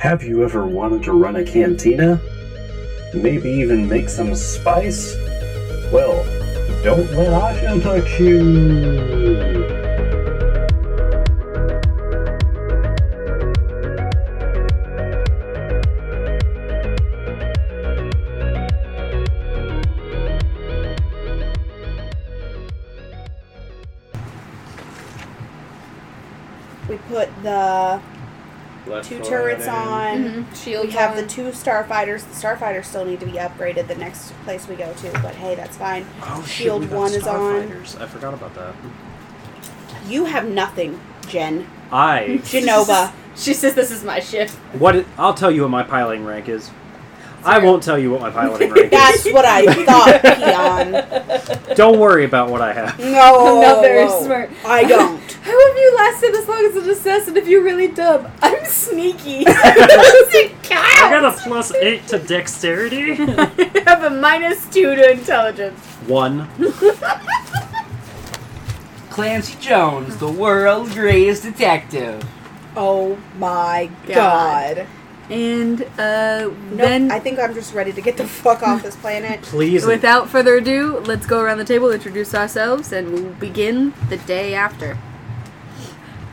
Have you ever wanted to run a cantina? Maybe even make some spice? Well, don't let Ashen touch you! We put the Left two one turrets in. on. Mm-hmm. Shield. We have the two starfighters. The starfighters still need to be upgraded the next place we go to, but hey, that's fine. Oh, Shield shit, we got one is Starfighters. I forgot about that. You have nothing, Jen. I Genova. She says this is my ship. what? i- I'll tell you what my piloting rank is. I Sorry. won't tell you what my piloting rank That's is. what I thought, Keon. Don't worry about what I have. No, not very smart. I don't. How have you lasted this long as an assassin if you're really dumb? I'm sneaky. Doesn't I count. got a plus eight to dexterity. I have a minus two to intelligence. One. Clancy Jones, the world's greatest detective. Oh my God. god. And uh, Nope, then, I think I'm just ready to get the fuck off this planet. Please. without further ado, let's go around the table, introduce ourselves, and we'll begin the day after.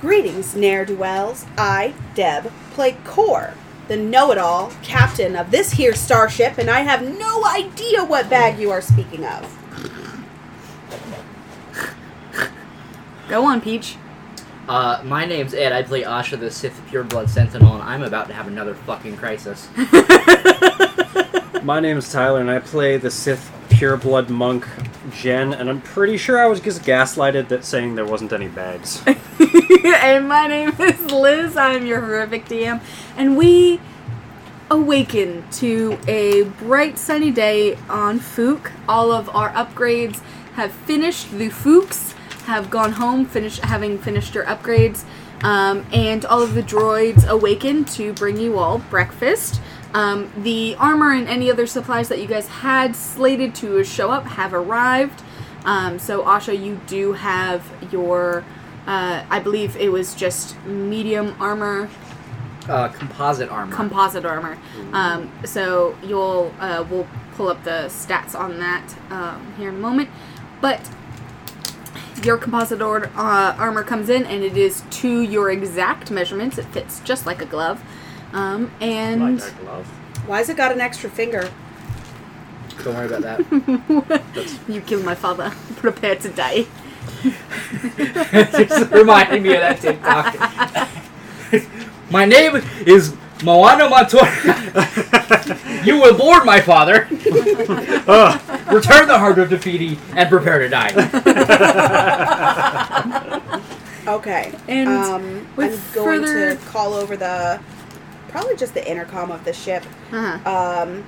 Greetings, ne'er do wells. I, Deb, play Core, the know it all captain of this here starship, and I have no idea what bag you are speaking of. Go on, Peach. Uh, my name's Ed. I play Asha the Sith Pureblood Sentinel, and I'm about to have another fucking crisis. My name is Tyler, and I play the Sith pureblood monk Jen. And I'm pretty sure I was just gaslighted that saying there wasn't any bags. and my name is Liz. I'm your horrific DM, and we awaken to a bright sunny day on Fook. All of our upgrades have finished. The Fooks have gone home, finish having finished your upgrades, um, and all of the droids awaken to bring you all breakfast. Um, the armor and any other supplies that you guys had slated to show up have arrived. Um, so Asha, you do have your uh, I believe it was just medium armor, Uh, composite armor. composite armor. Um, so you'll uh, we'll pull up the stats on that um, here in a moment. But your composite or- uh, armor comes in, and it is to your exact measurements. It fits just like a glove. Um, and Like I love. Why's it got an extra finger? Don't worry about that. you killed my father. Prepare to die. Just reminding me of that TikTok. my name is Moana Montoya. you will board my father. Uh, Return the heart of defeating and prepare to die. Okay. And um, with I'm going further- to call over the probably just the intercom of the ship. Uh-huh. Um,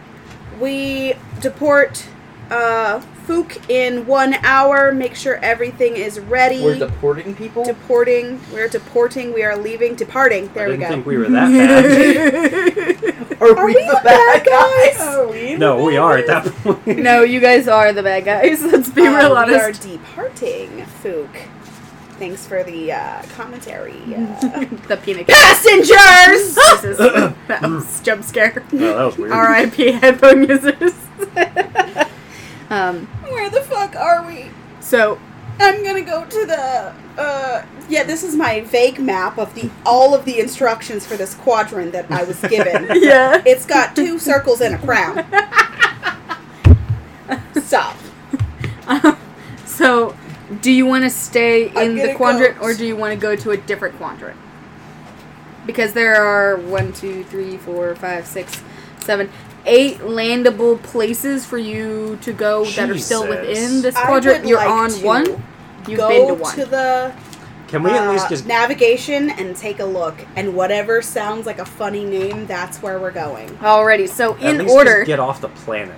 we deport uh, Fook in one hour. Make sure everything is ready. We're deporting people. deporting. We're deporting. We are leaving. Departing. I There we didn't go. think we were that are we the bad guys? Are we bad. no, we are at that point. no, you guys are the bad guys. Let's be Uh, real We are honest. departing, Fook. Thanks for the uh, commentary. Uh, the peanut. passengers. Jesus. that was a jump scare. No, that was weird. R.I.P. headphone users. um, Where the fuck are we? so I'm gonna go to the. Uh, yeah, this is my vague map of the all of the instructions for this quadrant that I was given. yeah, it's got two circles and a crown. Stop. so do you want to stay I'm in the gonna quadrant go- or do you want to go to a different quadrant? Because there are one, two, three, four, five, six, seven, eight landable places for you to go that are still Jesus. within this I quadrant. would You're like on to one. You've go been to one. the Can we at uh, least just navigation and take a look, and whatever sounds like a funny name, that's where we're going. Alrighty, so at in least just order. get off the planet?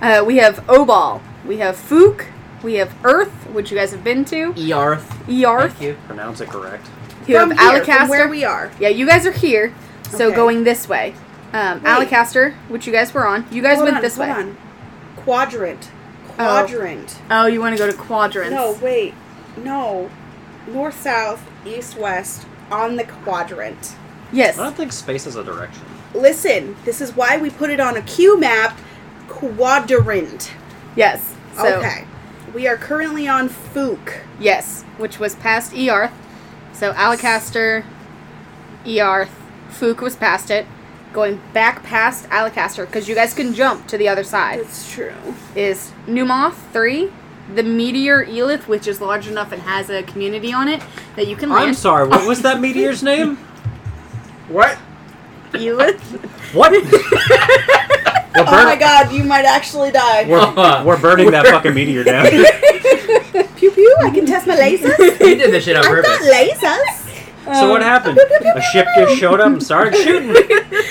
Uh, we have Obal, we have Fook, we have Earth, which you guys have been to, E Earth. Earth, Thank you. Pronounce it correct. you have From here, from Alacaster. where we are. yeah, you guys are here, so Okay. going this way. Um, Wait. Alacaster, which you guys were on, you guys Hold went on, this hold way. on. Quadrant. Quadrant. Oh, you want to go to quadrants? No, wait. No. North, south, east, west on the quadrant. Yes. I don't think space is a direction. Listen, this is why we put it on a Q map quadrant. Yes. So, okay. We are currently on Fook. Yes, which was past Earth. So Alacaster, Earth, Fook was past it. Going back past Alacaster, because you guys can jump to the other side, That's true. is Numoth 3, the meteor Elith, which is large enough and has a community on it that you can land. I'm sorry, what was that meteor's name? What? Elith? What? we're, Oh my burn- god, you might actually die. we're, we're burning that fucking meteor down. Pew pew, I can test my lasers. He did this shit on I've got purpose. lasers. Um, so what happened? A ship just showed up and started shooting.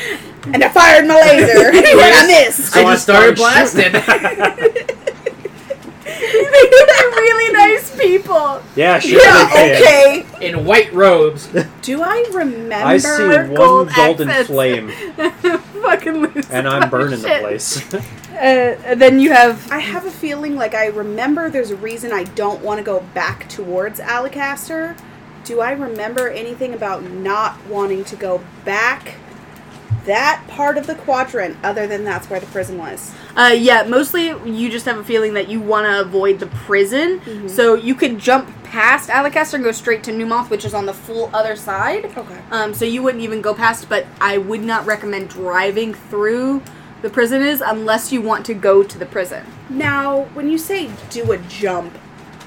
And I fired my laser. and I missed. So I just started shooting. They're really nice people. yeah, sure. Yeah, they did. okay. In white robes. Do I remember? I see one gold golden accents. flame, Fucking lose. and my I'm burning the shit. place. Uh, then you have I have a feeling like I remember there's a reason I don't want to go back towards Alacaster. Do I remember anything about not wanting to go back that part of the quadrant other than that's where the prison was? Uh, yeah, mostly you just have a feeling that you want to avoid the prison. So you could jump past Alacaster and go straight to Numoth, which is on the full other side. Okay. Um, so you wouldn't even go past, but I would not recommend driving through the prison is unless you want to go to the prison. Now, when you say do a jump,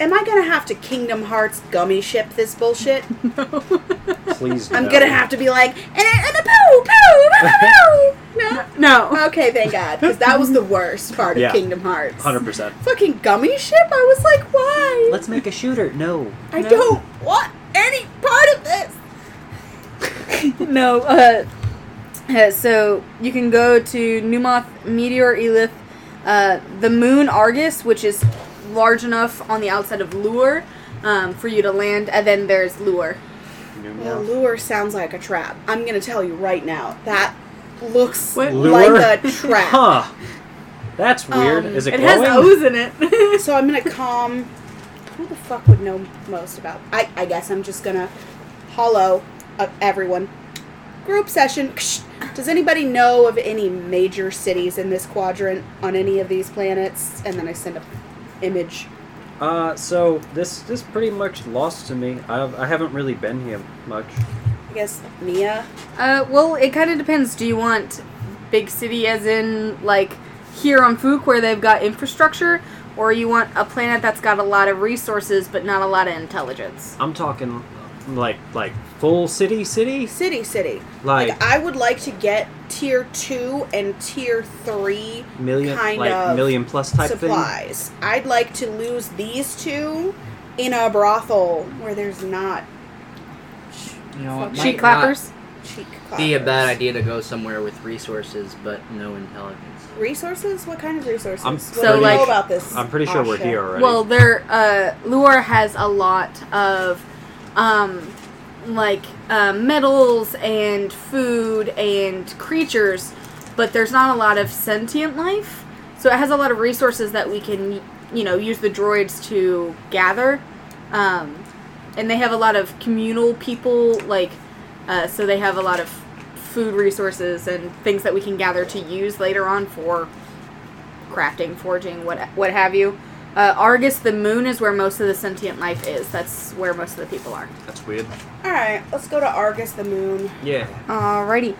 am I going to have to Kingdom Hearts gummy ship this bullshit? Please. I'm no. going to have to be like, and a poo, poo, poo, poo. No? No. Okay, thank God, because that was the worst part of Yeah. Kingdom Hearts. Hundred percent. Fucking gummy ship? I was like, why? Let's make a shooter. No. I don't want any part of this. no. Uh, uh, so you can go to Numoth, Meteor, Elith, uh, the moon Argus, which is large enough on the outside of Lure um, for you to land, and then there's Lure. Well, lure sounds like a trap. I'm gonna tell you right now. That looks What? like a trap. Huh. That's weird. Um, Is it, It glowing? has O's in it. So I'm gonna calm. Who the fuck would know most about? I, I guess I'm just gonna hollow up everyone. Group session. Does anybody know of any major cities in this quadrant on any of these planets? And then I send a image. Uh, so this this pretty much lost to me. I I haven't really been here much. I guess Mia. uh, well, it kind of depends. Do you want big city, as in like here on Fook, where they've got infrastructure, or you want a planet that's got a lot of resources but not a lot of intelligence? I'm talking like like full city city City, city. like, Like, I would like to get tier two and tier three million kind like of million plus type thing. supplies. I'd like to lose these two in a brothel where there's not You know, it Cheek might Sheet not clappers. cheek. Be a bad clappers. idea to go somewhere with resources but no intelligence. Resources? What kind of resources? I'm what so, do we like- know about this? I'm pretty sure Oh, we're shit. here already. Well, there, uh, Lure has a lot of, um, like, uh, metals and food and creatures, but there's not a lot of sentient life. So it has a lot of resources that we can, you know, use the droids to gather. Um, and they have a lot of communal people, like, uh, so they have a lot of food resources and things that we can gather to use later on for crafting, forging, what what have you. Uh, Argus, the moon is where most of the sentient life is. That's where most of the people are. that's weird. All right, let's go to Argus the Moon. Yeah. Alrighty.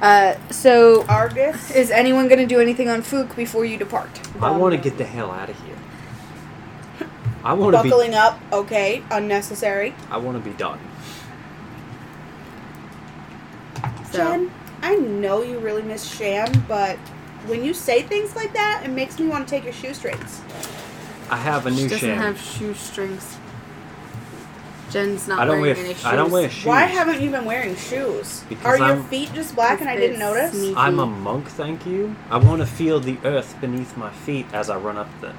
Uh, so, Argus is anyone going to do anything on Fook before you depart? I Um, want to get the hell out of here. I want to be buckling up. Okay, unnecessary. I want to be done. So, Jen, I know you really miss Sham, but when you say things like that, it makes me want to take your shoestrings. I have a she new doesn't sham. have shoestrings. Jen's not I don't wear wearing any shoes. I don't wear shoes. Why haven't you been wearing shoes? Because Are your I'm- feet just black and I didn't notice? Sneaky. I'm a monk, thank you. I want to feel the earth beneath my feet as I run up the,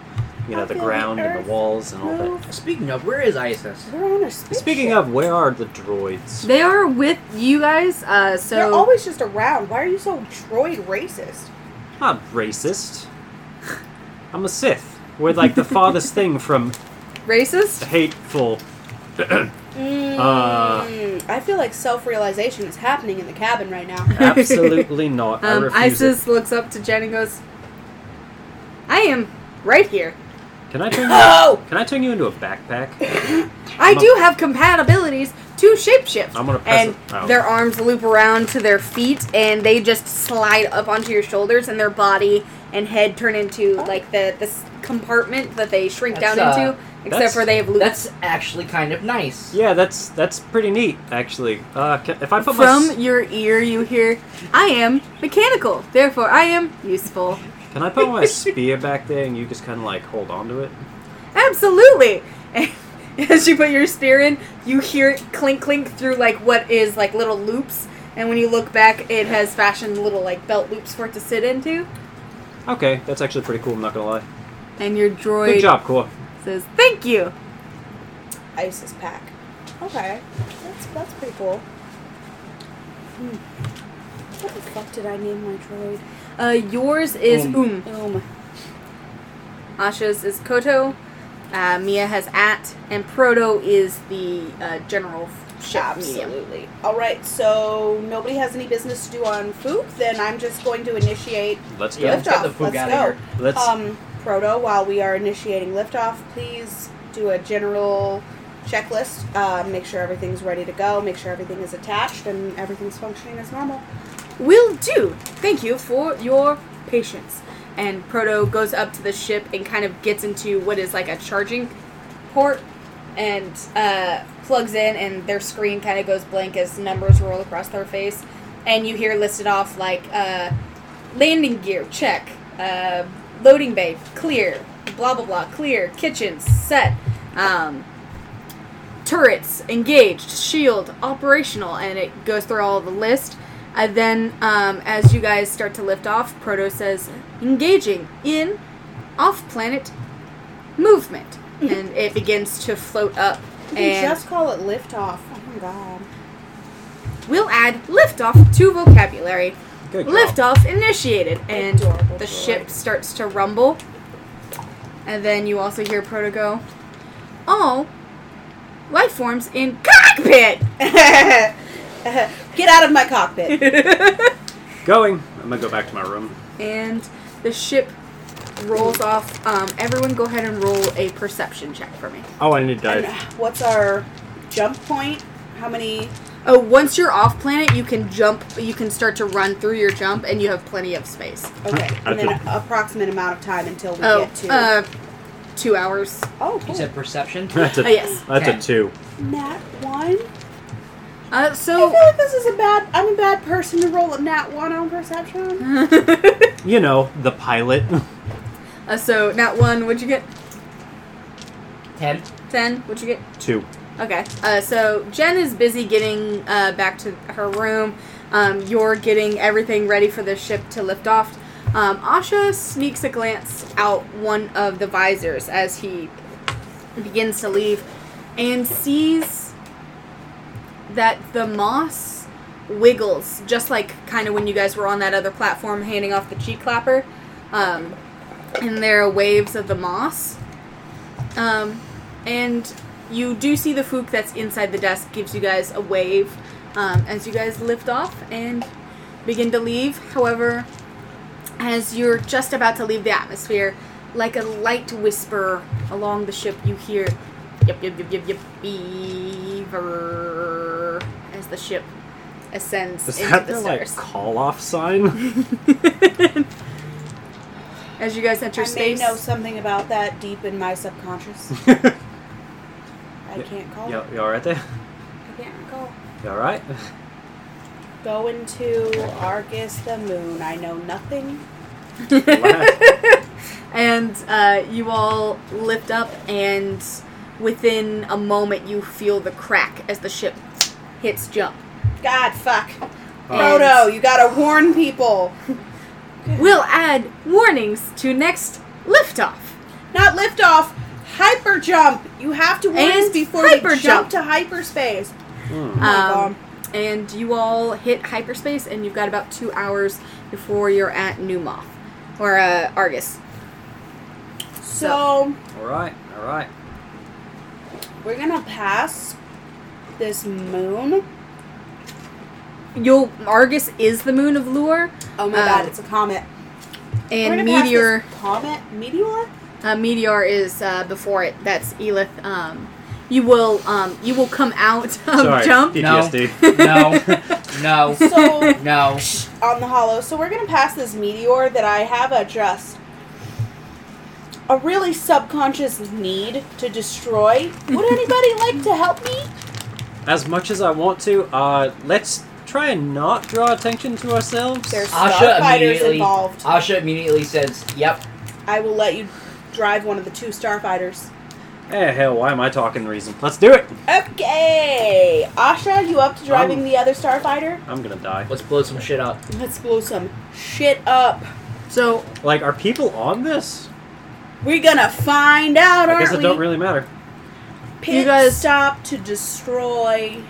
you know, I the feel the ground and earth the walls and all move. that. Speaking of, where is Isis? We're on a spaceship. Speaking of, where are the droids? They are with you guys, uh, so. they're always just around. Why are you so droid racist? I'm not racist. I'm a Sith. We're like the farthest thing from racist? hateful. uh, Mm, I feel like self realization is happening in the cabin right now. Absolutely not. I Um, refuse Isis looks up to Jen and goes, I am right here. it. Can I turn you? Oh! Can I turn you into a backpack? I I'm a- do have compatibilities to shapeshift. I'm gonna press and it. Oh. their arms loop around to their feet and they just slide up onto your shoulders and their body and head turn into Oh. like the this compartment that they shrink That's, down uh, into except that's- for they have loops That's actually kind of nice. Yeah, that's that's pretty neat, actually. Uh, ca if I put my from s- your ear you hear i am mechanical therefore i am useful can I put my spear back there and you just kind of like hold on to it? absolutely and as you put your spear in you hear it clink clink through like what is like little loops and when you look back it has fashioned little like belt loops for it to sit into Okay, that's actually pretty cool. I'm not gonna lie. and your droid Good job, Core. says thank you ISIS pack. Okay, that's that's pretty cool. Hmm. What the fuck did I name my droid? uh, yours is Um. um Um, Asha's is Koto. Uh, Mia has at, and Proto is the uh, general ship medium. absolutely. All right, so nobody has any business to do on Fook. Then I'm just going to initiate Let's go. Yeah, let's get the Liftoff, food let's out go. of here. Let's. um Proto. While we are initiating liftoff, please do a general checklist. Uh, make sure everything's ready to go. Make sure everything is attached and everything's functioning as normal. Will do. Thank you for your patience. And Proto goes up to the ship and kind of gets into what is like a charging port and uh, plugs in, and their screen kind of goes blank as numbers roll across their face. And you hear listed off like uh, landing gear, check, uh, loading bay, clear, blah blah blah, clear, kitchen, set. Um, turrets engaged shield operational and it goes through all the list and then um, as you guys start to lift off proto says engaging in off planet movement and it begins to float up You can and just call it liftoff. Oh my god. we'll add liftoff to vocabulary good job. liftoff initiated and Adorable the droid. ship starts to rumble and then you also hear proto go all life forms in cockpit Get out of my cockpit. Going. I'm gonna go back to my room. and the ship rolls off. Um, everyone, go ahead and roll a perception check for me. Oh, I need to And dive. what's our jump point? How many? Oh, once you're off planet, you can jump. You can start to run through your jump, and you have plenty of space. Okay, and then approximate amount of time until we Oh, get to. uh, two hours. oh, You cool. said perception? That's a, Oh, yes. That's Ten. a two. nat one. Uh, I feel so like this is a bad. I'm a bad person to roll a nat one on perception. uh, You know, the pilot. so not one. What'd you get? Ten. Ten. What'd you get? two. Okay. Uh, so Jen is busy getting uh, back to her room. Um, you're getting everything ready for the ship to lift off. Um, Asha sneaks a glance out one of the visors as he begins to leave and sees that the moss wiggles, just like kind of when you guys were on that other platform handing off the cheek clapper. Um, and there are waves of the moss. Um, and you do see the fook that's inside the desk gives you guys a wave um, as you guys lift off and begin to leave. However, as you're just about to leave the atmosphere, like a light whisper along the ship, you hear yep, yep, yep, yep, yep, beaver as the ship ascends Is into that the their like stars. call off sign? as you guys enter I space, may know something about that deep in my subconscious. I Yeah, can't call. you, you all right I there? can't recall. You all right? Go into Argus the moon. I know nothing. and uh, you all lift up, and within a moment, you feel the crack as the ship hits jump. God, fuck. Oh. Proto, you gotta warn people. We'll add warnings to next liftoff. Not liftoff. Hyper jump. You have to warn And us before we hyper jump, jump. to hyperspace. Mm. Oh my Um, and you all hit hyperspace, and you've got about two hours before you're at New Moth or uh, Argus. So All right. All right. we're gonna pass this moon. You'll Argus is the moon of Lure, Oh my Um, god, it's a comet. We're and gonna pass this Meteor Comet? Meteor? uh, Meteor is uh, before it. That's Elith. Um, you will um, you will come out of Sorry, jump. PTSD. No, no, So. no. on the hollow. So we're gonna pass this meteor that I have a just a really subconscious need to destroy. Would anybody like to help me? As much as I want to, uh, let's try and not draw attention to ourselves. There's Asha starfighters immediately- involved. Asha immediately says, "Yep." I will let you drive one of the two starfighters. Eh, hell, why am I talking reason? Let's do it! Okay, Asha, you Um, up to driving the other starfighter? I'm gonna die. Let's blow some shit up. Let's blow some shit up. So Like, are people on this? We're gonna find out, I aren't guess it we? don't really matter. Pit You guys- stop to destroy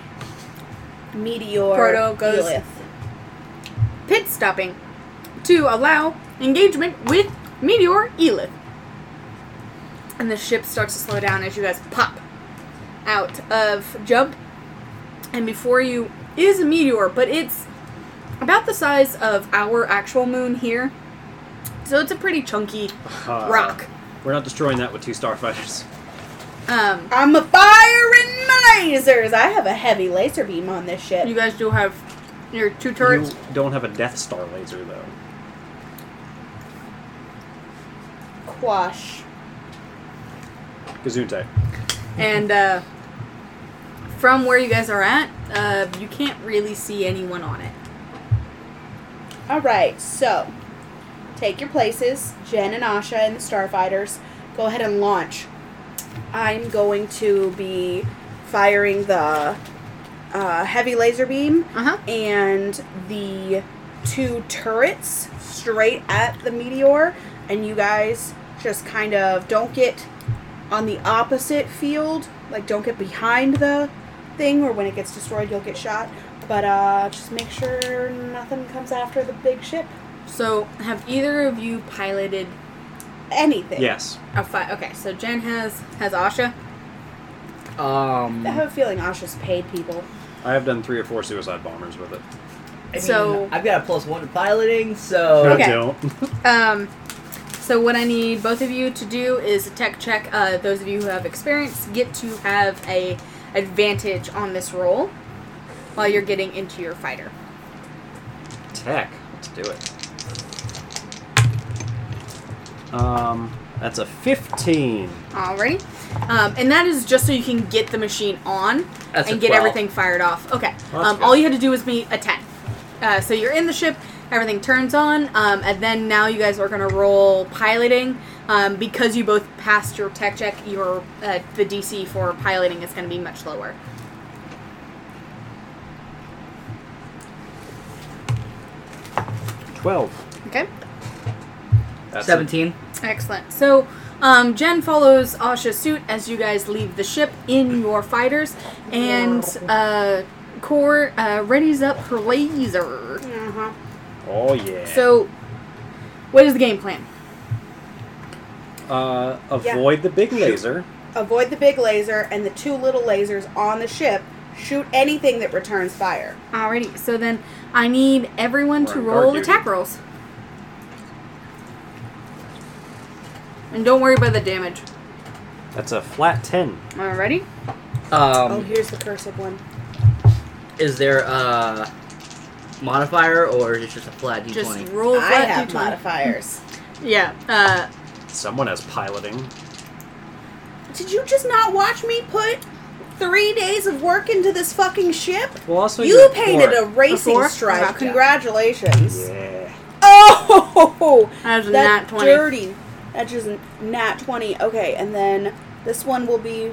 meteor. Proto goes- Elith. pit stopping to allow engagement with Meteor Elith. And the ship starts to slow down as you guys pop out of jump. And before you is a meteor, but it's about the size of our actual moon here. So it's a pretty chunky Uh, rock. We're not destroying that with two starfighters. Um, I'm a firing my lasers. I have a heavy laser beam on this shit. you guys do have your two You turrets. don't have a Death Star laser, though. Quash. Gesundheit. and uh, from where you guys are at, uh, you can't really see anyone on it. All right, so take your places, Jen and Asha and the starfighters. Go ahead and launch. I'm going to be firing the uh, heavy laser beam Uh huh. and the two turrets straight at the meteor and you guys just kind of don't get on the opposite field like don't get behind the thing or when it gets destroyed you'll get shot but uh just make sure nothing comes after the big ship So, have either of you piloted anything Yes. a fight? Okay, so Jen has has Asha. Um, i have a feeling asha's paid people I have done three or four suicide bombers with it. I mean, so- I've got a plus one to piloting, so Okay. I don't. Um, so what I need both of you to do is a tech check. Uh, those of you who have experience get to have a advantage on this roll while you're getting into your fighter. Tech. Let's do it. Um, that's a 15. Alrighty, um, and that is just so you can get the machine on That's a and get 12. everything fired off. Okay, Well, that's um, good. all you had to do was be a ten. Uh, so you're in the ship, everything turns on, um, and then now you guys are gonna roll piloting. Um, because you both passed your tech check, your uh, the DC for piloting is gonna be much lower. Twelve. Okay. That's a- seventeen. Excellent. So, um, Jen follows Asha's suit as you guys leave the ship in your fighters, and uh, Core uh, readies up her laser. uh-huh oh yeah. So, what is the game plan? uh, Yeah. avoid the big laser. avoid the big laser and the two little lasers on the ship shoot anything that returns fire Alrighty. So then, I need everyone We're to on roll guard duty. attack rolls. And don't worry about the damage. That's a flat ten. Alrighty. oh Um, here's the cursive one is there a modifier or is it just a flat d Just twenty? roll i flat have d20. modifiers Yeah. Uh, Someone has piloting. Did you just not watch me put three days of work into this fucking ship? Well, also you painted a racing Before? stripe. Gotcha. Congratulations. Yeah. Oh, that was a that's nat 20. dirty. That's just a nat 20. Okay, and then this one will be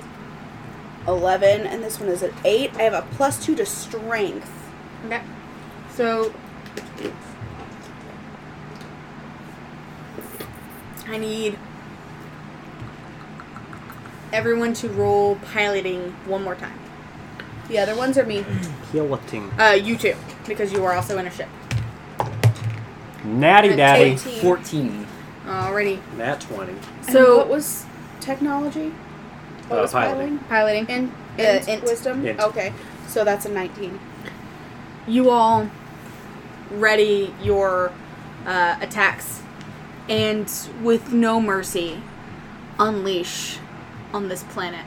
11, and this one is an 8. I have a plus 2 to strength. Okay. So I need everyone to roll piloting one more time. The other ones are me. Piloting. Uh, you two, because you are also in a ship. Uh, Natty That's daddy. eight. Fourteen. Already. Nat twenty. and So what was technology? What Uh, was piloting. piloting And, Uh, and int. wisdom? Int. Okay. So that's a 19. you all ready your uh, attacks and with no mercy unleash on this planet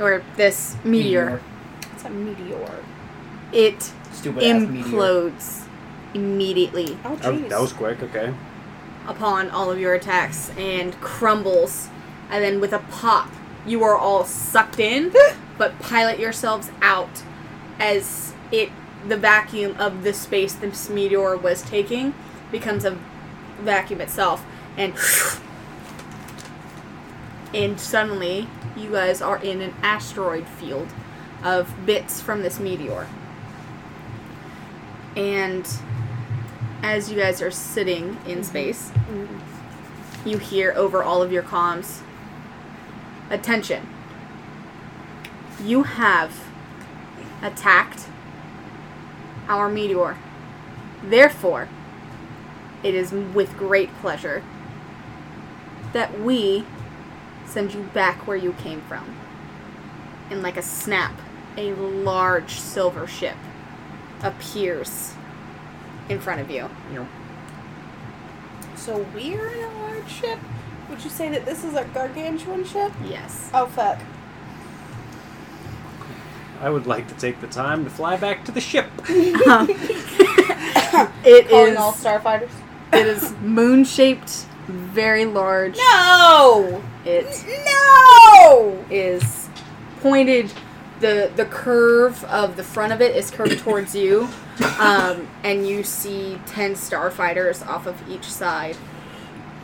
or this meteor. That's a meteor. Oh, It Stupid ass implodes immediately Oh, Oh, jeez. that was quick. Okay. upon all of your attacks and crumbles. And then with a pop, you are all sucked in, but pilot yourselves out as it the vacuum of the space this meteor was taking becomes a vacuum itself and and suddenly you guys are in an asteroid field of bits from this meteor. And as you guys are sitting in space, you hear over all of your comms attention. You have attacked our meteor. Therefore, it is with great pleasure that we send you back where you came from. And like a snap, a large silver ship appears in front of you. So we're in a large ship? Would you say that this is a gargantuan ship? Yes. Oh, fuck. I would like to take the time to fly back to the ship. It Calling is all starfighters? it is moon shaped, very large. No! It No! is pointed. the The curve of the front of it is curved towards you, um, and you see ten starfighters off of each side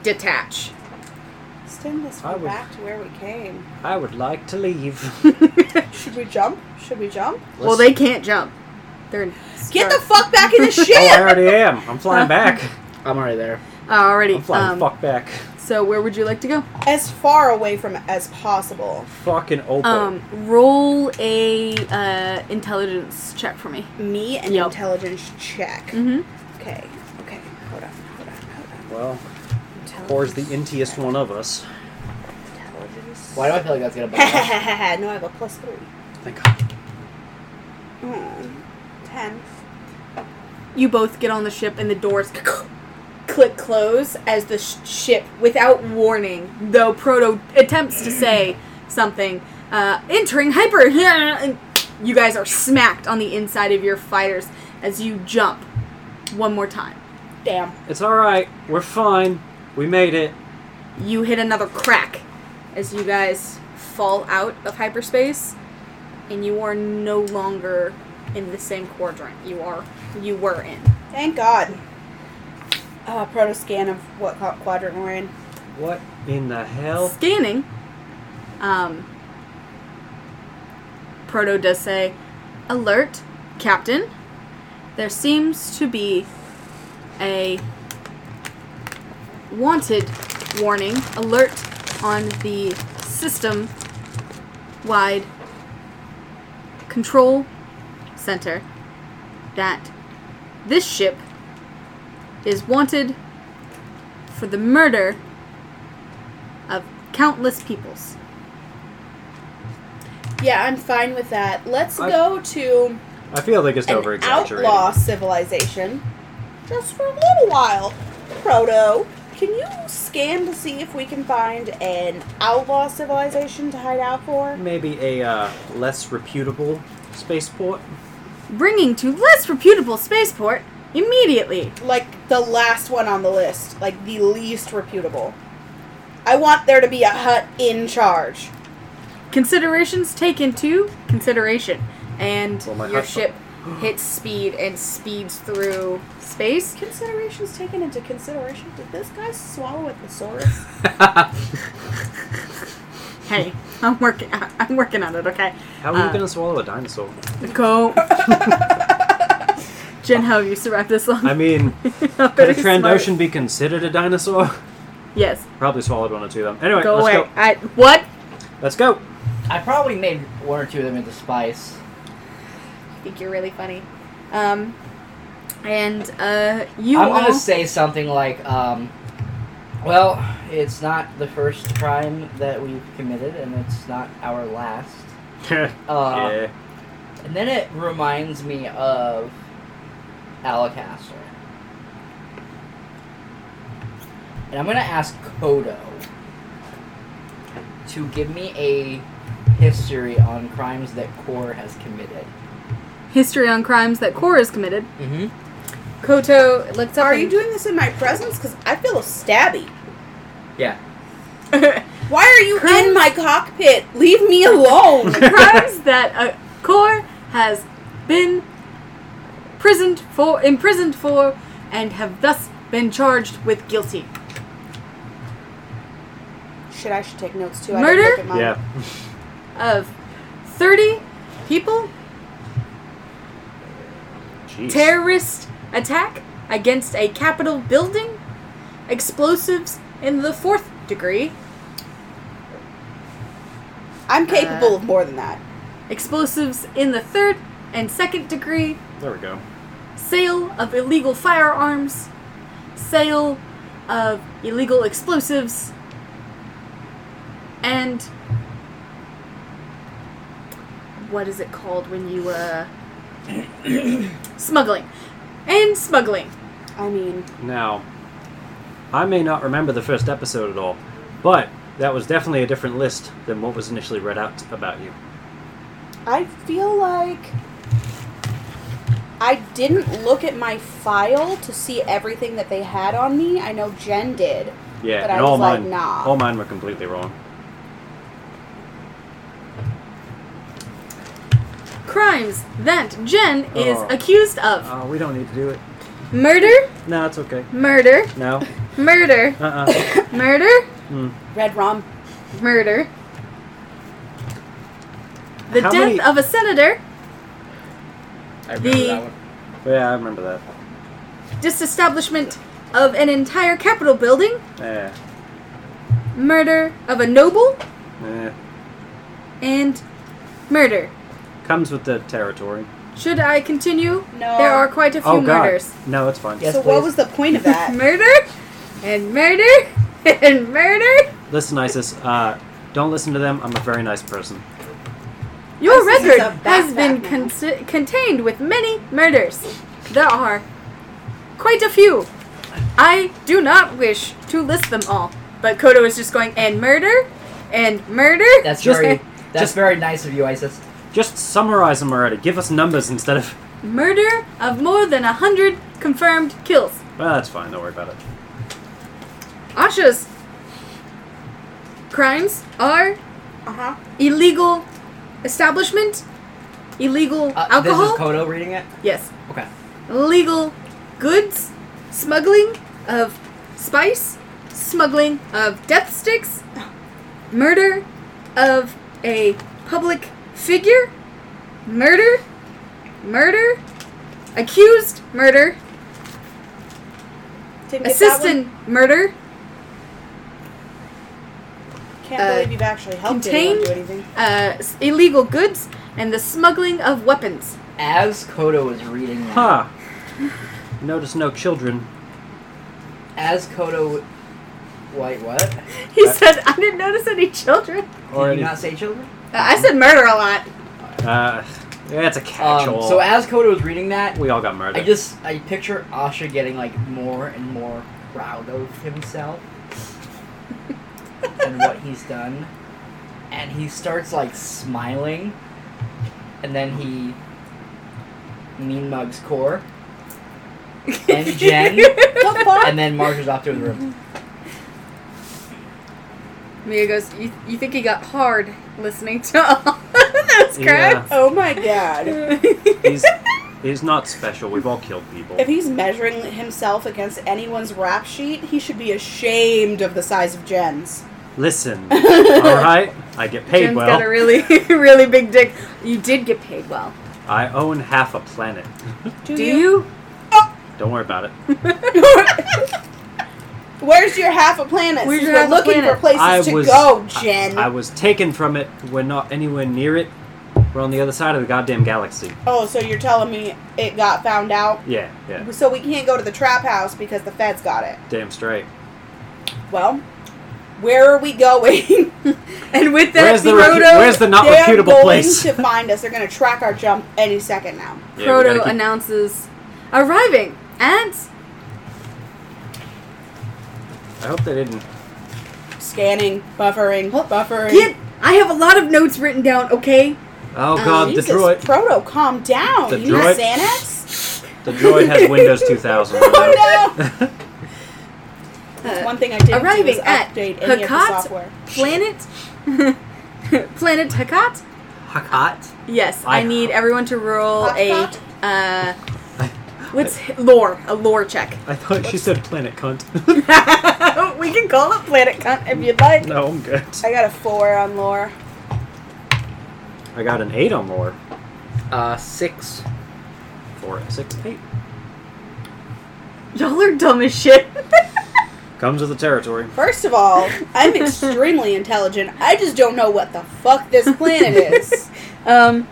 detach. Send this I one would- back to where we came. I would like to leave. Should we jump? Should we jump? well, they can't jump. They're in Get the star- fuck back in the ship! Oh, I already am. I'm flying back. I'm already there. already. I'm flying um, fuck back. so where would you like to go? as far away from it as possible. Fucking open. Um, roll a uh, intelligence check for me. Me an Yep. intelligence check. Mhm. Okay. Okay. Hold on. Hold on. Hold on. well, Intelligence Cor's the intiest one of us. Intelligence. Why do I feel like that's gonna bug us? no, I have a plus three. Thank God. Mm. Ten. You both get on the ship, and the doors click close as the sh- ship, without warning, though Proto attempts to say something, uh, entering hyper. And you guys are smacked on the inside of your fighters as you jump one more time. Damn. It's all right. We're fine. We made it. You hit another crack as you guys fall out of hyperspace, and you are no longer in the same quadrant you are you were in. Thank God. Uh, proto scan of what qu- quadrant we're in. What in the hell? scanning, um, Proto does say, "Alert, Captain! There seems to be a wanted warning alert on the system-wide control center that this ship is wanted for the murder." of countless peoples. Yeah, I'm fine with that. Let's I- go to I feel like it's over an exaggerating. outlaw civilization just for a little while. Proto, can you scan to see if we can find an outlaw civilization to hide out for? Maybe a uh, less reputable spaceport. Bringing to less reputable spaceport immediately. Like the last one on the list, like the least reputable. I want there to be a hut in charge. Considerations taken to consideration. And Well, my your hot's ship hits speed and speeds through space. Considerations taken into consideration. Did this guy swallow a thesaurus? Hey, I'm working I'm working on it, okay? How are you Uh, gonna swallow a dinosaur? Go. Jen, how have you survived this long? I mean, could a Trandoshan be considered a dinosaur? Yes. Probably swallowed one or two of them. Anyway, go let's away. go. I, what? Let's go. I probably made one or two of them into spice. I think you're really funny. Um, and uh, you I'm all- gonna say something like, um, well, it's not the first crime that we've committed, and it's not our last. Uh, yeah. And then it reminds me of Alacaster. And I'm gonna ask Kodo to give me a history on crimes that Core has committed. History on crimes that Cora has committed. Mm-hmm. Koto looks up. Are you and- doing this in my presence? Because I feel stabby. Yeah. Why are you in my cockpit? Leave me alone. crimes that uh, Cor has been imprisoned for, imprisoned for, and have thus been charged with guilty. Shit, I should take notes too. Murder? I didn't look at mine. Yeah. Of 30 people, Jeez. terrorist attack against a Capitol building, explosives in the fourth degree, I'm Uh, capable of more than that. explosives in the third and second degree, There we go. sale of illegal firearms, sale of illegal explosives, and what is it called when you uh smuggling and smuggling. I mean, Now, I may not remember the first episode at all, but that was definitely a different list than what was initially read out about you. I feel like I didn't look at my file to see everything that they had on me. I know Jen did. Yeah, But and I all was like, mine, nah. all mine were completely wrong. Crimes that Jen is Oh. accused of. Oh, we don't need to do it. Murder, No, it's okay. murder, No. murder, Uh-uh. murder, Red Rom. murder. The How death many- of a senator. I remember The- that one. yeah, I remember that. disestablishment of an entire capitol building, Eh, murder of a noble, eh. and murder. Comes with the territory. Should I continue? No. There are quite a few oh God. murders. No, it's fine. Yes, so what please. was the point of that? Murder, and murder, and murder. Listen, Isis. Uh, don't listen to them. I'm a very nice person. Your This is record a has backpack been now. con- contained with many murders. There are quite a few. I do not wish to list them all, but Kodo is just going, and murder, and murder. That's Just- very that's just- very nice of you, Isis. Just summarize them already. Give us numbers instead of. Murder of more than a hundred confirmed kills. Well, that's fine. Don't worry about it. Asha's crimes are Uh huh. illegal establishment, illegal Uh, this is alcohol, Kodo reading it. yes, Okay. illegal goods, smuggling of spice, smuggling of death sticks, murder of a public figure, murder, murder, accused murder, Didn't get that one. assistant murder, Can't uh, believe you've actually helped anyone contained- do anything. uh, s- illegal goods, and the smuggling of weapons. As Kodo was reading that, Huh. Notice no children. as Kodo Wait, what? Did He Uh, said, I didn't notice any children. Or you any. Uh, not say children? I said murder a lot. yeah, it's a Um, catch-all. so as Kodo was reading that, we all got murdered. I just I picture Asha getting like more and more proud of himself and what he's done, and he starts like smiling, and then he mean mugs Core and Jen, the fuck? and then marches off to his room. Mia goes, you, you think he got hard listening to all those Yeah. crimes? Oh my god. uh, he's, he's not special. We've all killed people. If he's measuring himself against anyone's rap sheet, he should be ashamed of the size of Jen's. Listen, all right? I get paid Jim's well. got a really, really big dick. You did get paid well. I own half a planet. Do, Do you? Don't worry about it. Where's your half a planet? Where's Since your we're half a looking planet? for places I to was go, Jen. I, I was taken from it. We're not anywhere near it. We're on the other side of the goddamn galaxy. oh, so you're telling me it got found out? Yeah, yeah. So we can't go to the trap house because the feds got it. Damn straight. Well, Where are we going? And with that, Where's the Proto, recu- where's the not they are reputable going place? to find us. They're going to track our jump any second now. we Proto gotta keep- announces arriving and I hope they didn't. Scanning, buffering, buffering. get. I have a lot of notes written down. Okay, Oh Um, god, the Jesus, droid, Proto, calm down. The you droid- need Xanax? the droid has Windows 2000. window. Oh no! Uh, One thing I didn't do was arriving at update any of the Hakkat. software. planet, planet Takat. Hakat. Yes, I, I- need everyone to roll a Hakkat? uh, what's lore? A lore check. I thought she said planet cunt. we can call it planet cunt if you'd like. no, I'm good. I got a four on lore. I got an 8 on lore. Uh, six. 4, 6, 8. Y'all are dumb as shit. Comes with the territory. First of all, I'm extremely intelligent. I just don't know what the fuck this planet is. Um,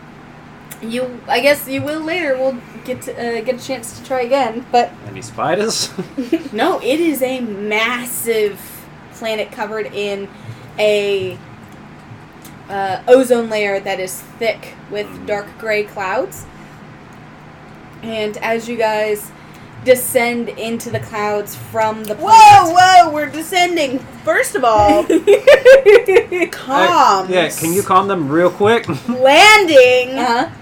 you, I guess you will later. We'll get to, uh, get a chance to try again. But Any spiders? No, it is a massive planet covered in a uh, ozone layer that is thick with Mm. dark gray clouds. And as you guys descend into the clouds from the Whoa, whoa, we're descending. First of all, Uh, calm. yeah, can you calm them real quick? landing? uh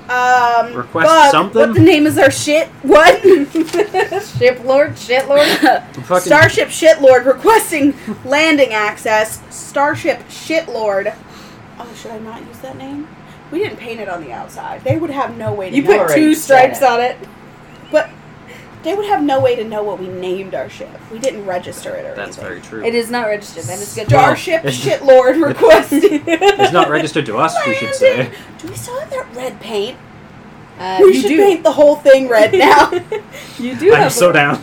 Um, Request fuck, something? What the name is our shit? What? ship lord, shit lord. Fucking- Starship Shitlord requesting landing access. Starship Shitlord. Oh, should I not use that name? We didn't paint it on the outside. They would have no way to You know. put two stripes on it. But they would have no way to know what we named our ship. We didn't register it or That's anything. very true. it is not registered. That is good. Starship Shitlord requesting. It's not registered to us, we should say. landing. Do we still have that red paint? Uh, we you should do. paint the whole thing red now. You do I'm have so down.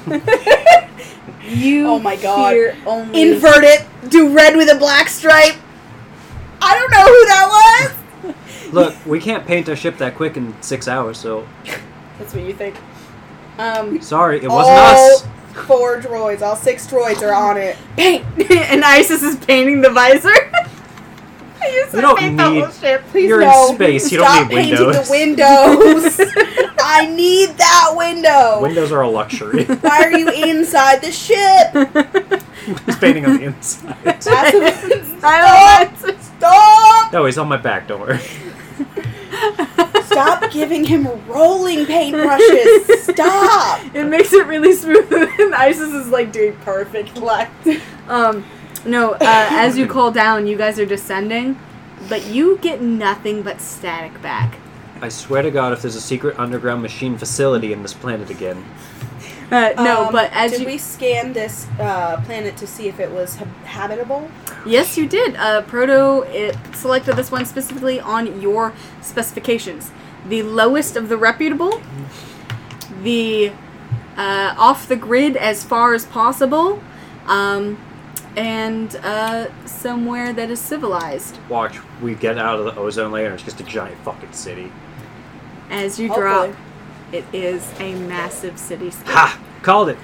you. Oh my God. hear Only Invert it. Do red with a black stripe. I don't know who that was. Look, we can't paint a ship that quick in six hours, so That's what you think. um sorry, it wasn't All us. Four droids, all six droids are on it. paint, and Isis is painting the visor. you You don't Oh, need. Please You're no. in space. You Stop don't need windows. painting the windows. I need that window. windows are a luxury. Why are you inside the ship? He's painting on the inside. That's what- I Stop! No, he's on my back. Don't worry. Stop giving him rolling paintbrushes. Stop! It makes it really smooth, and Isis is like doing perfect black. Um, no, uh, as you call down, you guys are descending, but you get nothing but static back. I swear to God, if there's a secret underground machine facility in this planet again, Uh, no, Um, but as did you, we scan this uh, planet to see if it was hab- habitable? yes, you did. Uh, Proto it selected this one specifically on your specifications. The lowest of the reputable, the uh, off the grid as far as possible, um, and uh, somewhere that is civilized. watch, we get out of the ozone layer and it's just a giant fucking city. As you Hopefully. drop, it is a massive cityscape. Ha! Called it.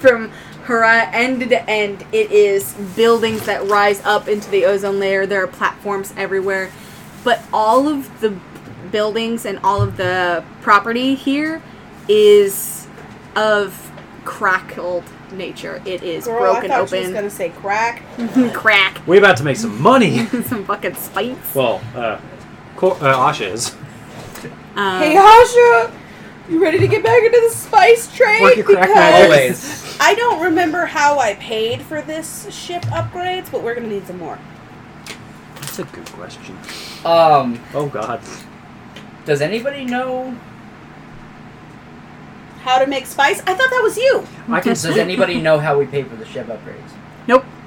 From hora- end to end, it is buildings that rise up into the ozone layer. There are platforms everywhere. But all of the buildings and all of the property here is of crackled nature. It is Girl, broken I thought she was open. Mm-hmm. gonna say crack. crack. We about to make some money. Some fucking spikes. Well, uh, Cor- uh Asha is. Um, Hey, Asha, you ready to get back into the spice trade? Work your crack magic. Always. I don't remember how I paid for this ship upgrades, but we're gonna need some more. That's a good question. Um, Oh God. does anybody know? How to make spice? I thought that was you. I can Does anybody know how we pay for the ship upgrades?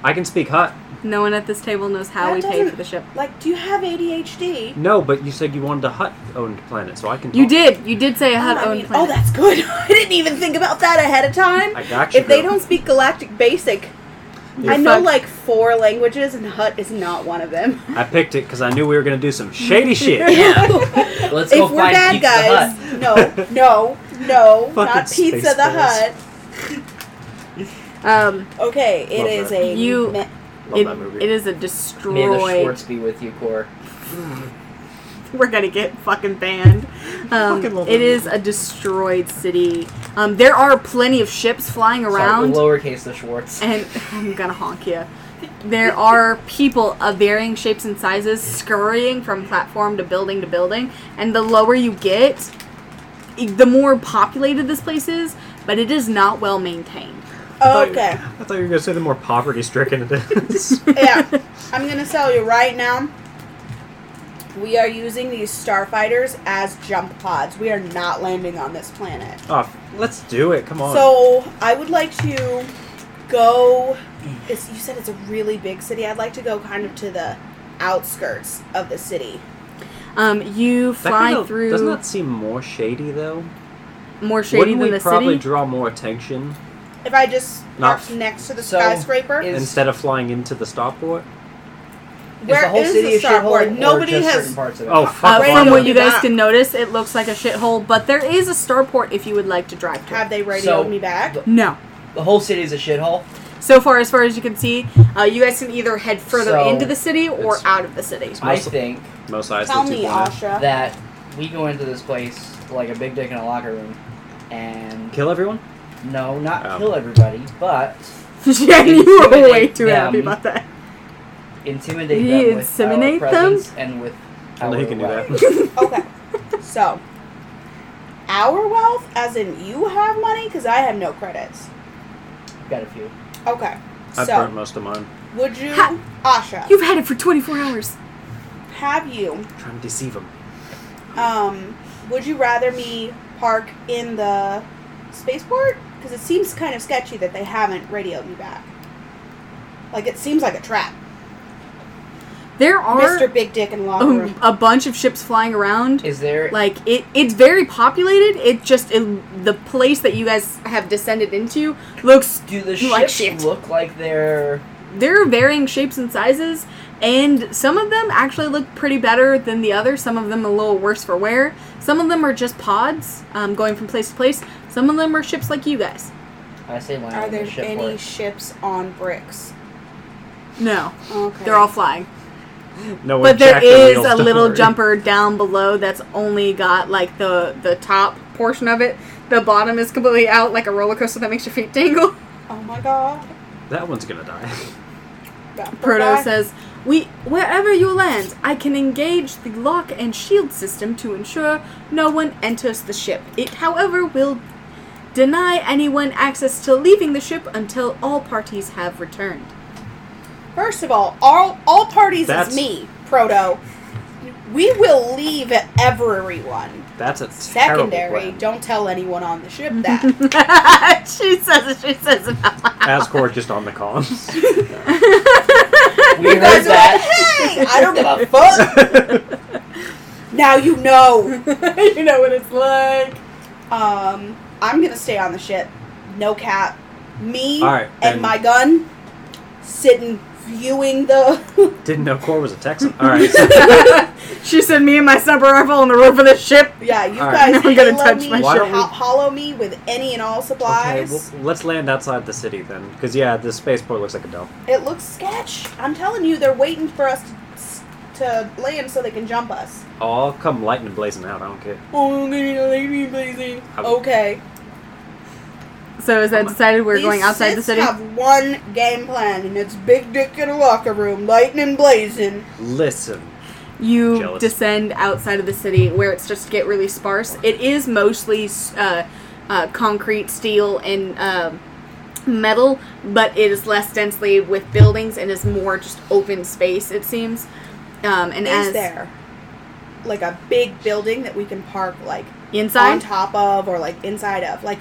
I can speak hot. no one at this table knows how That we paid doesn't- Oh. for the ship. Like, do you have ADHD? No, but you said you wanted a hut owned planet, so I can. You talk. did. You did say I had I own mean, planet. oh, that's good. I didn't even think about that ahead of time. I got you. If they girl. don't speak Galactic Basic, You're I know fucked. like four languages, and Hut is not one of them. I picked it because I knew we were gonna do some shady shit. Let's go if we're find bad Pizza guys, no, Hut. no, no, not Fucking Pizza the Spaceballs. Hut. Um, Okay, it Love is that. a You- me- Love It- that movie. it is a May the destroy. Schwartz be with you, Core. We're gonna get fucking banned. Um, Fucking love it that is a destroyed city. Um, there are plenty of ships flying around. Sorry, lowercase the Schwartz. and I'm gonna honk you. There are people of varying shapes and sizes scurrying from platform to building to building, and the lower you get, i- the more populated this place is, but it is not well maintained. Okay. I thought you were gonna say the more poverty stricken it is. yeah, I'm gonna tell you right now. We are using these starfighters as jump pods. We are not landing on this planet. oh, let's do it. Come on. So I would like to go. It's, you said it's a really big city. I'd like to go kind of to the outskirts of the city. Um, you That fly kinda- through Doesn't that seem more shady though? more shady Wouldn't than we the probably city. draw more attention If I just Not- parked next to the So, skyscraper, is- instead of flying into the starport? Is where the whole is city the a shithole? or starport? Nobody just has- certain parts of it? Oh, fuck uh, Right from on. what you guys Back. can notice, it looks like a shithole, but there is a starport if you would like to drive to. have it. they radioed So- me back? No. the whole city is a shithole. So far, as far as you can see, uh, you guys can either head further So, into the city or it's- out of the city. I mostly- think Most eyes Tell are me, too blind. Asha. that we go into this place like a big dick in a locker room, and Kill everyone? no, not Oh. kill everybody, but Jen, you were Intimidate way too happy them. about that. intimidate We them with inseminate our them? presence and with I know our you can do wealth. that. Okay. So, our wealth, as in you have money, because I have no credits. Got a few. Okay. I burnt so, most of mine. would you, Ha- Asha, You've had it for 24 hours. have you, trying to deceive them. um, would you rather me park in the spaceport? Because it seems kind of sketchy that they haven't radioed me back. Like, it seems like a trap. There are Mr. Big Dick and Locker um, Room. a bunch of ships flying around. Is there Like it, it's very populated. It just it, the place that you guys have descended into looks. do the You like shit. ships look like they're There are varying shapes and sizes, and some of them actually look pretty better than the others. Some of them a little worse for wear. Some of them are just pods um, going from place to place. Some of them are ships like you guys. I say land Are on there the ship any board. ships on bricks? No, Okay. they're all flying. No one But there jacked the is wheels, a don't little worry. jumper down below that's only got like the the top portion of it. The bottom is completely out like a roller coaster that makes your feet tingle. Oh my god. That one's gonna die. That poor Proto guy. says, "We wherever you land, I can engage the lock and shield system to ensure no one enters the ship. It, however, will deny anyone access to leaving the ship until all parties have returned." First of all, all all parties That's- is me, Proto. We will leave everyone. That's a terrible Secondary, plan. don't tell anyone on the ship that. she says it. She says it out loud. Asgore just on the comms. We you guys heard are like, that. hey, I don't give a fuck. Now you know. you know what it's like. Um, I'm gonna stay on the ship. No cap. Me All right, and then. my gun sitting viewing the Didn't know Core was a Texan. All right, so she said, "Me and my sniper rifle on the roof of this ship." Yeah, you All right. guys No one gonna halo touch me, my Why ship. don't we- ho- hollow me with any and all okay, supplies. well, let's land outside the city then, because yeah, the spaceport looks like a dump. It looks sketch. I'm telling you, they're waiting for us to, to land so they can jump us. I'll come lightning blazing out. I don't care. Oh, lady blazing. I'm- Okay. So is that decided? We're These going outside the Siths city. have one game plan, and it's big dick in a locker room, lightning blazing. Listen, you Jealous. descend outside of the city where it starts to get really sparse. It is mostly uh, uh, concrete, steel, and um metal, but it is less densely with buildings and is more just open space. It seems. Um, and Is as there like a big building that we can park like on inside, top of or like inside of, like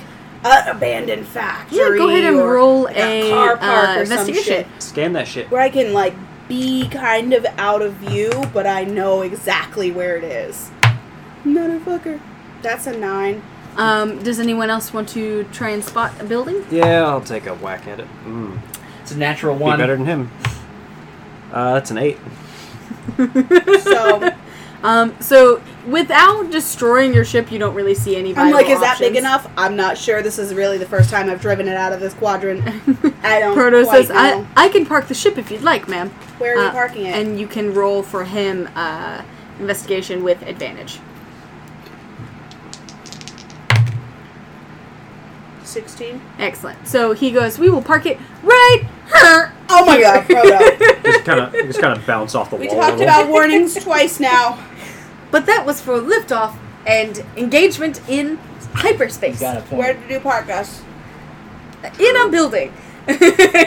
an abandoned factory? yeah, go ahead and or roll like a, car park uh, or some investigation. shit. scan that shit. where I can like be kind of out of view, but I know exactly where it is. Motherfucker. That's a nine. Um, does anyone else want to try and spot a building? Yeah, I'll take a whack at it. Mm, It's a natural be one. better than him. Uh, that's an eight. So Um, so without destroying your ship, you don't really see any. I'm Viable like, is that big options." enough? I'm not sure. This is really the first time I've driven it out of this quadrant. I don't. Proto quite says, know. I, "I can park the ship if you'd like, ma'am." Where are we Uh, parking it? And you can roll for him uh, investigation with advantage. 16. Excellent. So he goes, "We will park it right here." Oh my god, Proto. Just kind of, just kind of bounce off the we wall. a talked little. about warnings twice now. But that was for liftoff and engagement in hyperspace He's got a point. Where did you park us? in a building.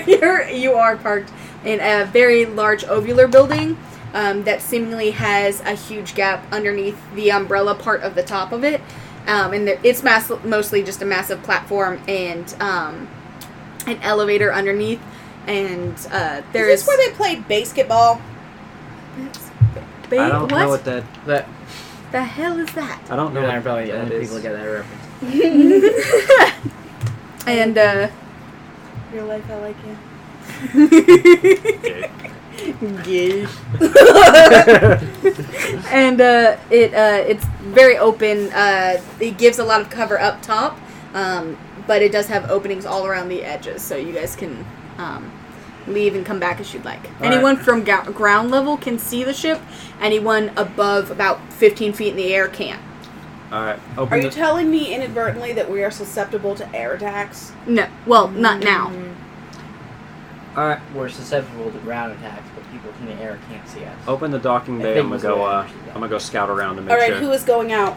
You're you are parked in a very large ovular building um, that seemingly has a huge gap underneath the umbrella part of the top of it, um, and there, it's mass- mostly just a massive platform and um, an elevator underneath. And uh, there is is, this where they played basketball? Ba- I don't what know what that. That the hell is that? I don't you know. and what I are probably the that only is. people get that reference. and uh, Real life, I like you. and uh, it uh, it's very open. Uh, it gives a lot of cover up top, um, but it does have openings all around the edges, so you guys can um, leave and come back as you'd like. right. Anyone from ga- ground level can see the ship. Anyone above about 15 feet in the air can't. All right, Are open you the. telling me inadvertently that we are susceptible to air attacks? No, well, not now. all right, We're susceptible to ground attacks, but people from the air can't see us. open the docking bay. I think I'm gonna was go. what I Uh, actually I'm got. gonna go scout around to make All right, sure. who is going out?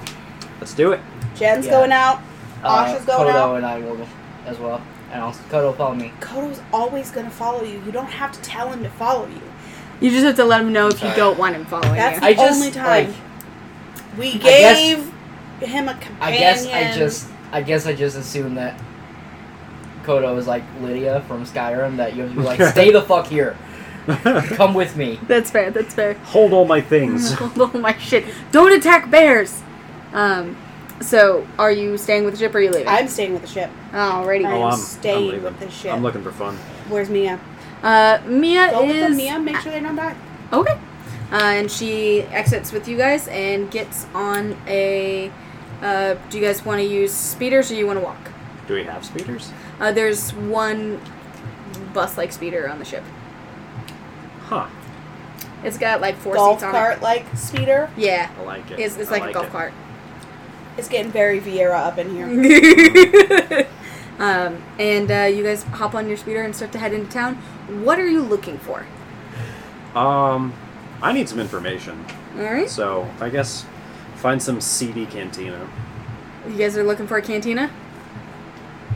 Let's do it. Jen's Yeah. going out. Uh, Asha's going Kodo out. and I will as well. And also, Kodo, follow me. Koto's always gonna follow you. You don't have to tell him to follow you. You just have to let them know if you Sorry. don't want him following That's you. I just only time. like We guess- gave him a companion. I guess I just I guess I just assumed that Kodo is like Lydia from Skyrim that you have to be like stay the fuck here. Come with me. That's fair. That's fair. Hold all my things. oh my shit! Don't attack bears. Um, so are you staying with the ship or are you leaving? I'm staying with the ship. Alrighty. I am oh, I'm, staying I'm with leaving. the ship. I'm looking for fun. Where's Mia? Uh, Mia Go is with them, Mia. Make sure they don't die. okay, uh, and she exits with you guys and gets on a. Uh, do you guys want to use speeders or you want to walk? Do we have speeders? Uh, there's one bus-like speeder on the ship. Huh. It's got like four golf seats on cart like speeder. it. Yeah, I like it. it's, it's I like, a golf it. cart. It's getting very Vieira up in here. um, and uh, you guys hop on your speeder and start to head into town. What are you looking for? Um, I need some information, All right, so I guess find some seedy cantina. you guys are looking for a cantina.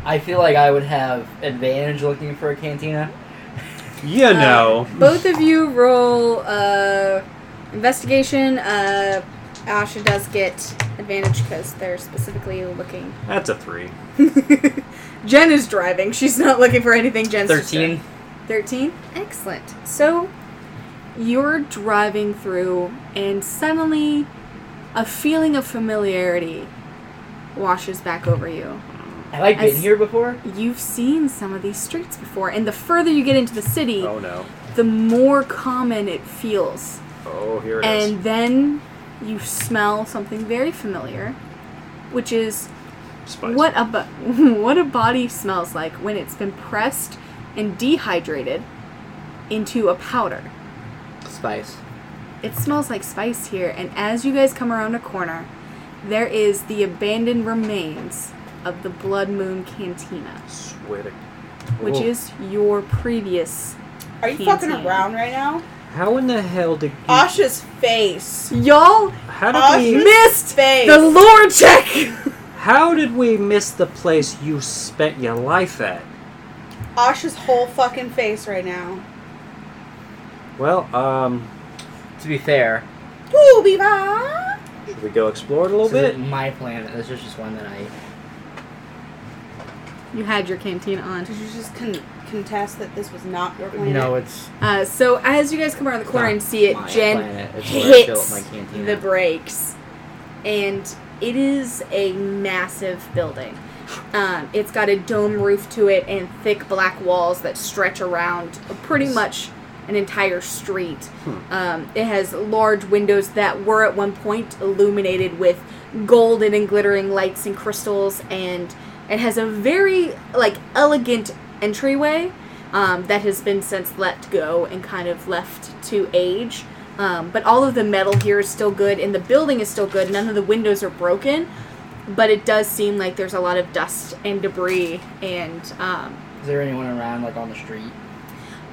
I feel like I would have advantage looking for a cantina. You Uh, know. both of you roll uh, investigation. Uh, Asha does get advantage because they're specifically looking. That's a three. Jen is driving. She's not looking for anything. Jen's just Thirteen. Thirteen. Excellent. So you're driving through, and suddenly a feeling of familiarity washes back over you. Have I been s- here before? You've seen some of these streets before, and the further you get into the city, Oh no. the more common it feels. Oh, here it is. And then you smell something very familiar, which is Spice. what a bo- what a body smells like when it's been pressed and dehydrated into a powder. Spice. It smells like spice here, and as you guys come around a corner, there is the abandoned remains of the Blood Moon Cantina, Swear to- which Whoa. is your previous. Are you Can't fucking see. around right now? How in the hell did you, Uh, Asha's face. Y'all how did uh, Asha's we missed face. the lore check! how did we miss the place you spent your life at? Asha's whole fucking face right now. Well, um, To be fair, Woo, Beaver! should we go explore it a little this bit? is my planet. This is just one that I You had your cantina on. Did you just con- contest that this was not your you planet? know it's Uh, so as you guys come around the corner not and see it, my Jen planet. It's where I built my hits cantina. the brakes, and it is a massive building. Um, it's got a dome roof to it and thick black walls that stretch around pretty much an entire street. Um, it has large windows that were at one point illuminated with golden and glittering lights and crystals, and it has a very like elegant entryway um, that has been since let go and kind of left to age. Um, but all of the metal here is still good, and the building is still good. None of the windows are broken, but it does seem like there's a lot of dust and debris and um, Is there anyone around, like on the street?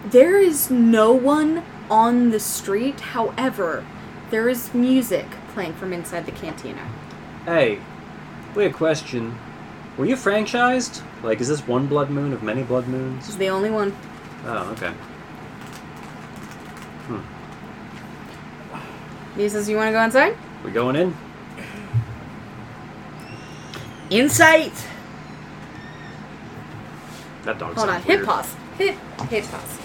there is no one on the street. However, there is music playing from inside the cantina. Hey, weird question. Were you franchised? Like, is this one blood moon of many blood This moons? is the only one. Oh, okay. He says, "You want to go inside?" We going in? Insight. That dog's Hold on. Hit pause. Hit hit pause.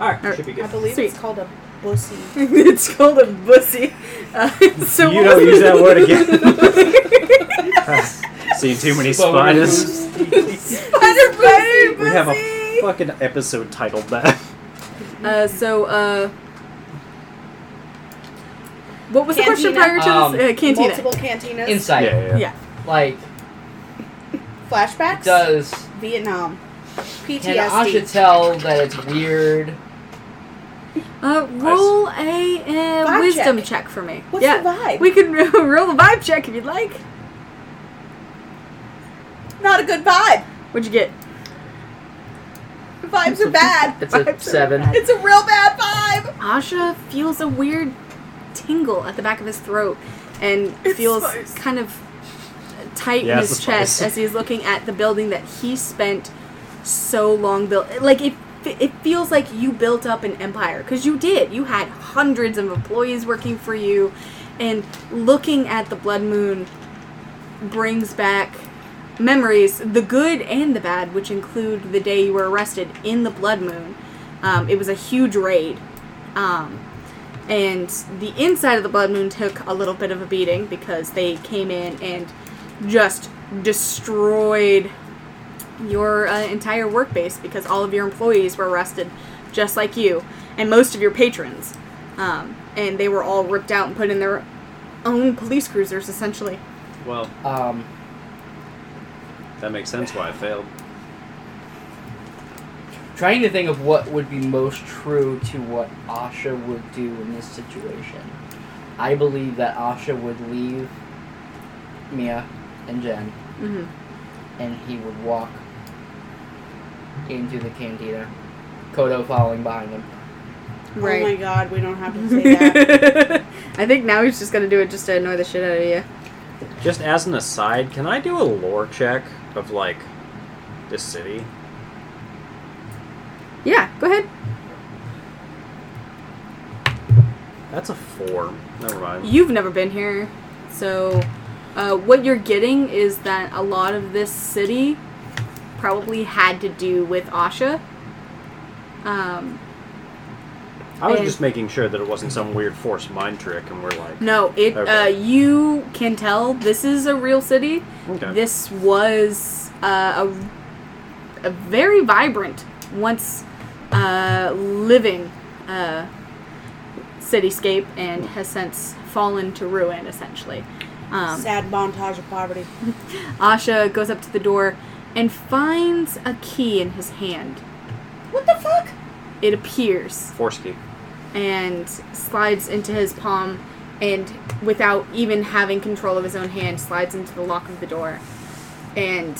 All right, should be I good. believe Sweet. it's called a bussy. it's called a bussy. Uh, so You what don't was- use that word again. Seen too many spiders. Spider bussy. We have a fucking episode titled that. Uh, so, uh, what was the question Cantina. prior to this? Uh, cantina. Um, Multiple cantinas. Insight. yeah, yeah. Yeah. Like Flashbacks. does Vietnam. can Asha PTSD. tell that it's weird? Uh, roll a uh, Vibe wisdom check. check. for me. What's yeah. the vibe? We can roll a vibe check if you'd like. Not a good vibe. What'd you get? The vibes are bad. It's a seven. It's a real bad vibe. Asha feels a weird tingle at the back of his throat and It's feels spice. kind of tight Yeah, in it's his the chest spice. as he's looking at the building that he spent so long built. Like it, it feels like you built up an empire because you did. You had hundreds of employees working for you, and looking at the blood moon brings back memories, the good and the bad, which include the day you were arrested in the blood moon. Um, it was a huge raid. Um, and the inside of the Blood Moon took a little bit of a beating because they came in and just destroyed your uh, entire work base because all of your employees were arrested, just like you, and most of your patrons. Um, and they were all ripped out and put in their own police cruisers, essentially. Well, Um, that makes sense why I failed. trying to think of what would be most true to what Asha would do in this situation. I believe that Asha would leave Mia and Jen, Mm-hmm. and he would walk into the cantina, Kodo following behind him. Oh my god, we don't have to say that. I think now he's just gonna do it just to annoy the shit out of you. Just as an aside, can I do a lore check of like this city? Yeah, go ahead. That's a four. Never mind. You've never been here, so uh, what you're getting is that a lot of this city probably had to do with Asha. Um, I was and- just making sure that it wasn't some weird forced mind trick, and we're like, no, it uh, Okay. you can tell this is a real city. okay. This was uh, a, a very vibrant once uh, living uh, cityscape and has since fallen to ruin essentially. Um, Sad montage of poverty. Asha goes up to the door and finds a key in his hand. What the fuck? It appears Forsky. and slides into his palm and without even having control of his own hand slides into the lock of the door. And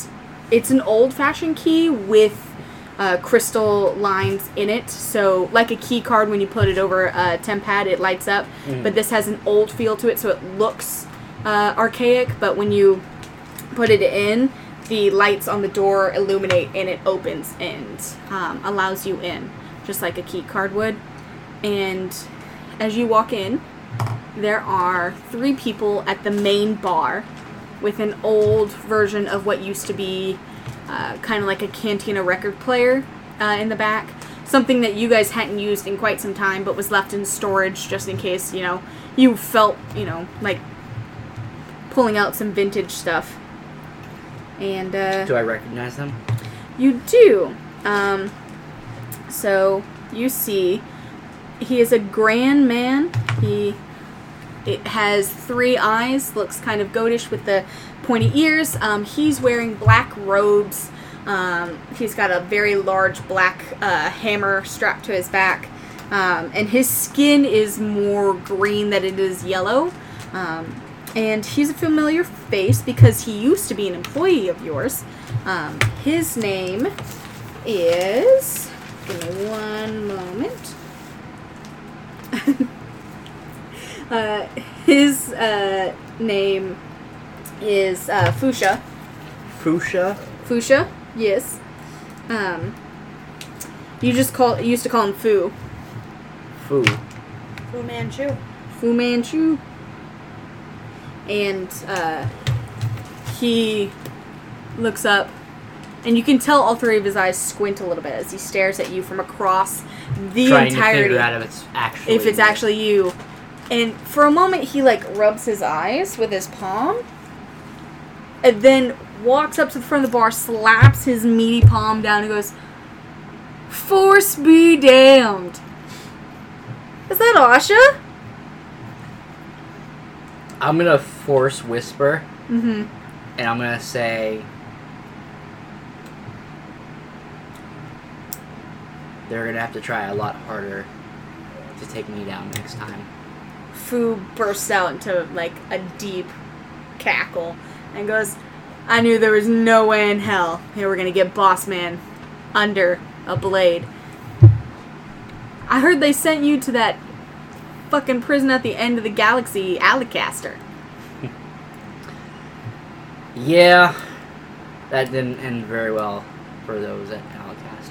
it's an old-fashioned key with uh, crystal lines in it. So like a key card when you put it over a temp pad it lights up, but this has an old feel to it so it looks uh, archaic, but when you put it in, the lights on the door illuminate and it opens and um, allows you in, just like a key card would. And as you walk in, there are three people at the main bar with an old version of what used to be uh, kind of like a cantina record player uh, in the back. Something that you guys hadn't used in quite some time, but was left in storage just in case, you know, you felt, you know, like pulling out some vintage stuff. And uh, Do I recognize them? you do. Um, so you see he is a grand man. He it has three eyes, looks kind of goatish with the pointy ears. Um, he's wearing black robes. Um, he's got a very large black uh, hammer strapped to his back. Um, and his skin is more green than it is yellow. Um, and he's a familiar face because he used to be an employee of yours. Um, his name is. Give me one moment. uh, his uh, name is uh, Fuchsia. Fuchsia. Fuchsia, yes. Um, you just call you used to call him Fu. Foo. Fu Manchu. Fu Manchu. And uh, he looks up, and you can tell all three of his eyes squint a little bit as he stares at you from across the Trying to entirety. figure out if it's actually if it's actually you. And for a moment, he like rubs his eyes with his palm, and then walks up to the front of the bar, slaps his meaty palm down, and goes, "Force be damned." Is that Asha? I'm gonna force whisper, Mm-hmm. and I'm gonna say they're gonna have to try a lot harder to take me down next time. Fu bursts out into like a deep cackle and goes, I knew there was no way in hell they were gonna get Boss Man under a blade. I heard they sent you to that fucking prison at the end of the galaxy, Alicaster. Yeah, that didn't end very well for those at Alacaster.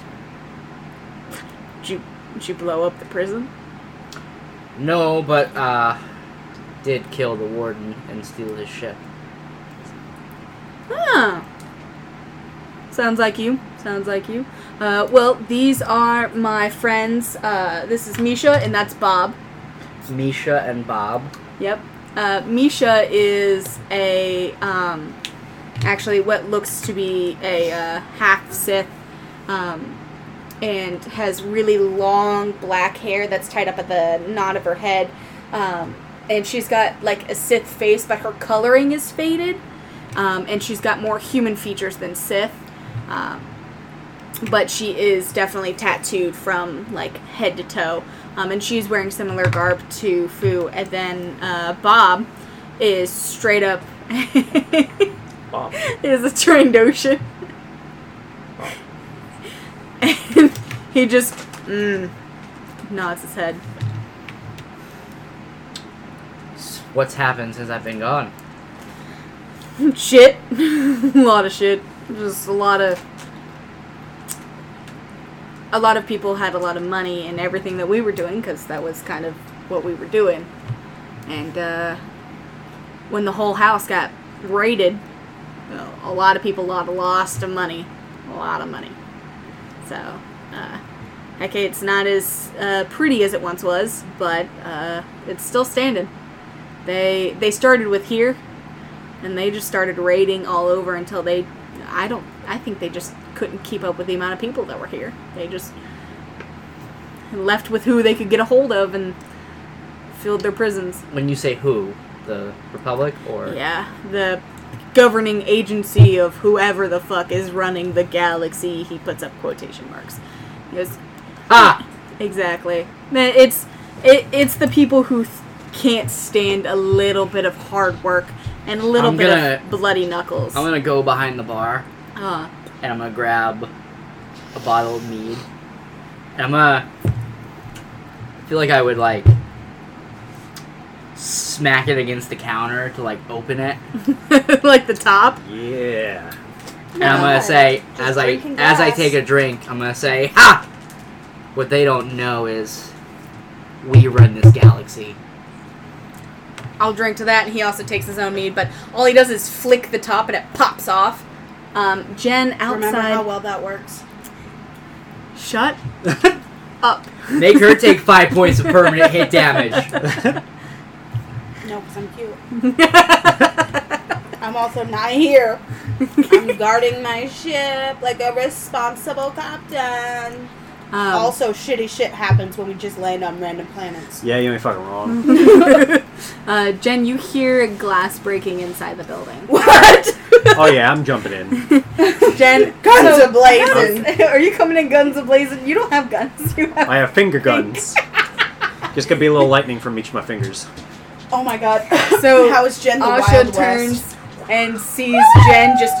Did you, did you blow up the prison? No, but uh, did kill the warden and steal his ship. Huh. Sounds like you. Sounds like you. Uh, well, these are my friends. Uh, this is Misha, and that's Bob. Misha and Bob. Yep. Uh, Misha is a um, actually what looks to be a uh, half Sith, um, and has really long black hair that's tied up at the knot of her head, um, and she's got like a Sith face, but her coloring is faded, um, and she's got more human features than Sith. Um, but she is definitely tattooed from like head to toe um, and she's wearing similar garb to fu and then uh, bob is straight up Bob. is a trained ocean and he just mm, nods his head S- What's happened since I've been gone? shit a lot of shit just a lot of a lot of people had a lot of money and everything that we were doing because that was kind of what we were doing and uh, when the whole house got raided you know, a lot of people lot lost of money a lot of money so uh, okay it's not as uh, pretty as it once was but uh, it's still standing they they started with here and they just started raiding all over until they i don't i think they just couldn't keep up with the amount of people that were here they just left with who they could get a hold of and filled their prisons When you say who, the Republic or yeah the governing agency of whoever the fuck is running the galaxy he puts up quotation marks he goes ah, Exactly. Man, It's it, it's the people who th- can't stand a little bit of hard work and a little I'm bit gonna- of bloody knuckles. I'm gonna go behind the bar Uh, and I'm gonna grab a bottle of mead and I'm gonna I feel like I would like smack it against the counter to like open it like the top. Yeah. and I'm gonna say Just as I drinking as I glass. take a drink I'm gonna say ha what they don't know is we run this galaxy I'll drink to that, and he also takes his own mead. But all he does is flick the top, and it pops off. Um, Jen outside. Remember how well that works. Shut up. make her take five points of permanent hit damage No, because I'm cute. I'm also not here. I'm guarding my ship like a responsible captain. Um, also, shitty shit happens when we just land on random planets. Yeah, you ain't fucking wrong. uh, Jen, you hear glass breaking inside the building. What? oh yeah, I'm jumping in. Jen, Guns so- a blazing. Are you coming in guns ablazing? You don't have guns. You have I have finger guns. Just gonna be a little lightning from each of my fingers. Oh my god. So, how is Jen the Asha Wild West? turns and sees Jen just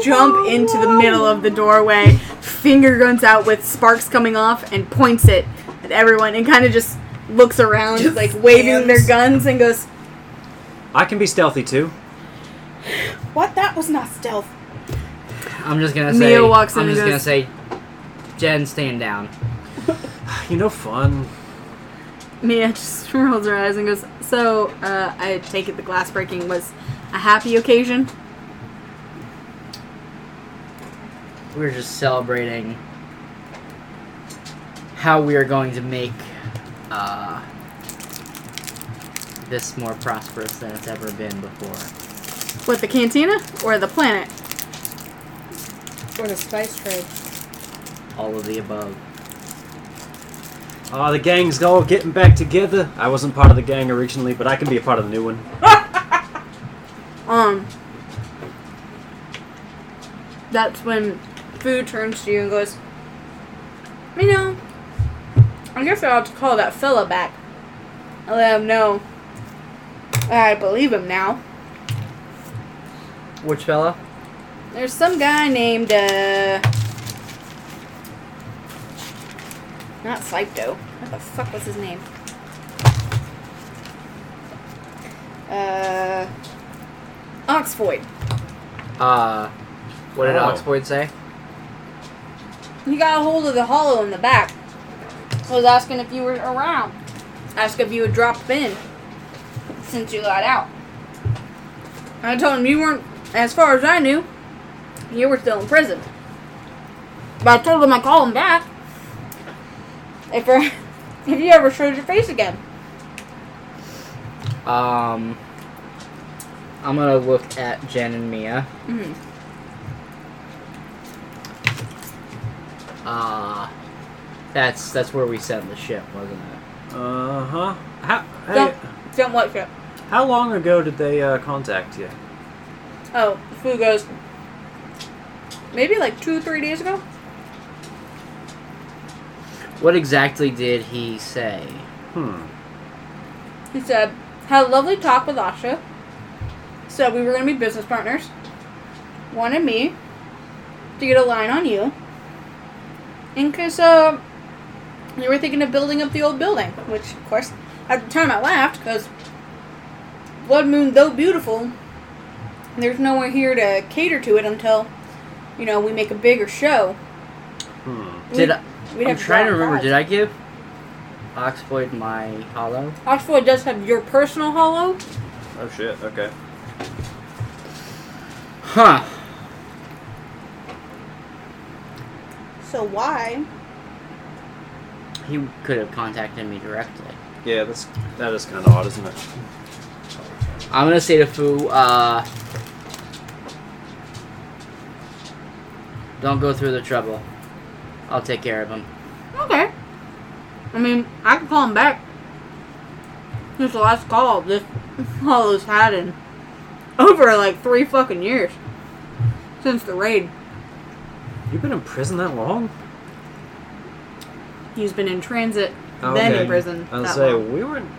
jump into the middle of the doorway, finger guns out with sparks coming off, and points it at everyone and kind of just looks around, Just like waving their hands. guns and goes, I can be stealthy too. What? That was not stealth. I'm just gonna say. Mia walks in I'm and just gonna goes- say, Jen, stand down. You know, fun. Mia just rolls her eyes and goes, So, uh, I take it the glass breaking was a happy occasion. We're just celebrating how we are going to make uh, this more prosperous than it's ever been before. What, the cantina or the planet? For the spice trade. All of the above. Oh, the gang's all getting back together. I wasn't part of the gang originally, but I can be a part of the new one. Um, that's when Fu turns to you and goes, You know, I guess I'll have to call that fella back. I let him know. I believe him now. Which fella? There's some guy named, uh. Not Slypto. What the fuck was his name? Uh. Oxford. Uh, what did Oh. Oxford say? He got a hold of the hollow in the back. Was asking if you were around. Asked if you would drop in since you got out. I told him you weren't, as far as I knew, you were still in prison. But I told him I'd call him back if you're- if you ever showed your face again. Um, I'm gonna look at Jen and Mia. Mhm. Uh, that's that's where we sent the ship, wasn't it? Uh huh. How, hey, Don't don't watch it. how long ago did they uh, contact you? Oh, Fu goes. Maybe like two, three days ago. What exactly did he say? Hmm. He said, had a lovely talk with Asha. Said we were going to be business partners. Wanted me to get a line on you. In case, uh, you were thinking of building up the old building. Which, of course, at the time I laughed because Blood Moon, though beautiful, there's nowhere here to cater to it until, you know, we make a bigger show. Hmm. Did I, We'd I'm trying to draw remember? lots. Did I give Oxford my hollow? Oxford does have your personal hollow. Oh shit. Okay. Huh. So why? He could have contacted me directly. Yeah, that's that is kind of odd, isn't it? I'm gonna say to Fu, uh, don't go through the trouble. I'll take care of him. Okay. I mean, I can call him back. This is the last call this hollow's had in over like three fucking years since the raid. You've been in prison that long? He's been in transit, Oh, then okay. in prison. I'll that say long. we weren't.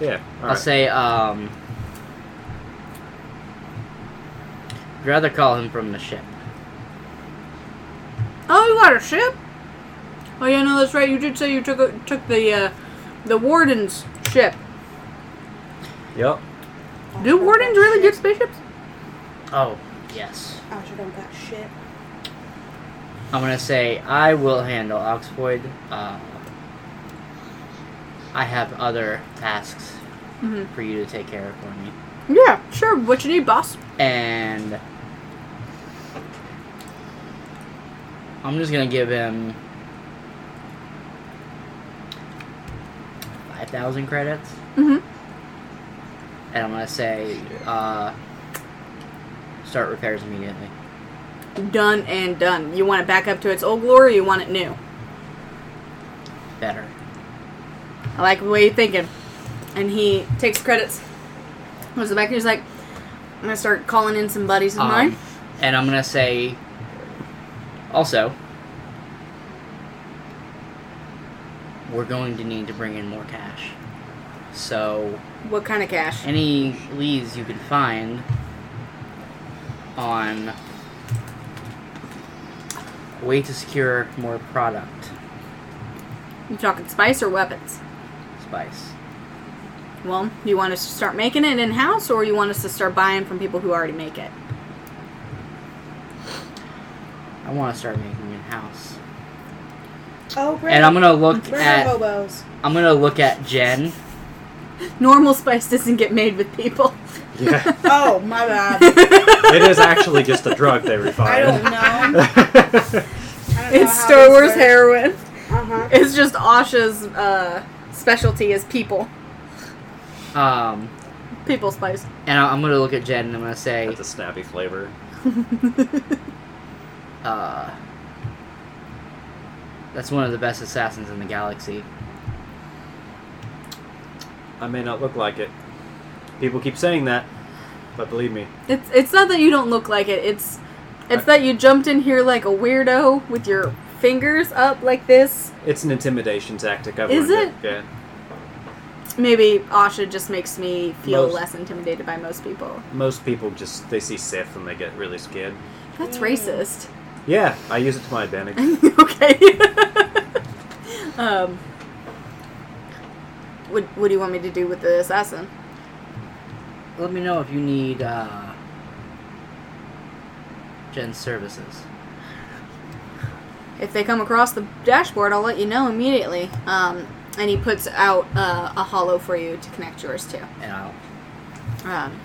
Yeah. I'll Alright. say, um, I'd rather call him from the ship. Oh, you got a ship? Oh yeah, no, that's right. You did say you took a, took the uh, the warden's ship. Yep. Oh, Do wardens really get spaceships? Oh, yes. Asha don't got shit. I'm gonna say I will handle Oxford. Uh, I have other tasks hmm for you to take care of for me. Yeah, sure. What you need, boss? and I'm just gonna give him five thousand credits, Mm-hmm. and I'm gonna say, uh, start repairs immediately. done and done. You want it back up to its old glory, you want it new. Better. I like the way you're thinking. And he takes credits. Goes back and he's like, I'm gonna start calling in some buddies of Um, mine. And I'm gonna say. Also, we're going to need to bring in more cash. So What kind of cash? any leads you can find on way to secure more product You talking spice or weapons? spice. Well, you want us to start making it in house or you want us to start buying from people who already make it? I want to start making in house. Oh, bring, And I'm gonna look bring our at hobos. I'm gonna look at Jen. Normal spice doesn't get made with people. Yeah, Oh my god, it is actually just a drug they I don't refine. know. I don't know It's how Star this Wars works. heroin. Uh-huh. It's just Asha's uh, specialty is people. Um, People spice. and I- I'm gonna look at Jen and I'm gonna say, That's a snappy flavor. uh, that's one of the best assassins in the galaxy. I may not look like it. People keep saying that, but believe me, It's it's not that you don't look like it. It's it's that you jumped in here like a weirdo with your fingers up like this. it's an intimidation tactic. I've Is learned Yeah. Maybe Asha just makes me feel Most- less intimidated by most people. Most people just they see Sith and they get really scared. That's racist. Yeah, I use it to my advantage. okay. um. What, what do you want me to do with the assassin? Let me know if you need uh, Jen's services. If they come across the dashboard, I'll let you know immediately. Um, and he puts out uh, a hollow for you to connect yours to. And I'll Um,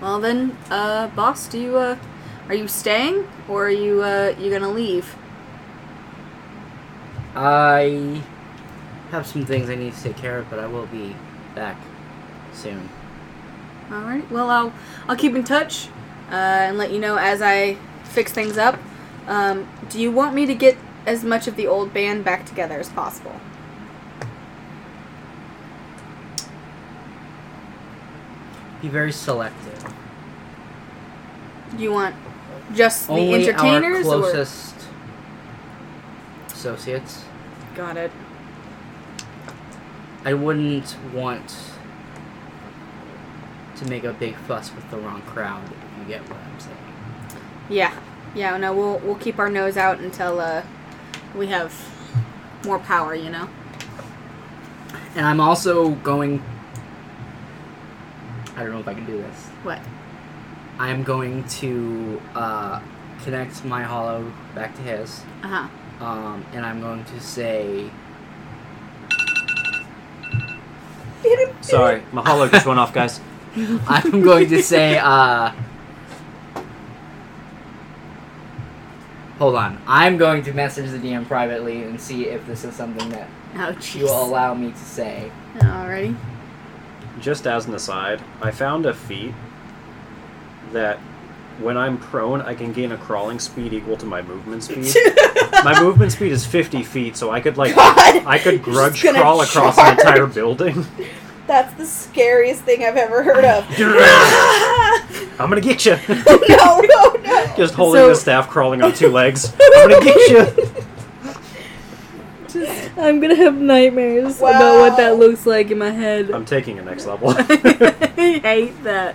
well then, uh, boss, do you, uh, are you staying or are you, uh, you gonna leave? I have some things I need to take care of, but I will be back soon. All right. Well, I'll, I'll keep in touch, uh, and let you know as I fix things up. Um, do you want me to get as much of the old band back together as possible? Be very selective. Do you want just the Only entertainers our closest associates. or? Got it. I wouldn't want to make a big fuss with the wrong crowd. If you get what I'm saying. Yeah. Yeah. No, we'll we'll keep our nose out until uh, we have more power. You know. And I'm also going. I don't know if I can do this. What? I'm going to uh, connect my hollow back to his. Uh huh. Um, and I'm going to say, Sorry, my hollow just went off, guys. I'm going to say, uh, hold on. I'm going to message the DM privately and see if this is something that Oh, you will jeez. allow me to say. Alrighty. Just as an aside, I found a feat that when I'm prone, I can gain a crawling speed equal to my movement speed. my movement speed is 50 feet, so I could like God, I could you're just grudge gonna crawl across an charge. entire building. That's the scariest thing I've ever heard of. I'm gonna get you. Oh, no, no, no. Just holding So- the staff, crawling on two legs. I'm gonna get you. I'm gonna have nightmares about what that looks like in my head. I'm taking a next level. I hate that.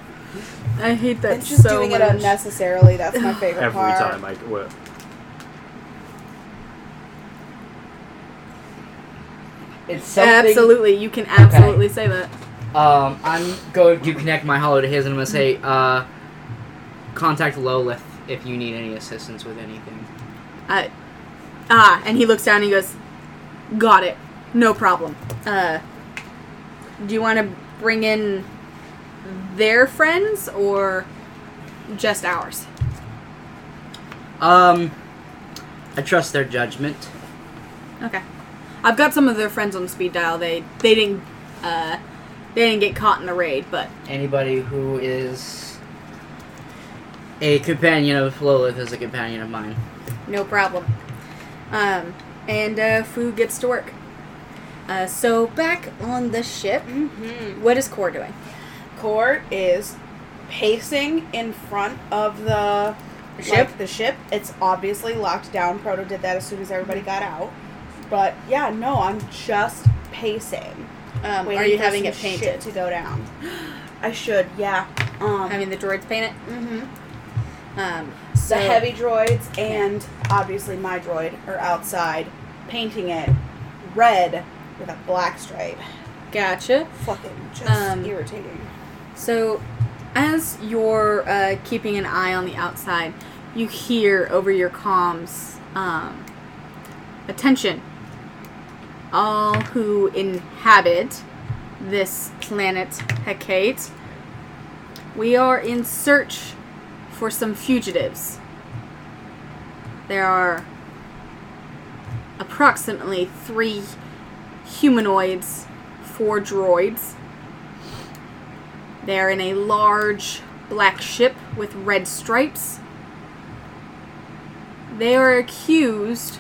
I hate that It's just so doing much. it unnecessarily. That's my favorite Every part. time I w- It's something. absolutely, you can absolutely say that. Um, I'm going to connect my hollow to his and I'm going to say, uh, contact Lolith if you need any assistance with anything. I, ah, and he looks down and he goes, "Got it, no problem." Uh, do you want to bring in their friends or just ours? Um, I trust their judgment. Okay, I've got some of their friends on speed dial. They they didn't uh, they didn't get caught in the raid, but Anybody who is A companion of Lilith is a companion of mine. No problem. Um, and uh, Fu gets to work. Uh, so back on the ship, Mm-hmm. what is Core doing? Core is pacing in front of the Ship? like, the ship. It's obviously locked down. Proto did that as soon as Mm-hmm. everybody got out. But yeah, no, I'm just pacing. Um, waiting are you for having some it painted? shit to go down? I should. Yeah. Um. Having the droids paint mhm. it. Um, Mm-hmm. so the heavy droids and obviously my droid are outside painting it red with a black stripe. Gotcha. Fucking just Um, irritating. So, as you're uh, keeping an eye on the outside, you hear over your comms, um, attention. All who inhabit this planet Hecate, we are in search for some fugitives. There are approximately three humanoids, four droids, they're in a large black ship with red stripes. They are accused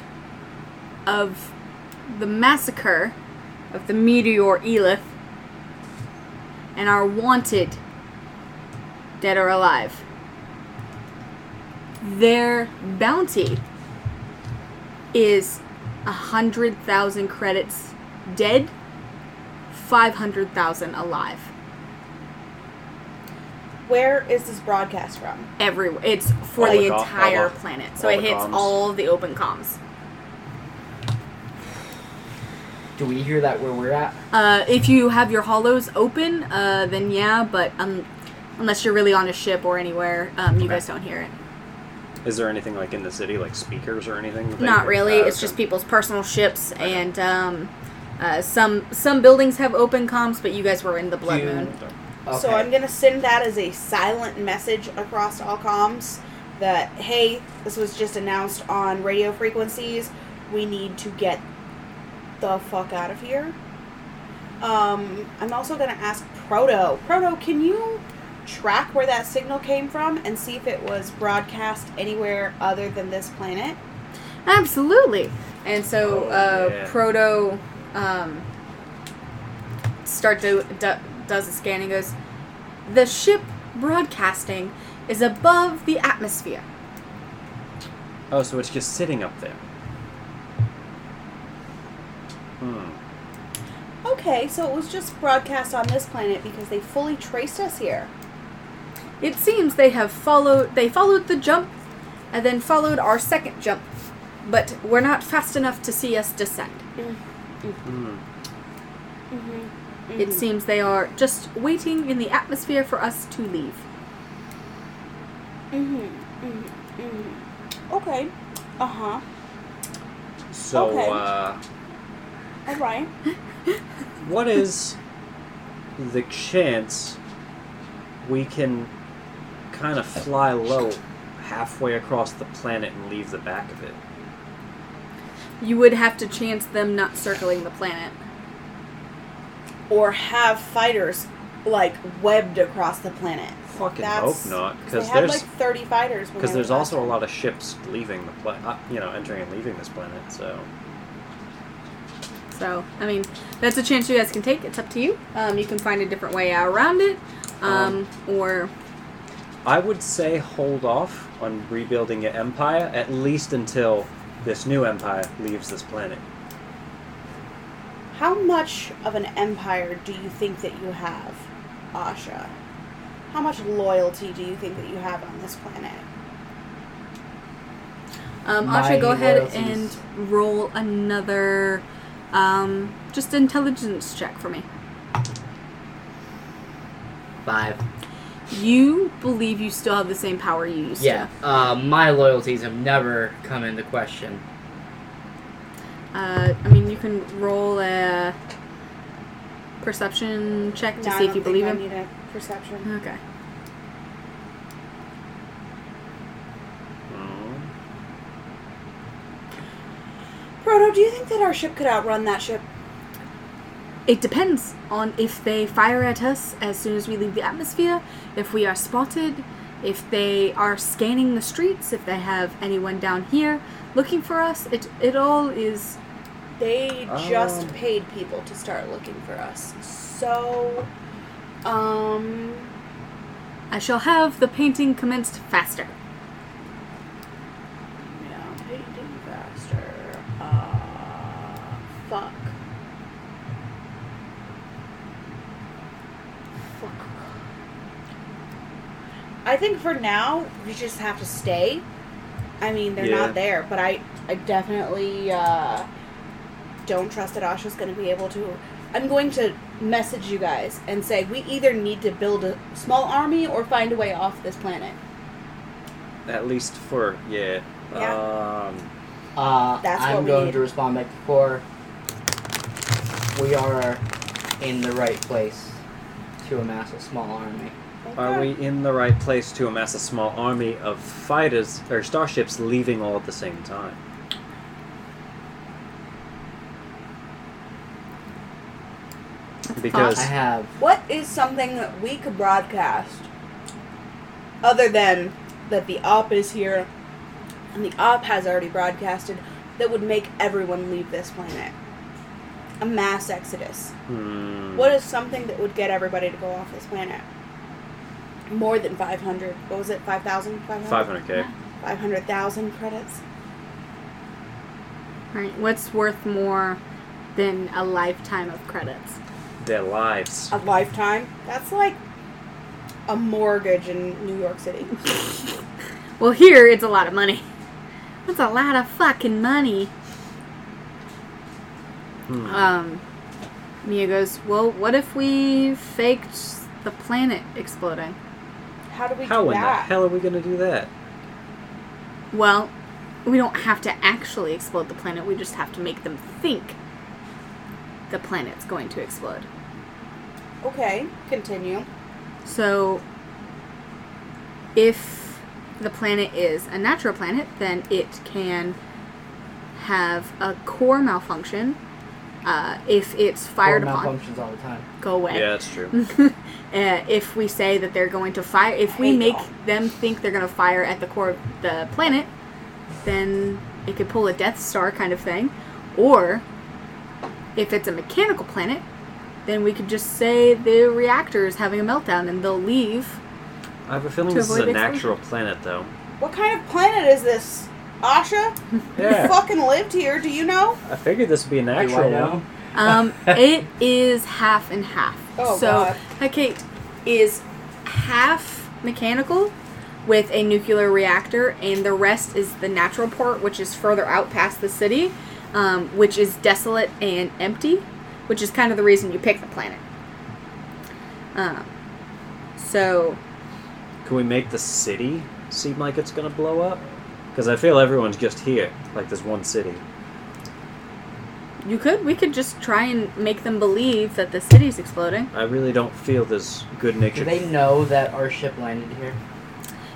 of the massacre of the meteor Elith and are wanted dead or alive. Their bounty is a hundred thousand credits dead, five hundred thousand alive. Where is this broadcast from? everywhere. It's for All the the com- entire all the- planet, so all it the hits comms. all the open comms. Do we hear that where we're at? Uh, if you have your hollows open, uh, then yeah, but um, unless you're really on a ship or anywhere, um, you Okay. guys don't hear it. Is there anything like in the city, like speakers or anything? that they Not can- really. Ah, It's just okay. people's personal ships, and um, uh, some some buildings have open comms, but you guys were in the blood Do- moon. Okay. So I'm gonna send that as a silent message across all comms that hey, this was just announced on radio frequencies. We need to get the fuck out of here. Um, I'm also gonna ask Proto. Proto, can you track where that signal came from and see if it was broadcast anywhere other than this planet? Absolutely. And so Oh, uh, yeah. Proto um, start do, do, does a scan and goes, the ship broadcasting is above the atmosphere. Oh, so it's just sitting up there. Hmm. Okay, so it was just broadcast on this planet because they fully traced us here. It seems they have followed they followed the jump and then followed our second jump, but we're not fast enough to see us descend. Hmm. Mm-hmm. It seems they are just waiting in the atmosphere for us to leave. Mm-hmm. Mm-hmm. Mm-hmm. Okay. Uh huh. So, Okay. uh, All right. what is the chance we can kind of fly low halfway across the planet and leave the back of it? You would have to chance them not circling the planet. Or have fighters like webbed across the planet. Fucking That's- hope not, They because had there's like thirty fighters. when because they there's were also a last lot of ships leaving the planet, uh, you know, entering and leaving this planet. So, So, I mean, that's a chance you guys can take. It's up to you. Um, you can find a different way around it, um, or I would say hold off on rebuilding your empire at least until this new empire leaves this planet. time. How much of an empire do you think that you have, Asha? How much loyalty do you think that you have on this planet? um, My Asha, go ahead loyalties. and roll another, um, just intelligence check for me. Five. You believe you still have the same power you used Yeah. Uh, my loyalties have never come into question. to. Uh, I mean, you can roll a perception check to No, I see don't if you think believe I him. Need a perception. Okay. Hmm. Proto, do you think that our ship could outrun that ship? It depends on if they fire at us as soon as we leave the atmosphere, if we are spotted, If they are scanning the streets, if they have anyone down here looking for us, it it all is They Um. just paid people to start looking for us. So, um, I shall have the painting commenced faster. yeah, painting faster. Uh, fuck. Fuck. I think for now we just have to stay. I mean, they're Yeah. not there, but I, I definitely uh, don't trust that Asha's going to be able to. I'm going to message you guys and say we either need to build a small army or find a way off this planet. At least for yeah. Um, Uh, That's what I'm we going need. to respond back to Core. We are in the right place to amass a small army. are Uh, we in the right place to amass a small army of fighters or starships leaving all at the same time? Because I have What is something that we could broadcast other than that the op is here and the op has already broadcasted that would make everyone leave this planet? A mass exodus. hmm, What is something that would get everybody to go off this planet? More than 500. What was it? 5,000? 500? 500k. 500,000 credits? Right? What's worth more than a lifetime of credits? Their lives. A lifetime? That's like a mortgage in New York City. Well, here it's a lot of money. That's a lot of fucking money. Hmm. Um, Mia goes, "Well, what if we faked the planet exploding?" How do we How do in the that? hell are we gonna do that? Well, we don't have to actually explode the planet. We just have to make them think the planet's going to explode. Okay, continue. So, if the planet is a natural planet, then it can have a core malfunction. Uh, if it's fired core upon, malfunctions all the time. go away. Yeah, that's true. uh, if we say that they're going to fire, if we Hey, make y'all. them think they're going to fire at the core of the planet, then it could pull a Death Star kind of thing. Or if it's a mechanical planet, then we could just say the reactor is having a meltdown and they'll leave. I have a feeling To this is avoid a explosion. natural planet, though. What kind of planet is this? Asha? You Yeah, fucking lived here, do you know? I figured this would be an Do I actual know? one. Um, it is half and half. Oh, so God. Hecate is half mechanical with a nuclear reactor, and the rest is the natural port, which is further out past the city, um, which is desolate and empty, which is kind of the reason you pick the planet. Um, so Can we make the city seem like it's gonna blow up? Because I feel everyone's just here, like there's one city. you could we could just try and make them believe that the city's exploding. I really don't feel this good Do natured. they know that our ship landed here?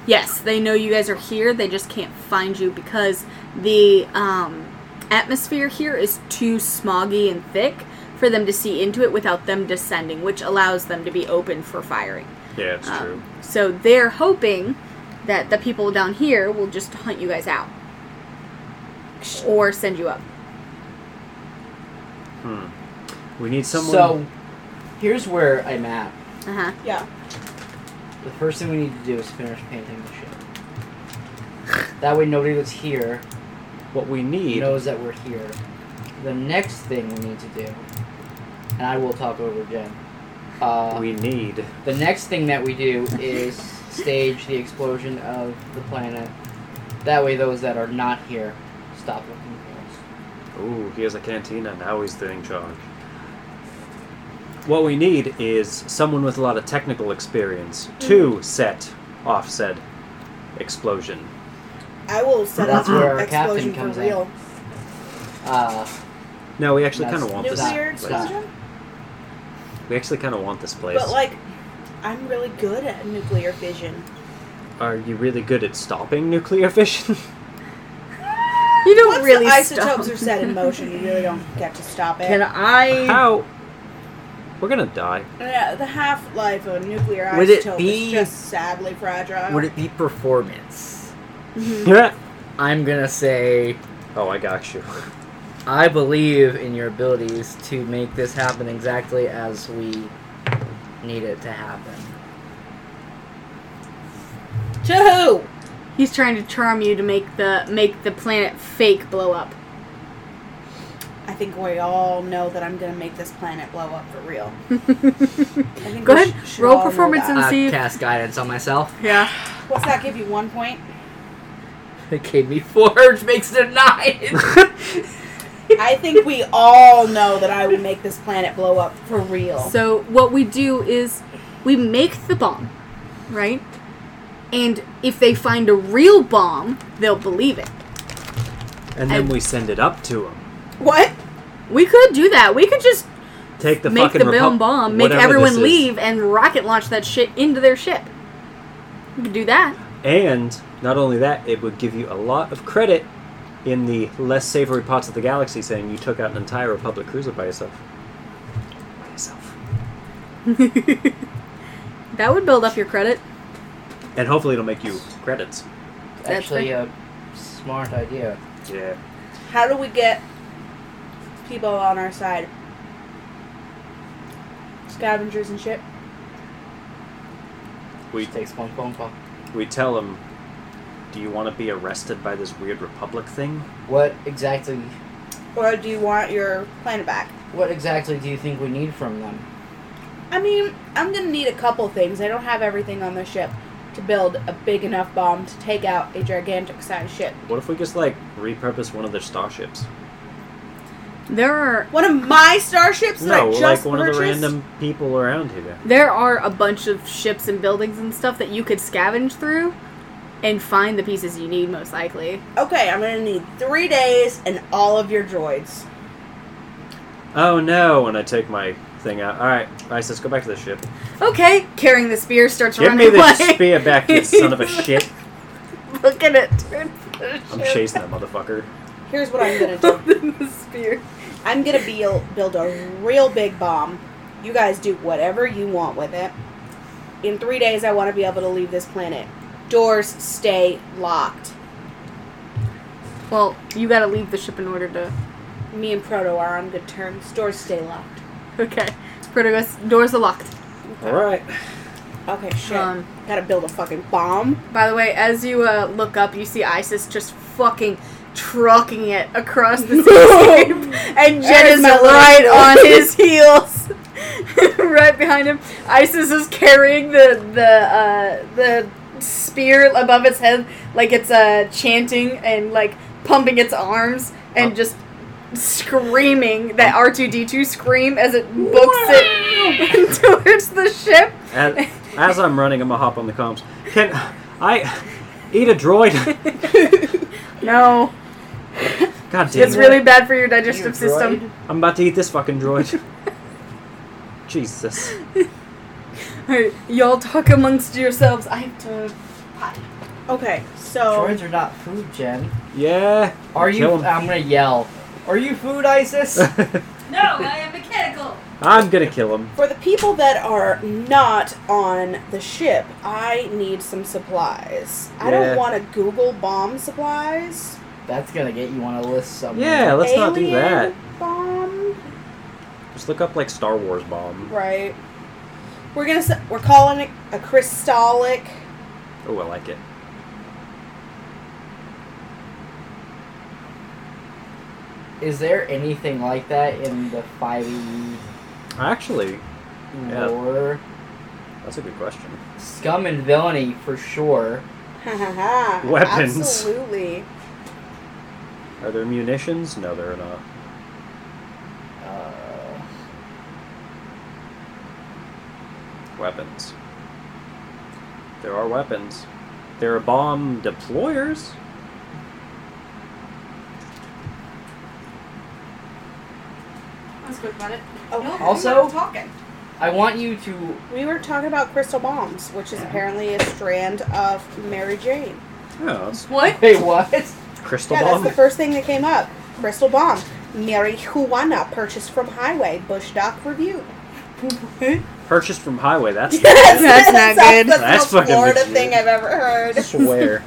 Yes, they know you guys are here. They just can't find you because the um, atmosphere here is too smoggy and thick for them to see into it without them descending, which allows them to be open for firing. Yeah, it's Um, true. So they're hoping that the people down here will just hunt you guys out or send you up. Hmm. We need someone. So, here's where I'm at. Uh huh. Yeah. The first thing we need to do is finish painting the ship. That way, nobody that's here what we need. knows that we're here. The next thing we need to do, and I will talk over Jen. Uh, We need. the next thing that we do is stage the explosion of the planet. That way, those that are not here stop looking for us. Ooh, he has a cantina. Now he's the in charge. What we need is someone with a lot of technical experience to Mm. set off said explosion. I will set That's up where our an explosion captain for comes in. real. Uh, No, we actually That's- kind of want this. Nuclear Stop. Stop. explosion? We actually kind of want this place. But, like, I'm really good at nuclear fission. Are you really good at stopping nuclear fission? You don't Once really the isotopes stop. are set in motion, you really don't get to stop it. Can I? How? We're gonna die. Yeah, the half life of a nuclear Would it isotope be- is just sadly fragile. Would it be performance? Mm-hmm. Yeah. I'm gonna say Oh, I got you. I believe in your abilities to make this happen exactly as we need it to happen. To who? He's trying to charm you to make the make the planet fake blow up. I think we all know that I'm gonna make this planet blow up for real. I think Go we ahead, sh- should roll all know performance that. and- I See- cast guidance on myself. Yeah. What's that give you one point? It gave me four, which makes it a nine. I think we all know that I will make this planet blow up for real. So what we do is we make the bomb, right? And if they find a real bomb, they'll believe it. And then I- we send it up to him. what? We could do that. We could just Take the make fucking the Repu- bomb bomb, make whatever this everyone is. leave, and rocket launch that shit into their ship. We could do that. And not only that, it would give you a lot of credit in the less savory parts of the galaxy, saying you took out an entire Republic cruiser by yourself. By yourself. That would build up your credit. And hopefully it'll make you credits. Actually, a smart idea. Yeah. How do we get people on our side? Scavengers and shit. We Which takes one phone call. we tell him, do you want to be arrested by this weird Republic thing? What exactly? Or do you want your planet back? What exactly do you think we need from them? I mean, I'm gonna need a couple things. I don't have everything on the ship to build a big enough bomb to take out a gigantic sized ship. What if we just like repurpose one of their starships? There are One of my starships that no, I like just one purchased. of the random people around here. there are a bunch of ships and buildings and stuff that you could scavenge through and find the pieces you need most likely. Okay, I'm gonna need three days and all of your droids. Oh no! And I take my thing out. All right, Isis, go back to the ship. Okay, carrying the spear starts Give me running the away. spear back, you son of a shit! Look at it. turn the I'm ship. chasing that motherfucker. Here's what I'm gonna do. the spear. I'm gonna build build a real big bomb. You guys do whatever you want with it. In three days, I want to be able to leave this planet. Doors stay locked. Well, you gotta leave the ship in order to. Me and Proto are on good terms. Doors stay locked. Okay. Protagonist, doors are locked. All right. Okay, shit. Um, Gotta build a fucking bomb. by the way, as you uh, look up, you see Isis just fucking trucking it across the seascape, and Jed There's is my little right girl. on his heels, right behind him. Isis is carrying the the uh, the spear above its head, like it's uh, chanting and like pumping its arms and Oh. just screaming that R two D two scream as it books it towards the ship. As, as I'm running, I'm gonna hop on the comms. Can I eat a droid? No, God damn it's it! really bad for your digestive You droid? system. I'm about to eat this fucking droid. Jesus. Alright, y'all talk amongst yourselves. I have to. Okay, so Droids are not food, Jen. Yeah. Are you? Kill 'em. I'm gonna yell. Are you food, ISIS? No, I am mechanical. I'm gonna kill him. for the people that are not on the ship, I need some supplies. I Yeah. don't want to Google bomb supplies. That's gonna get you on a list somewhere. Yeah, let's Alien not do that. Bomb. Just look up like Star Wars bomb. Right. We're gonna. s- We're calling it a crystallic. Oh, I like it. Is there anything like that in the 5e Actually, Yeah. lore? that's a good question. Scum and villainy for sure. Ha ha ha. Weapons. Absolutely. Are there munitions? No, there are not. Uh, Weapons. There are weapons. There are bomb deployers. Let's go about it. Oh, Also- talking. I want you to. we were talking about crystal bombs, which is apparently a strand of Mary Jane. Oh, it's What? Wait, what? crystal Yeah, that's bomb. the first thing that came up. Crystal bomb. Mary Juana purchased from Highway. Bush Doc review. Purchased from Highway. That's That's, not good. That's, That's the most fucking Florida legit. thing I've ever heard. Swear.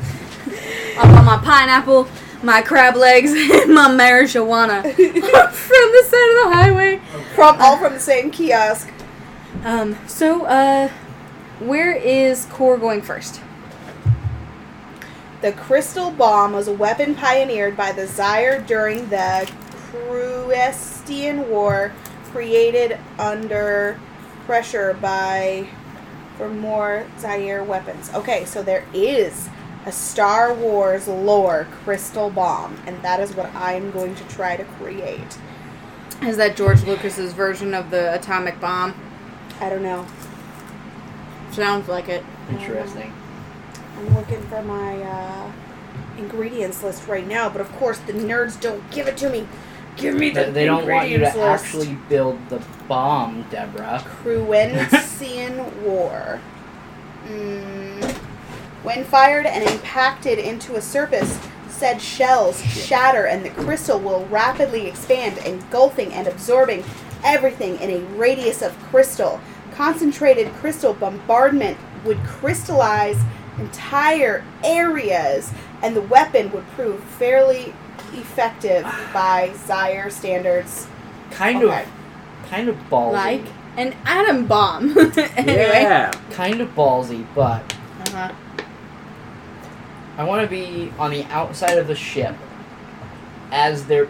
I'll buy my pineapple, my crab legs, and my marijuana from the side of the highway. From all from the same kiosk. Um, so, uh, where is Core going first? The crystal bomb was a weapon pioneered by the Zyre during the Cruestian War, created under pressure by for more Zyre weapons. Okay, so there is a Star Wars lore crystal bomb, and that is what I'm going to try to create. Is that George Lucas's version of the atomic bomb? I don't know. Sounds like it. Interesting. I'm looking for my uh, ingredients list right now, but of course the nerds don't give it to me. Give me the They, they don't want you to ingredients list. actually build the bomb, Deborah. Cruentian War. Mm. When fired and impacted into a surface, said shells shatter and the crystal will rapidly expand, engulfing and absorbing everything in a radius of crystal. Concentrated crystal bombardment would crystallize entire areas, and the weapon would prove fairly effective by Zyre standards. Kind Okay. of, kind of ballsy. Like an atom bomb. anyway. Yeah. Kind of ballsy, but Uh-huh. I want to be on the outside of the ship as they're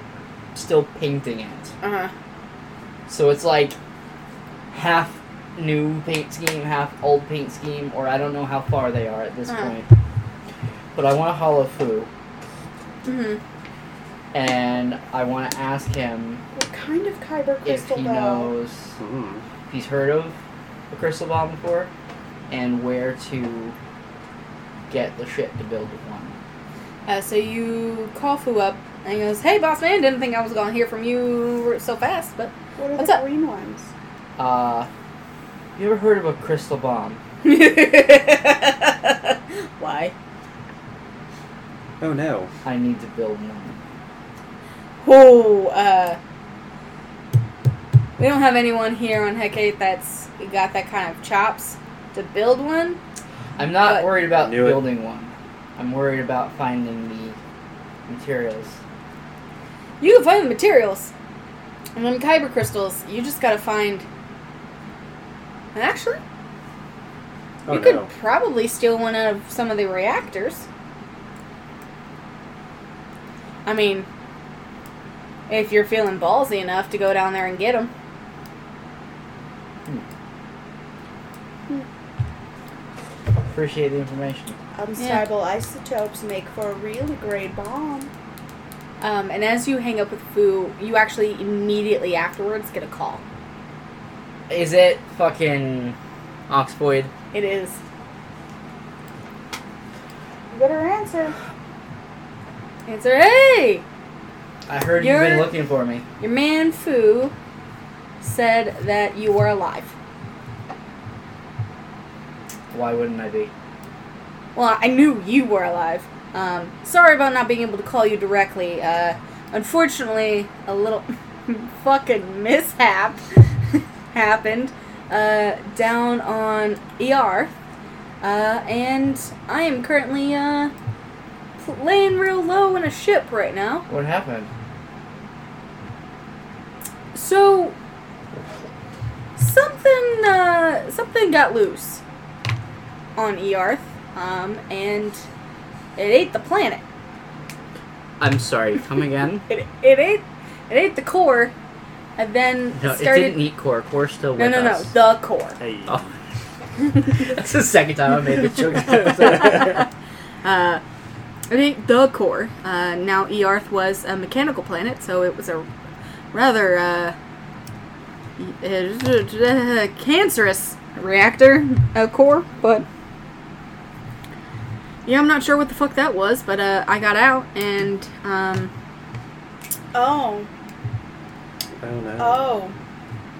still painting it. Uh-huh. So it's like half new paint scheme, half old paint scheme, or I don't know how far they are at this Uh-huh. point. But I want to hollow Fu, Mm-hmm. and I want to ask him What kind of kyber if crystal he though? knows, Mm. if he's heard of a crystal bomb before, and where to get the ship to build one. Uh, so you call Fu up and he goes, Hey, boss man, didn't think I was going to hear from you so fast, but. What are What's the up? green ones? Uh, you ever heard of a crystal bomb? Why? Oh no. I need to build one. Oh, uh. We don't have anyone here on Hecate that's got that kind of chops to build one. I'm not But- worried about Knew it. building one. I'm worried about finding the materials. You can find the materials. And then kyber crystals, you just gotta find. And actually, Oh you could no. probably steal one out of some of the reactors. I mean, if you're feeling ballsy enough to go down there and get them. Appreciate the information. Unstable isotopes make for a really great bomb. Um, and as you hang up with Fu, you actually immediately afterwards get a call. Is it fucking Oxboyd? It is. You better answer. Answer, hey! I heard you have You're- been looking for me. Your man Fu said that you were alive. Why wouldn't I be? Well, I knew you were alive. Um, sorry about not being able to call you directly. Uh, unfortunately, a little fucking mishap happened uh, down on ER, uh, and I am currently uh, laying real low in a ship right now. What happened? So something uh, something got loose on Earth, um, and it ate the planet. I'm sorry. Come again? It, it ate it ate the core, and then No, it started. didn't eat core. Core's still no, with no, no, us. the core. Hey. Oh. That's the second time I made the joke. Uh, I think the core. Uh, now, Earth was a mechanical planet, so it was a rather uh, cancerous reactor uh, core. But yeah, I'm not sure what the fuck that was, but uh, I got out and um, Oh, Oh no. oh.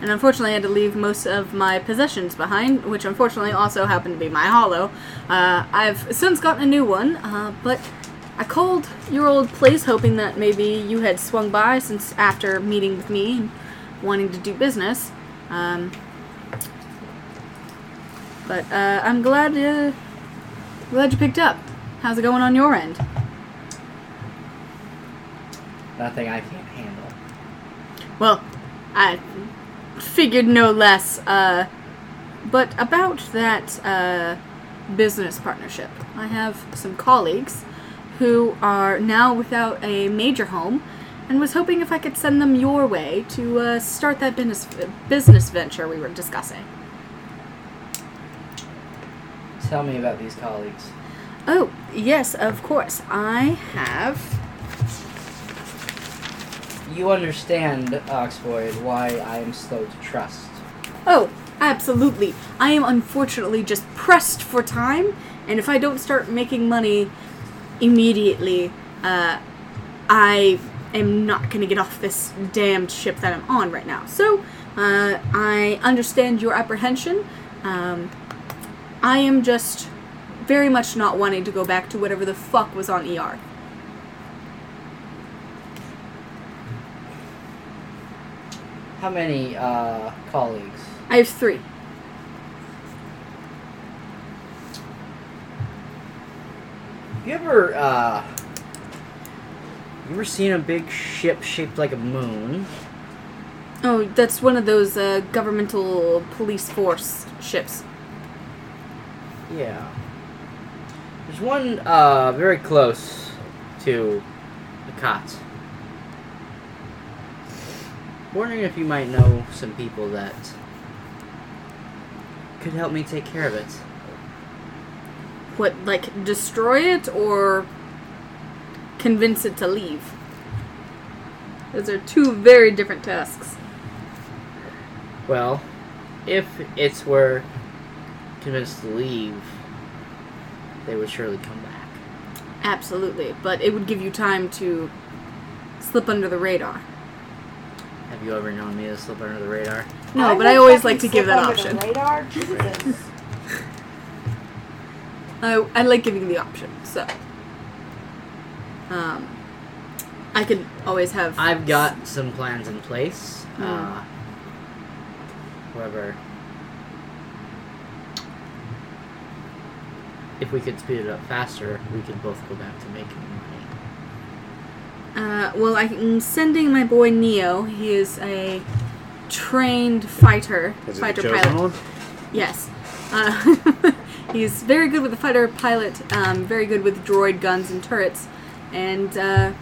and unfortunately I had to leave most of my possessions behind, which unfortunately also happened to be my hollow. Uh, I've since gotten a new one, uh, but I called your old place hoping that maybe you had swung by since after meeting with me and wanting to do business. Um, But uh, I'm glad uh, glad you picked up. How's it going on your end? Nothing I can't handle. Well, I figured no less. Uh, but about that uh, business partnership, I have some colleagues who are now without a major home, and was hoping if I could send them your way to uh, start that business business venture we were discussing. Tell me about these colleagues. Oh, yes, of course. I have. You understand, Oxboyd, why I am slow to trust. Oh, absolutely. I am unfortunately just pressed for time, and if I don't start making money immediately, uh, I am not going to get off this damned ship that I'm on right now. So, uh, I understand your apprehension. Um, I am just very much not wanting to go back to whatever the fuck was on ER. How many uh, colleagues? I have three. You ever uh, you ever seen a big ship shaped like a moon? Oh, that's one of those uh, governmental police force ships. Yeah. There's one uh, very close to the cot. Wondering if you might know some people that could help me take care of it. What, like, destroy it or convince it to leave? Those are two very different tasks. Well, if it's were convinced to leave, they would surely come back. Absolutely, but it would give you time to slip under the radar. Have you ever known me to slip under the radar? No, Oh, but would I always fucking like to give slip that under the option. Radar? Jesus. I, I like giving the option, so. Um, I could always have. I've got some plans in place. Uh, however, if we could speed it up faster, we could both go back to making money. Uh, well, I'm sending my boy Neo. He is a trained fighter, Is it fighter the chosen pilot. one? Yes. Uh, he's very good with the fighter pilot, um, very good with droid guns and turrets, and uh,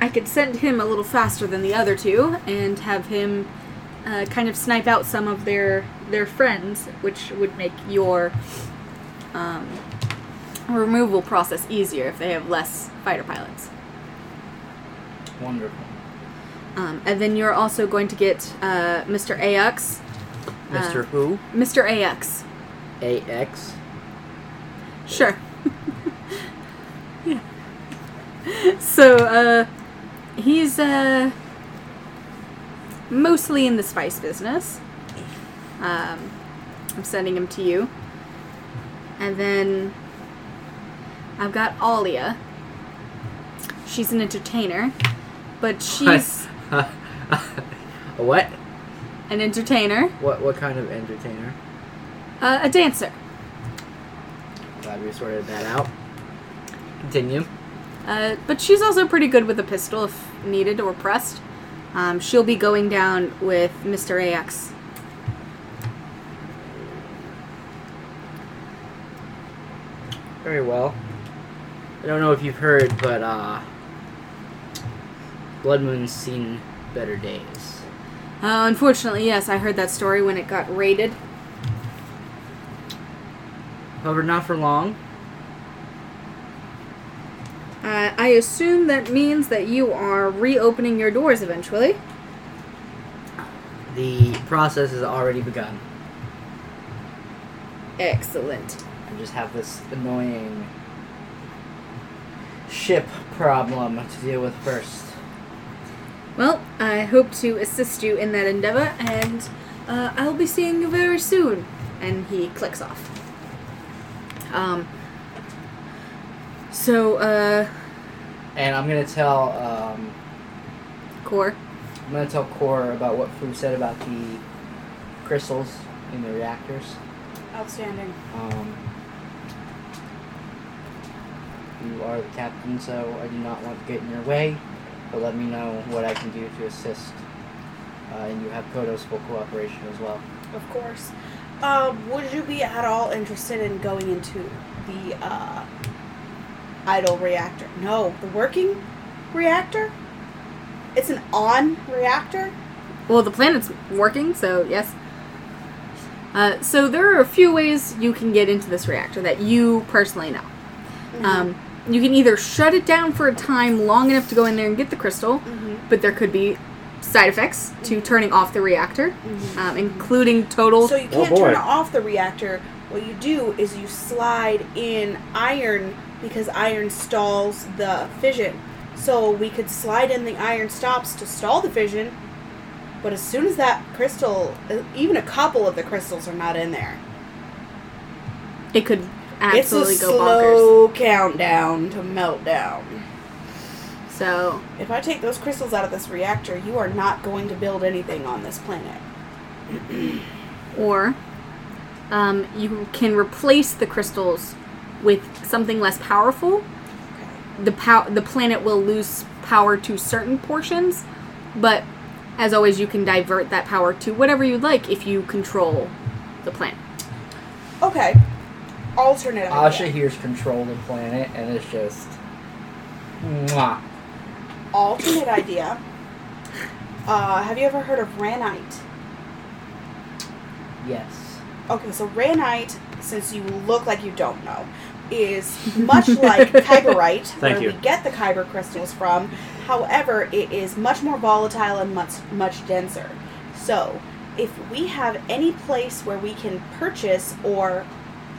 I could send him a little faster than the other two and have him uh, kind of snipe out some of their their friends, which would make your um, removal process easier if they have less fighter pilots. Wonderful. Um, and then you're also going to get uh, Mr. AX. Mr. Who? Mr. AX. AX? Sure. yeah. So, uh, he's, uh, mostly in the spice business. Um, I'm sending him to you. And then I've got Alia. She's an entertainer, but she's A what? an entertainer, What what kind of entertainer? uh, a dancer. Glad we sorted that out. Continue. Uh, but she's also pretty good with a pistol if needed or pressed. Um, she'll be going down with Mr. AX. Very well. I don't know if you've heard, but uh Blood Moon's seen better days. Uh, unfortunately, yes, I heard that story when it got raided. However, not for long. Uh, I assume that means that you are reopening your doors eventually. The process has already begun. Excellent. I just have this annoying ship problem to deal with first. Well, I hope to assist you in that endeavor, and uh, I'll be seeing you very soon. And he clicks off. Um. So, uh, And I'm gonna tell um Core. I'm gonna tell Core about what Fu said about the crystals in the reactors. Outstanding. Um, you are the captain, so I do not want to get in your way, but let me know what I can do to assist. Uh, and you have Kodo's full cooperation as well. Of course. Uh, would you be at all interested in going into the uh, idle reactor? No, the working reactor? It's an on reactor? Well, the planet's working, so yes. Uh, so there are a few ways you can get into this reactor that you personally know. Mm-hmm. Um, you can either shut it down for a time long enough to go in there and get the crystal, Mhm. but there could be side effects to turning off the reactor, Mhm. um, including total. Mm-hmm. So you Oh, can't boy. turn off the reactor. What you do is you slide in iron because iron stalls the fission. So we could slide in the iron stops to stall the fission, but as soon as that crystal, uh, even a couple of the crystals are not in there, it could absolutely it's a go bonkers. slow countdown to meltdown. So If I take those crystals out of this reactor, you are not going to build anything on this planet. or um, you can replace the crystals with something less powerful. The pow- the planet will lose power to certain portions, but as always, you can divert that power to whatever you like if you control the planet. Okay. Alternate. Asha idea. here's control the planet, and it's just. Mwah. alternate idea. Uh, have you ever heard of ranite? Yes. Okay, so ranite, since you look like you don't know, is much like kyberite, Thank where you. we get the kyber crystals from. However, it is much more volatile and much much denser. So, if we have any place where we can purchase or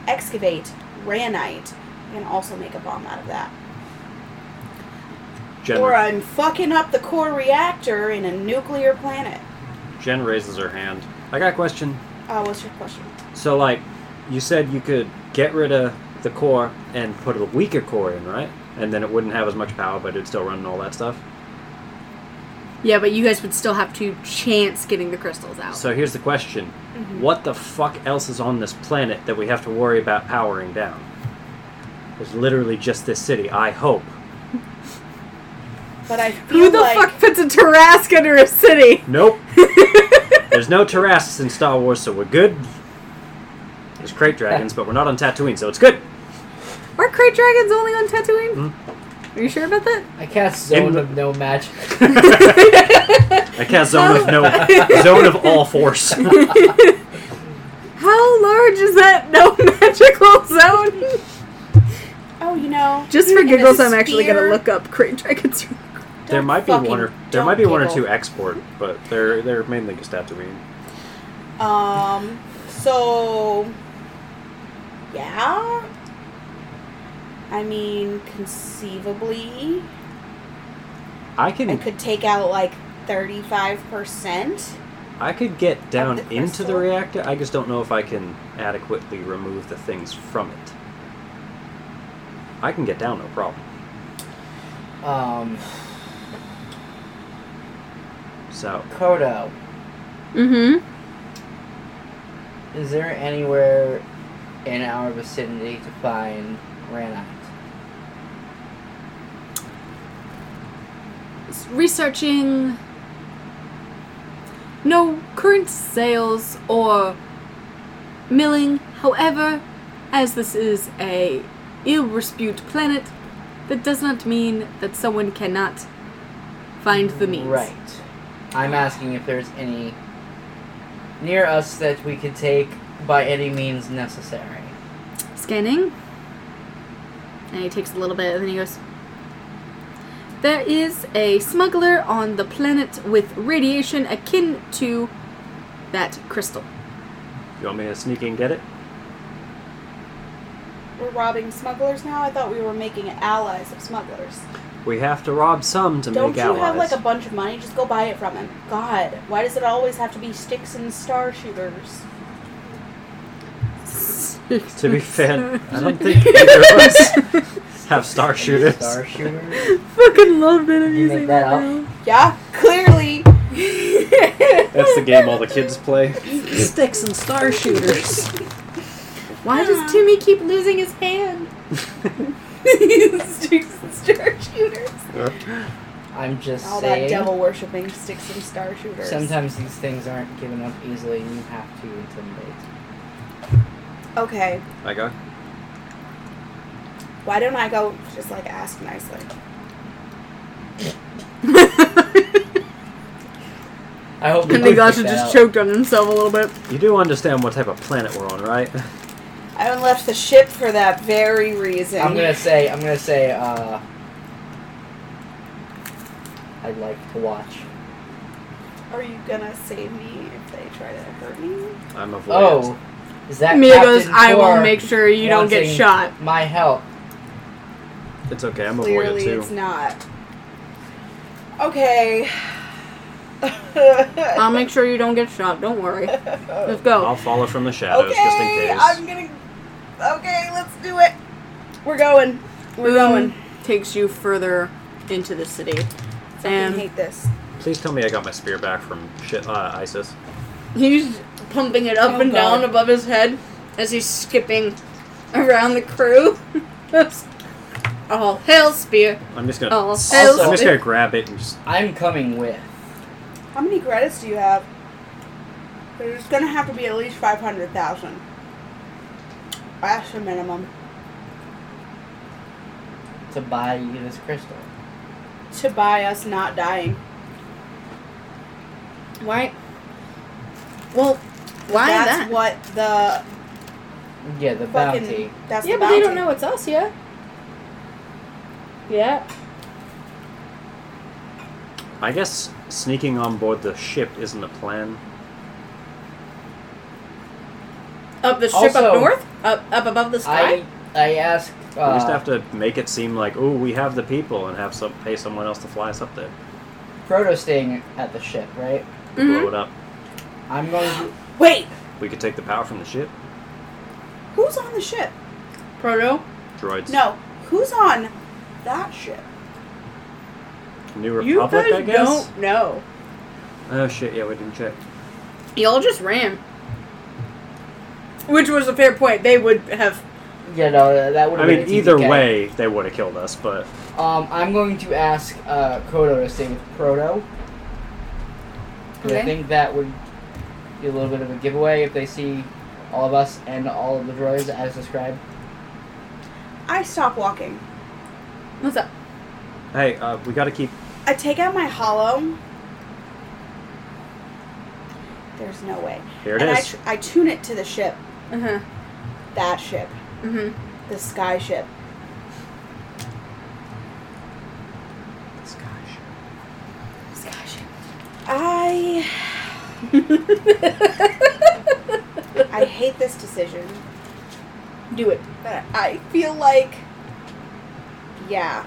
excavate ranite, we can also make a bomb out of that. Jen, Or I'm fucking up the core reactor in a nuclear planet. Jen raises her hand. I got a question. Uh, what's your question? So, like, you said you could get rid of the core and put a weaker core in, right? And then it wouldn't have as much power, but it'd still run and all that stuff. Yeah, but you guys would still have to chance getting the crystals out. So here's the question: What the fuck else is on this planet that we have to worry about powering down? There's literally just this city. I hope. But I Who feel the like fuck puts a Tarrasque under a city? Nope. There's no Tarrasques in Star Wars, so we're good. There's crate dragons, but we're not on Tatooine, so it's good. Are crate dragons only on Tatooine? Are you sure about that? I cast Zone In- of No Magic. I cast zone of no zone of all force. How large is that no magical zone? Oh, you know. Just for in a giggles, I'm actually gonna sphere- look up crate dragons. there Don't might be fucking- one or there don't might be one or giggle. two export, but they're they're mainly just Tatooine. Um. So. Yeah. I mean, conceivably, I can I could take out like thirty-five percent. I could get down the into the crystal. reactor. I just don't know if I can adequately remove the things from it. I can get down, no problem. Um, So Kodo, Mm-hmm. is there anywhere in our vicinity to find Ranite? Researching. No current sales or milling. However, as this is a ill-repute planet, that does not mean that someone cannot find the means. Right. I'm asking if there's any near us that we could take by any means necessary. scanning. And he takes a little bit and then he goes, There is a smuggler on the planet with radiation akin to that crystal. you want me to sneak in and get it? We're robbing smugglers now. I thought we were making allies of smugglers. We have to rob some to Don't make you allies. have like a bunch of money? Just go buy it from him. God, why does it always have to be sticks and star shooters? to be fair, I don't think either of us have star shooters. Star shooter? Fucking love that I'm You using make that that up? now. Yeah, clearly. That's the game all the kids play. Sticks and star shooters. Why does Timmy keep losing his hand? Sticks and star shooters. I'm just All that saying. devil worshipping sticks and star shooters. Sometimes these things aren't given up easily, and you have to intimidate. Okay, I go. why don't I go just like ask nicely? I hope. And they the Gasha pick that just out. choked on himself a little bit. You do understand what type of planet we're on, right? I haven't left the ship for that very reason. I'm gonna say. I'm gonna say. uh... I'd like to watch. Are you gonna save me if they try to hurt me? I'm a voyeur. Oh, is that Mia goes, Captain I will Tor make sure you don't get wanting shot. My help. It's okay. I'm a Clearly, voyeur it's too. not. Okay. I'll make sure you don't get shot. Don't worry. Let's go. I'll follow from the shadows just in okay, case. I'm gonna. Okay, let's do it. We're going. We're Boom going. Takes you further into the city. I And hate this. Please tell me I got my spear back from shit, uh, ISIS. he's pumping it up Oh, and God. down above his head as he's skipping around the crew. All hail spear. I'm just Oh. gonna. All hail Also- I'm just spear. gonna grab it and just. I'm coming with. How many credits do you have? There's gonna have to be at least five hundred thousand. That's the minimum to buy you this crystal. to buy us not dying. Why? Well, why that's that? what the Yeah, the fucking. bounty. That's yeah, the but they don't bounty. know it's us yet. Yeah. I guess sneaking on board the ship isn't a plan. Up the strip strip up up Also- north? north? Up up above the sky? I I asked. Uh, we just have to make it seem like, oh, we have the people, and have some pay someone else to fly us up there, Proto staying at the ship, right? to Mm-hmm. blow Mm-hmm. it up. I'm going to. Wait, We could take the power from the ship. who's on the ship? Proto? Droids. No, who's on that ship? New You Republic, guys I guess. don't know. Oh shit! Yeah, we didn't check. Y'all just ran. Which was a fair point. They would have Yeah, no, that- that would. I mean, either way, they would have killed us. But Um, I'm going to ask uh, Kodo to stay with Proto. 'Cause Okay. I think that would be a little bit of a giveaway if they see all of us and all of the droids as described. I stop walking. What's up? hey, uh, we got to keep. I take out my hollow. There's no way. Here it and is. I, tr- I tune it to the ship. Uh-huh. That ship. Mhm. The sky ship. I. I hate this decision, Do it. but I feel like. Yeah.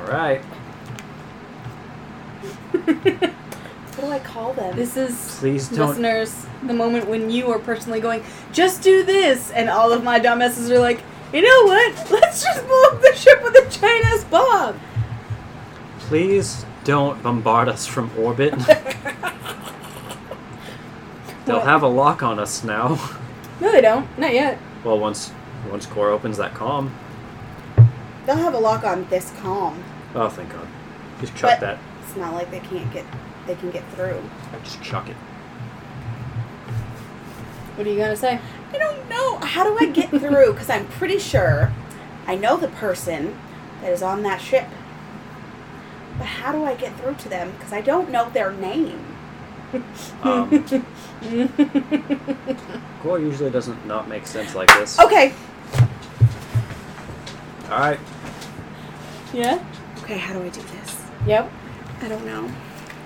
All right, What do I call them? This is please don't. listeners, the moment when you are personally going, just do this and all of my dumbasses are like, you know what? Let's just blow up the ship with a giant ass bomb. Please don't bombard us from orbit. They'll What? have a lock on us now. No they don't. Not yet. Well, once once Core opens that com, They'll have a lock on this calm. oh thank God, just But- chuck that. It's not like they can't get. They can get through. Just chuck it. What are you gonna say? I don't know. How do I get through? Because I'm pretty sure I know the person that is on that ship. But how do I get through to them? Because I don't know their name. Um, Core usually doesn't not make sense like this. Oh. Okay. All right, Yeah? Okay, how do I do this? Yep. I don't know.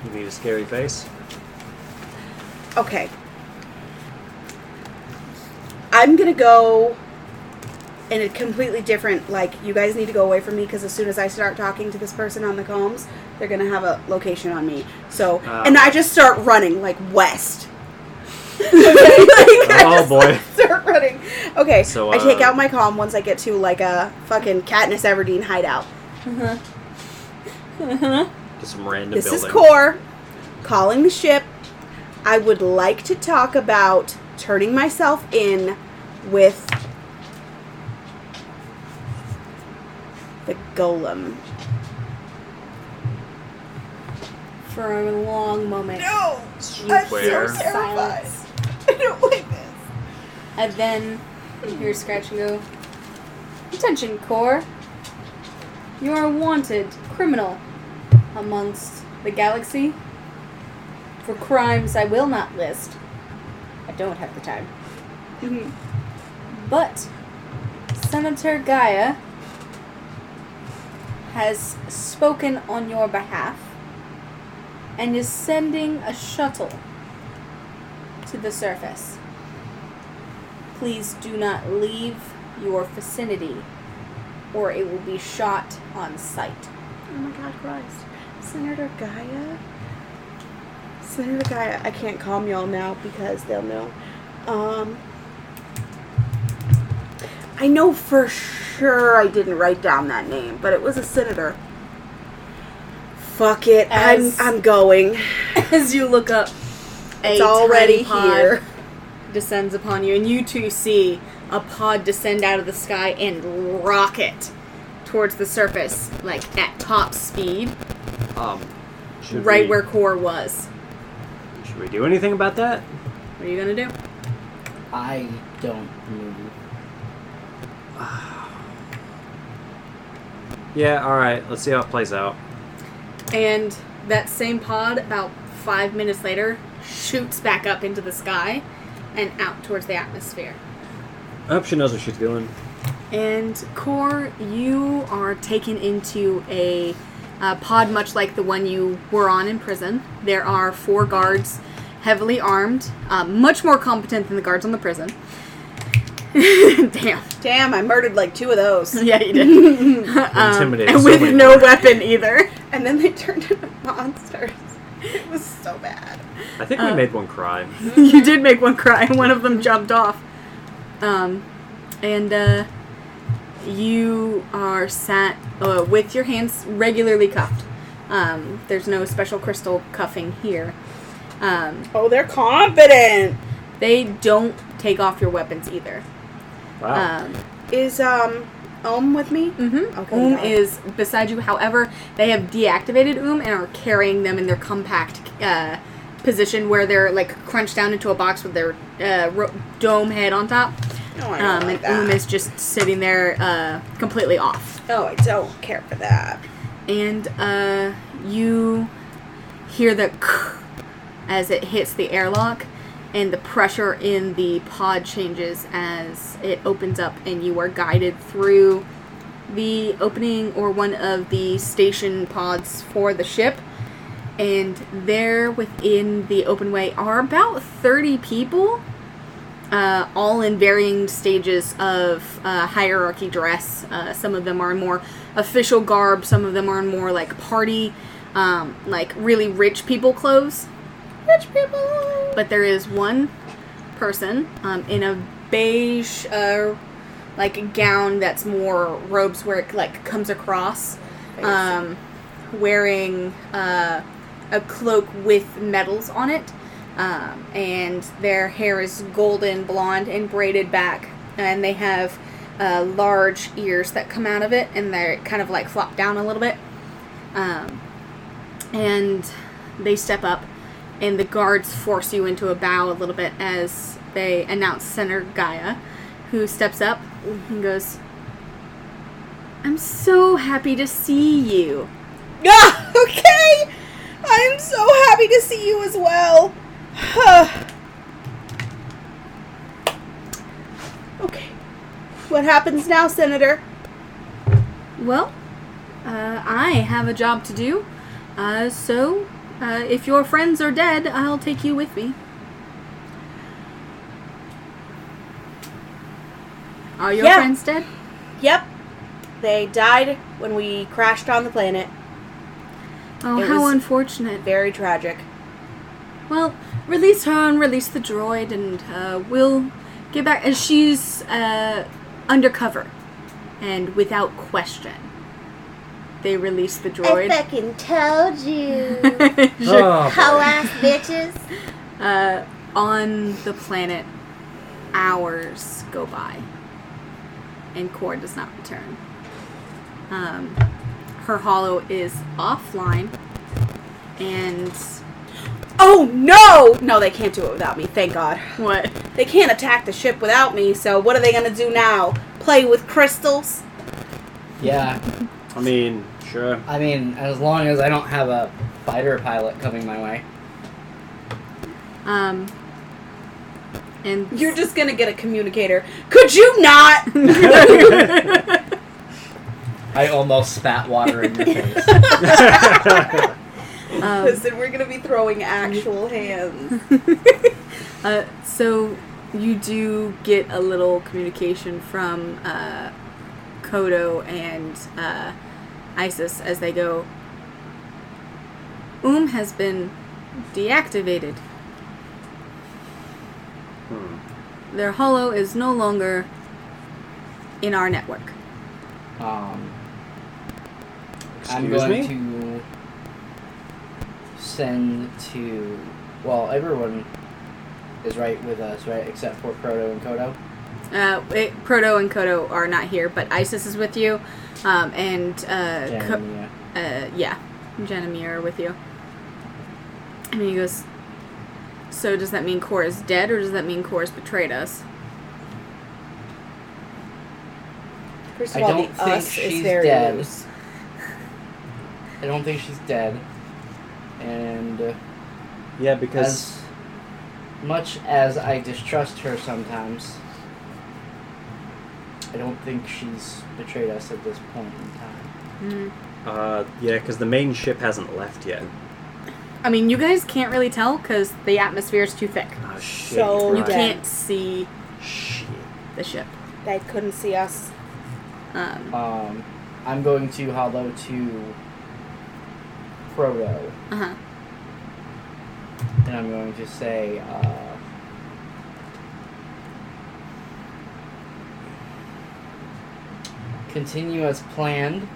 you need a scary face. Okay. I'm gonna go in a completely different. Like, you guys need to go away from me because as soon as I start talking to this person on the combs, they're gonna have a location on me. So, Ah. and I just start running like west. Oh boy. start running. Okay, So, I take uh, out my comm once I get to like a fucking Katniss Everdeen hideout. Just some random This building. is core. Calling the ship. I would like to talk about turning myself in with the golem. for a long moment. No! You I'm so Where? hear terrified. silence, I don't like this. and then you hear Scratch and go, Attention, Core. You are a wanted criminal amongst the galaxy for crimes I will not list. I don't have the time. But Senator Gaia has spoken on your behalf and is sending a shuttle to the surface. Please do not leave your vicinity or it will be shot on sight. Oh my god, Christ. Senator Gaia? Senator Gaia, I can't calm y'all now because they'll know. Um, I know for sure I didn't write down that name, but it was a senator. Fuck it, As- I'm I'm going. As you look up, a It's already tiny pod here. descends upon you, and you two see a pod descend out of the sky and rocket towards the surface, like at top speed, Um, should right we- where Core was. should we do anything about that? What are you gonna do? I don't move. Yeah, all right. Let's see how it plays out. And that same pod, about five minutes later, shoots back up into the sky and out towards the atmosphere. I hope she knows what she's doing. And Core, you are taken into a uh, pod much like the one you were on in prison. There are four guards, heavily armed, um, much more competent than the guards on the prison. Damn. Damn, I murdered like two of those. Yeah, you did. Intimidating. and so Uh-uh. with many no more. weapon either. And then they turned into monsters. It was so bad. I think we Uh. made one cry. you did make one cry, and one of them jumped off. Um, and uh, you are sat uh, with your hands regularly cuffed. Um, there's no special crystal cuffing here. Um, Oh, they're confident. they don't take off your weapons either. Wow. Um, Is um Om with me? mhm. Mm-hmm. Okay, Oom got it. is beside you. However, they have deactivated Oom and are carrying them in their compact uh, position where they're like crunched down into a box with their uh, ro- dome head on top. No, I don't Um, like and that. Oom is just sitting there uh, completely off. Oh, I don't care for that. And uh, you hear the as it hits the airlock, and the pressure in the pod changes as it opens up, and you are guided through the opening or one of the station pods for the ship. And there within the open way are about 30 people uh, all in varying stages of uh, hierarchy dress. Uh, some of them are in more official garb, some of them are in more like party, um, like really rich people clothes. Rich people! But there is one person um, in a beige, uh, like gown that's more robes where it like comes across, um, wearing uh, a cloak with medals on it um, and their hair is golden blonde and braided back and they have uh, large ears that come out of it and they're kind of like flop down a little bit um, and they step up and the guards force you into a bow a little bit as they announce senator gaia who steps up and goes i'm so happy to see you Ah, okay. I'm so happy to see you as well. okay. What happens now, Senator? Well, uh, I have a job to do, uh, so uh, if your friends are dead, I'll take you with me. Are your Yeah. friends dead? Yep. They died when we crashed on the planet. Oh, It how was- unfortunate. Very tragic. Well, release her and release the droid, and uh, we'll get back. And she's uh, undercover and without question. They release the droid. I fucking told you. Oh, Ho ass bitches. uh, on the planet, hours go by, and Core does not return. Um, her hollow is offline, and Oh no! No, they can't do it without me. Thank God. what? They can't attack the ship without me. So what are they gonna do now? Play with crystals? Yeah, I mean, sure. I mean, as long as I don't have a fighter pilot coming my way. Um, and You're just gonna get a communicator. Could you not? I almost spat water in your face. um, Listen, we're gonna be throwing actual hands. uh, so you do get a little communication from uh, Kodo and uh, Isis as they go. Um has been deactivated. Their hollow is no longer in our network. Um, I'm Excuse going me? to send to. Well, everyone is right with us, right? Except for Proto and Kodo. Uh, it, Proto and Kodo are not here, but Isis is with you, um, and uh, Jen Ko- and Mia. uh, yeah, Jen and Mia are with you. And he goes, So does that mean Cor is dead, or does that mean Cor has betrayed us? First of I all, don't the think us is she's very dead. loose. I don't think she's dead. And uh, Yeah, because as much as I distrust her sometimes, I don't think she's betrayed us at this point in time. Mm. uh, yeah, because the main ship hasn't left yet. Oh, I mean, you guys can't really tell because the atmosphere is too thick. Oh shit! So you're You right. dead. can't see Shit. the ship. They couldn't see us. Um, Um, I'm going to hollow to Proto. uh-huh. And I'm going to say, uh, continue as planned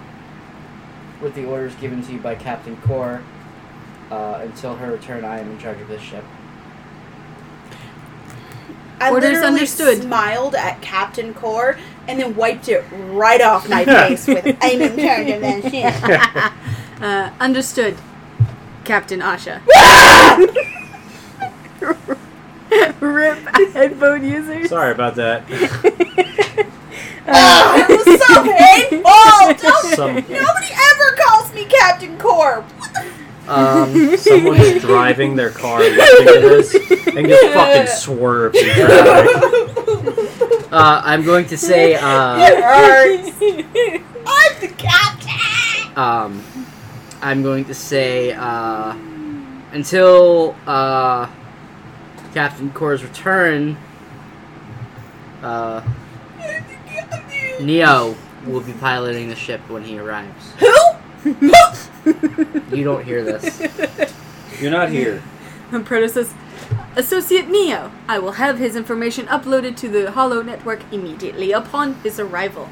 with the orders given to you by Captain Core. Uh, until her return, I am in charge of this ship. I Orders literally understood. smiled at Captain Core and then wiped it right off my face with I'm in charge of that shit. Uh, understood, Captain Asha. Rip headphone users. Uh, Sorry about that. oh, it was so painful! Don't- Some Nobody ever calls me Captain Core! What the Um, someone's driving their car listening to this and just fucking swerves in traffic. Uh, I'm going to say, uh, It hurts! I'm the captain! um, I'm going to say, uh, until, uh, Captain Core's return, uh, Neo will be piloting the ship when he arrives. You don't hear this. You're not here. And Proto says, Associate Neo, I will have his information uploaded to the Hollow Network immediately upon his arrival.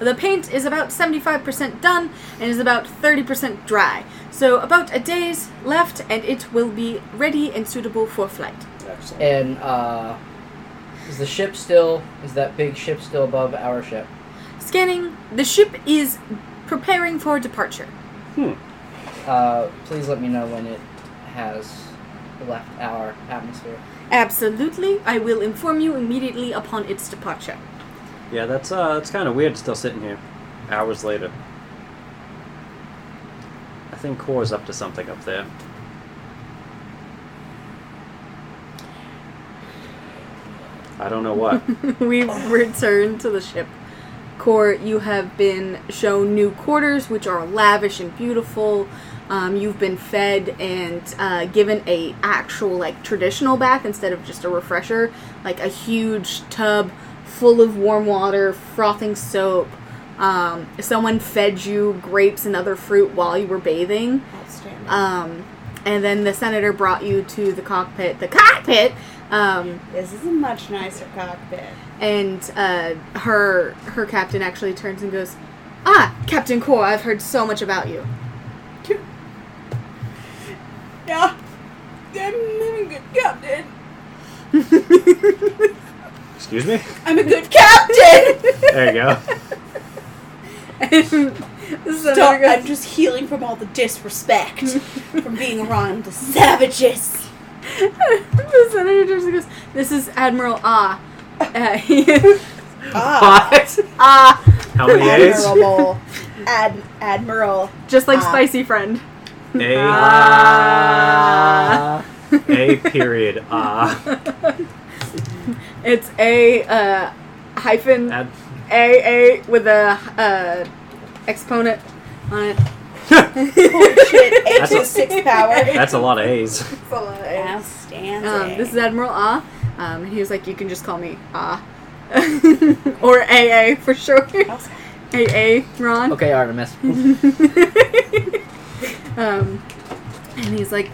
The paint is about 75% done and is about 30% dry, so about a day's left and it will be ready and suitable for flight. Excellent. and, uh, is the ship still, is that big ship still above our ship? Scanning, the ship is preparing for departure. Uh, please let me know when it has left our atmosphere. Absolutely, I will inform you immediately upon its departure. Yeah, that's uh, that's kind of weird. Still sitting here, hours later. I think Core's up to something up there. I don't know what. we return to the ship. Core, you have been shown new quarters, which are lavish and beautiful. Um, you've been fed and uh, given a actual like traditional bath instead of just a refresher, like a huge tub full of warm water, frothing soap. Um, someone fed you grapes and other fruit while you were bathing. Um, and then the senator brought you to the cockpit. The cockpit. Um, This is a much nicer cockpit. and uh, her her captain actually turns and goes, "Ah, Captain Core, I've heard so much about you." Yeah. I'm a good captain. Excuse me? I'm a good captain. There you go. this is another Stop. good- I'm just healing from all the disrespect from being around the savages. the senator turns and goes, This is Admiral Ah. Uh, Ah, ah. How many A's? admirable, ad- admiral. Just like Ah. Spicy Friend. A, Ah. A period. Ah. It's A uh, hyphen Ad- A A with a uh, exponent on it. Holy shit, eight That's to a- six power. that's a lot of A's. Outstanding. Um, this is Admiral Ah. Um, and he was like, You can just call me Ah. or AA for short. AA, Ron. Okay, Artemis. um, and he's like,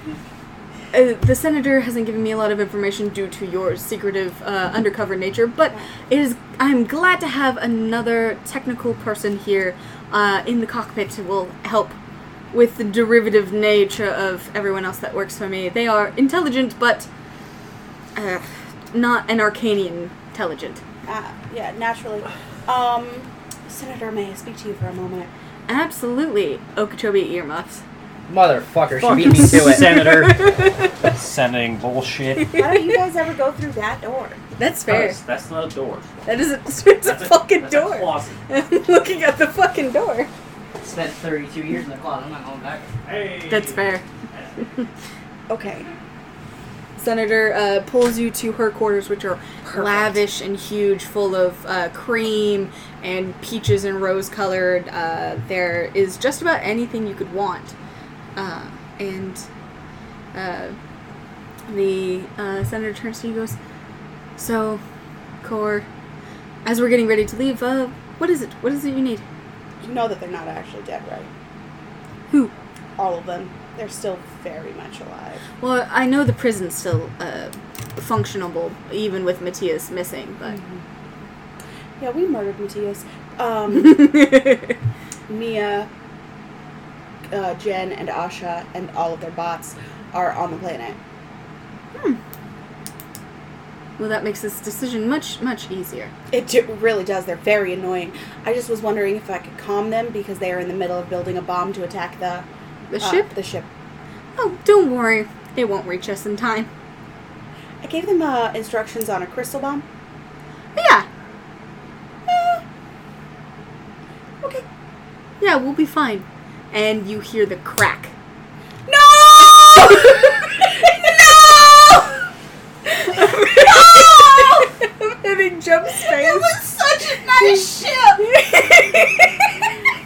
uh, the senator hasn't given me a lot of information due to your secretive, uh, undercover nature, but it is. I'm glad to have another technical person here uh, in the cockpit who will help with the derivative nature of everyone else that works for me. They are intelligent, but uh, not an Arcanian intelligent. Uh, yeah, naturally. Um, Senator, may I speak to you for a moment? Absolutely, Okeechobee earmuffs. Motherfucker, she beat me to it. Senator. Sending bullshit. How do you guys ever go through that door? That's fair. That's not a door. That is a, it's a fucking That's a door. closet. I'm looking at the fucking door. Spent 32 years in the closet. I'm not going back. Hey. That's fair. Okay. Senator uh, pulls you to her quarters, which are lavish and huge, full of uh, cream and peaches and rose colored. Uh, there is just about anything you could want. Uh, and uh, the uh, senator turns to you and goes, So, Core, as we're getting ready to leave, uh, what is it? What is it you need? You know that they're not actually dead, right? Who? All of them. They're still very much alive. Well, I know the prison's still uh, functionable, even with Matthias missing, but. Yeah, we murdered Matthias. Um, That's Mia, uh, Jen, and Asha, and all of their bots are on the planet. Well, that makes this decision much, much easier. It do- really does. They're very annoying. I just was wondering if I could calm them because they are in the middle of building a bomb to attack the The uh, ship? The ship. Oh, don't worry. It won't reach us in time. I gave them uh, instructions on a crystal bomb. But yeah, Eh. Okay. yeah, we'll be fine. And you hear the crack. No! no! and it jumps It was such a nice ship.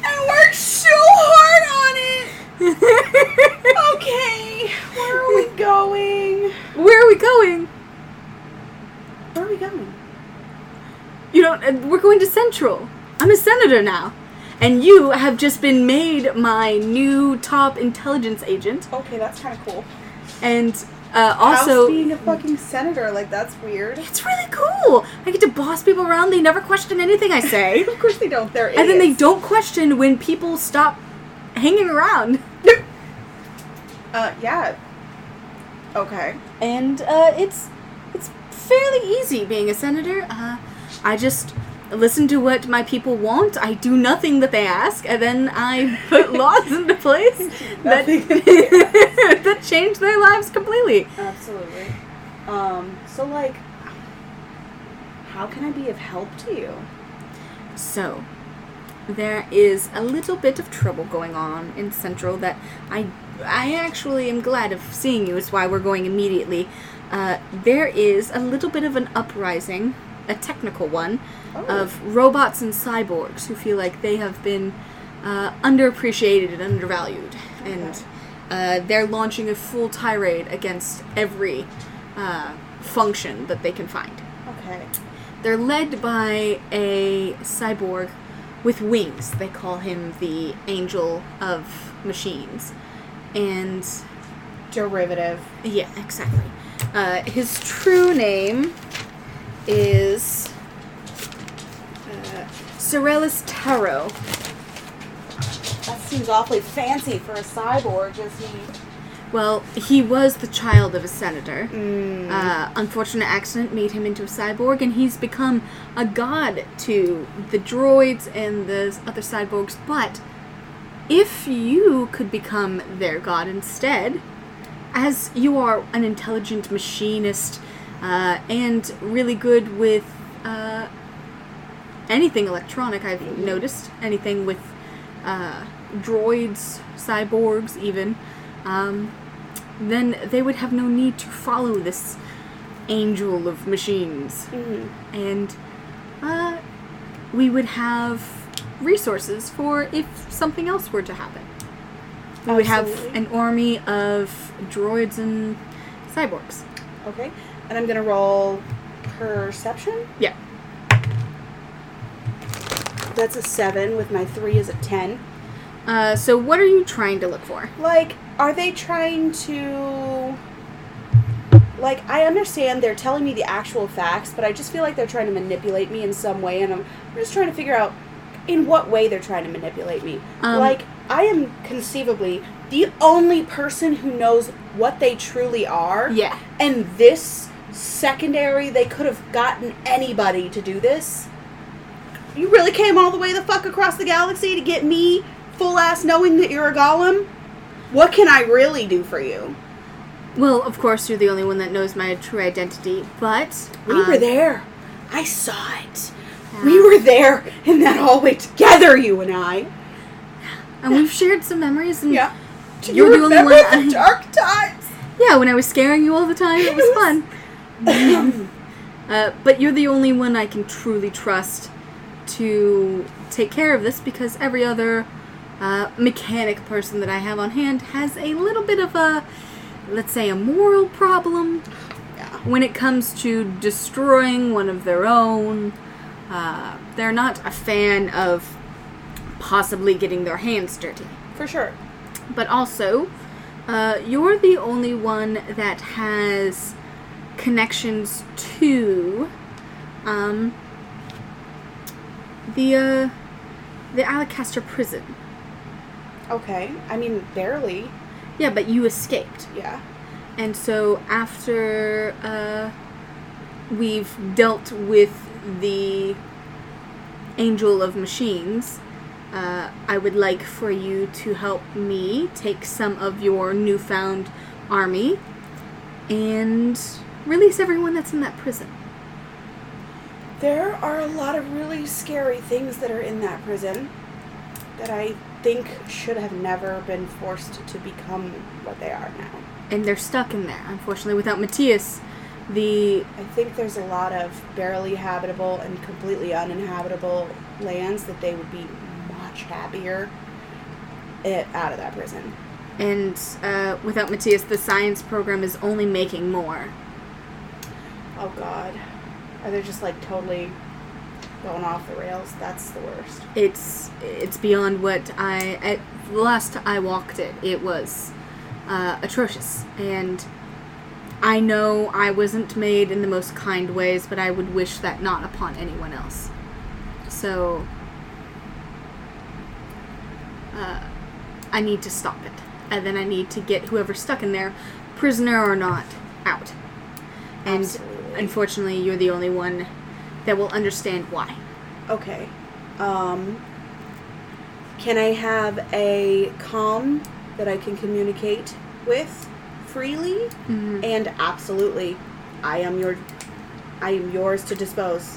I worked so hard on it. Okay, where are we going? Where are we going? Where are we going? You don't. uh, We're going to Central. I'm a senator now. And you have just been made my new top intelligence agent. Okay, that's kind of cool. And uh, House also. being a fucking senator, like that's weird. It's really cool. I get to boss people around. They never question anything I say. Of course they don't. They're and then they idiots. don't question when people stop hanging around. Uh, yeah. Okay. And uh, it's it's fairly easy being a senator. Uh, I just listen to what my people want. I do nothing that they ask, and then I put laws into place that Nothing. that change their lives completely. Absolutely. Um. So like, how can I be of help to you? So, there is a little bit of trouble going on in Central that I I actually am glad of seeing you. It's why we're going immediately. Uh, there is a little bit of an uprising, a technical one, Oh. of robots and cyborgs who feel like they have been uh, underappreciated and undervalued, and uh, they're launching a full tirade against every uh, function that they can find. Okay. They're led by a cyborg with wings. They call him the Angel of Machines. And Derivative. yeah, exactly. Uh, his true name is uh, Sorellus Taro. That seems awfully fancy for a cyborg, is he? Well, he was the child of a senator. Mm. Uh, unfortunate accident made him into a cyborg, and he's become a god to the droids and the other cyborgs. But if you could become their god instead, as you are an intelligent machinist uh, and really good with uh, anything electronic, I've noticed, anything with uh, droids, cyborgs, even. Um, then they would have no need to follow this angel of machines. Mm-hmm. And uh, we would have resources for if something else were to happen. We would have Absolutely. an army of droids and cyborgs. Okay, and I'm gonna roll perception. Yeah. That's a seven. With my three is a ten. Uh, so, what are you trying to look for? Like, are they trying to? Like, I understand they're telling me the actual facts, but I just feel like they're trying to manipulate me in some way, and I'm, I'm just trying to figure out in what way they're trying to manipulate me. Um, like, I am conceivably the only person who knows what they truly are. Yeah. and this secondary they could have gotten anybody to do this you really came all the way the fuck across the galaxy to get me full ass knowing that you're a golem what can i really do for you Well, of course, you're the only one that knows my true identity, but. we um, were there i saw it we were there in that hallway together you and i And we've shared some memories, and yeah Do Hmm. You're the only remember one that- the dark times Yeah, when I was scaring you all the time, it was fun. uh, but you're the only one I can truly trust to take care of this because every other uh, mechanic person that I have on hand has a little bit of a, let's say, a moral problem yeah when it comes to destroying one of their own. Uh, they're not a fan of possibly getting their hands dirty for sure but also uh, you're the only one that has connections to um, the uh, the Alacaster prison. okay i mean barely Yeah, but you escaped, yeah and so after uh, we've dealt with the Angel of Machines. Uh, I would like for you to help me take some of your newfound army and release everyone that's in that prison. There are a lot of really scary things that are in that prison that I think should have never been forced to become what they are now. And they're stuck in there, unfortunately, without Matthias. The I think there's a lot of barely habitable and completely uninhabitable lands that they would be much happier it out of that prison. and uh, without Matthias, the science program is only making more. Oh god. Are they just like totally going off the rails? That's the worst. It's it's beyond what I at the last I walked it. It was uh, atrocious, and I know I wasn't made in the most kind ways, but I would wish that not upon anyone else. So uh, I need to stop it, and then I need to get whoever's stuck in there, prisoner or not, out. And Absolutely. unfortunately, you're the only one that will understand why. Okay. Um, can I have a calm that I can communicate with freely? Mhm. And absolutely, I am your, I am yours to dispose.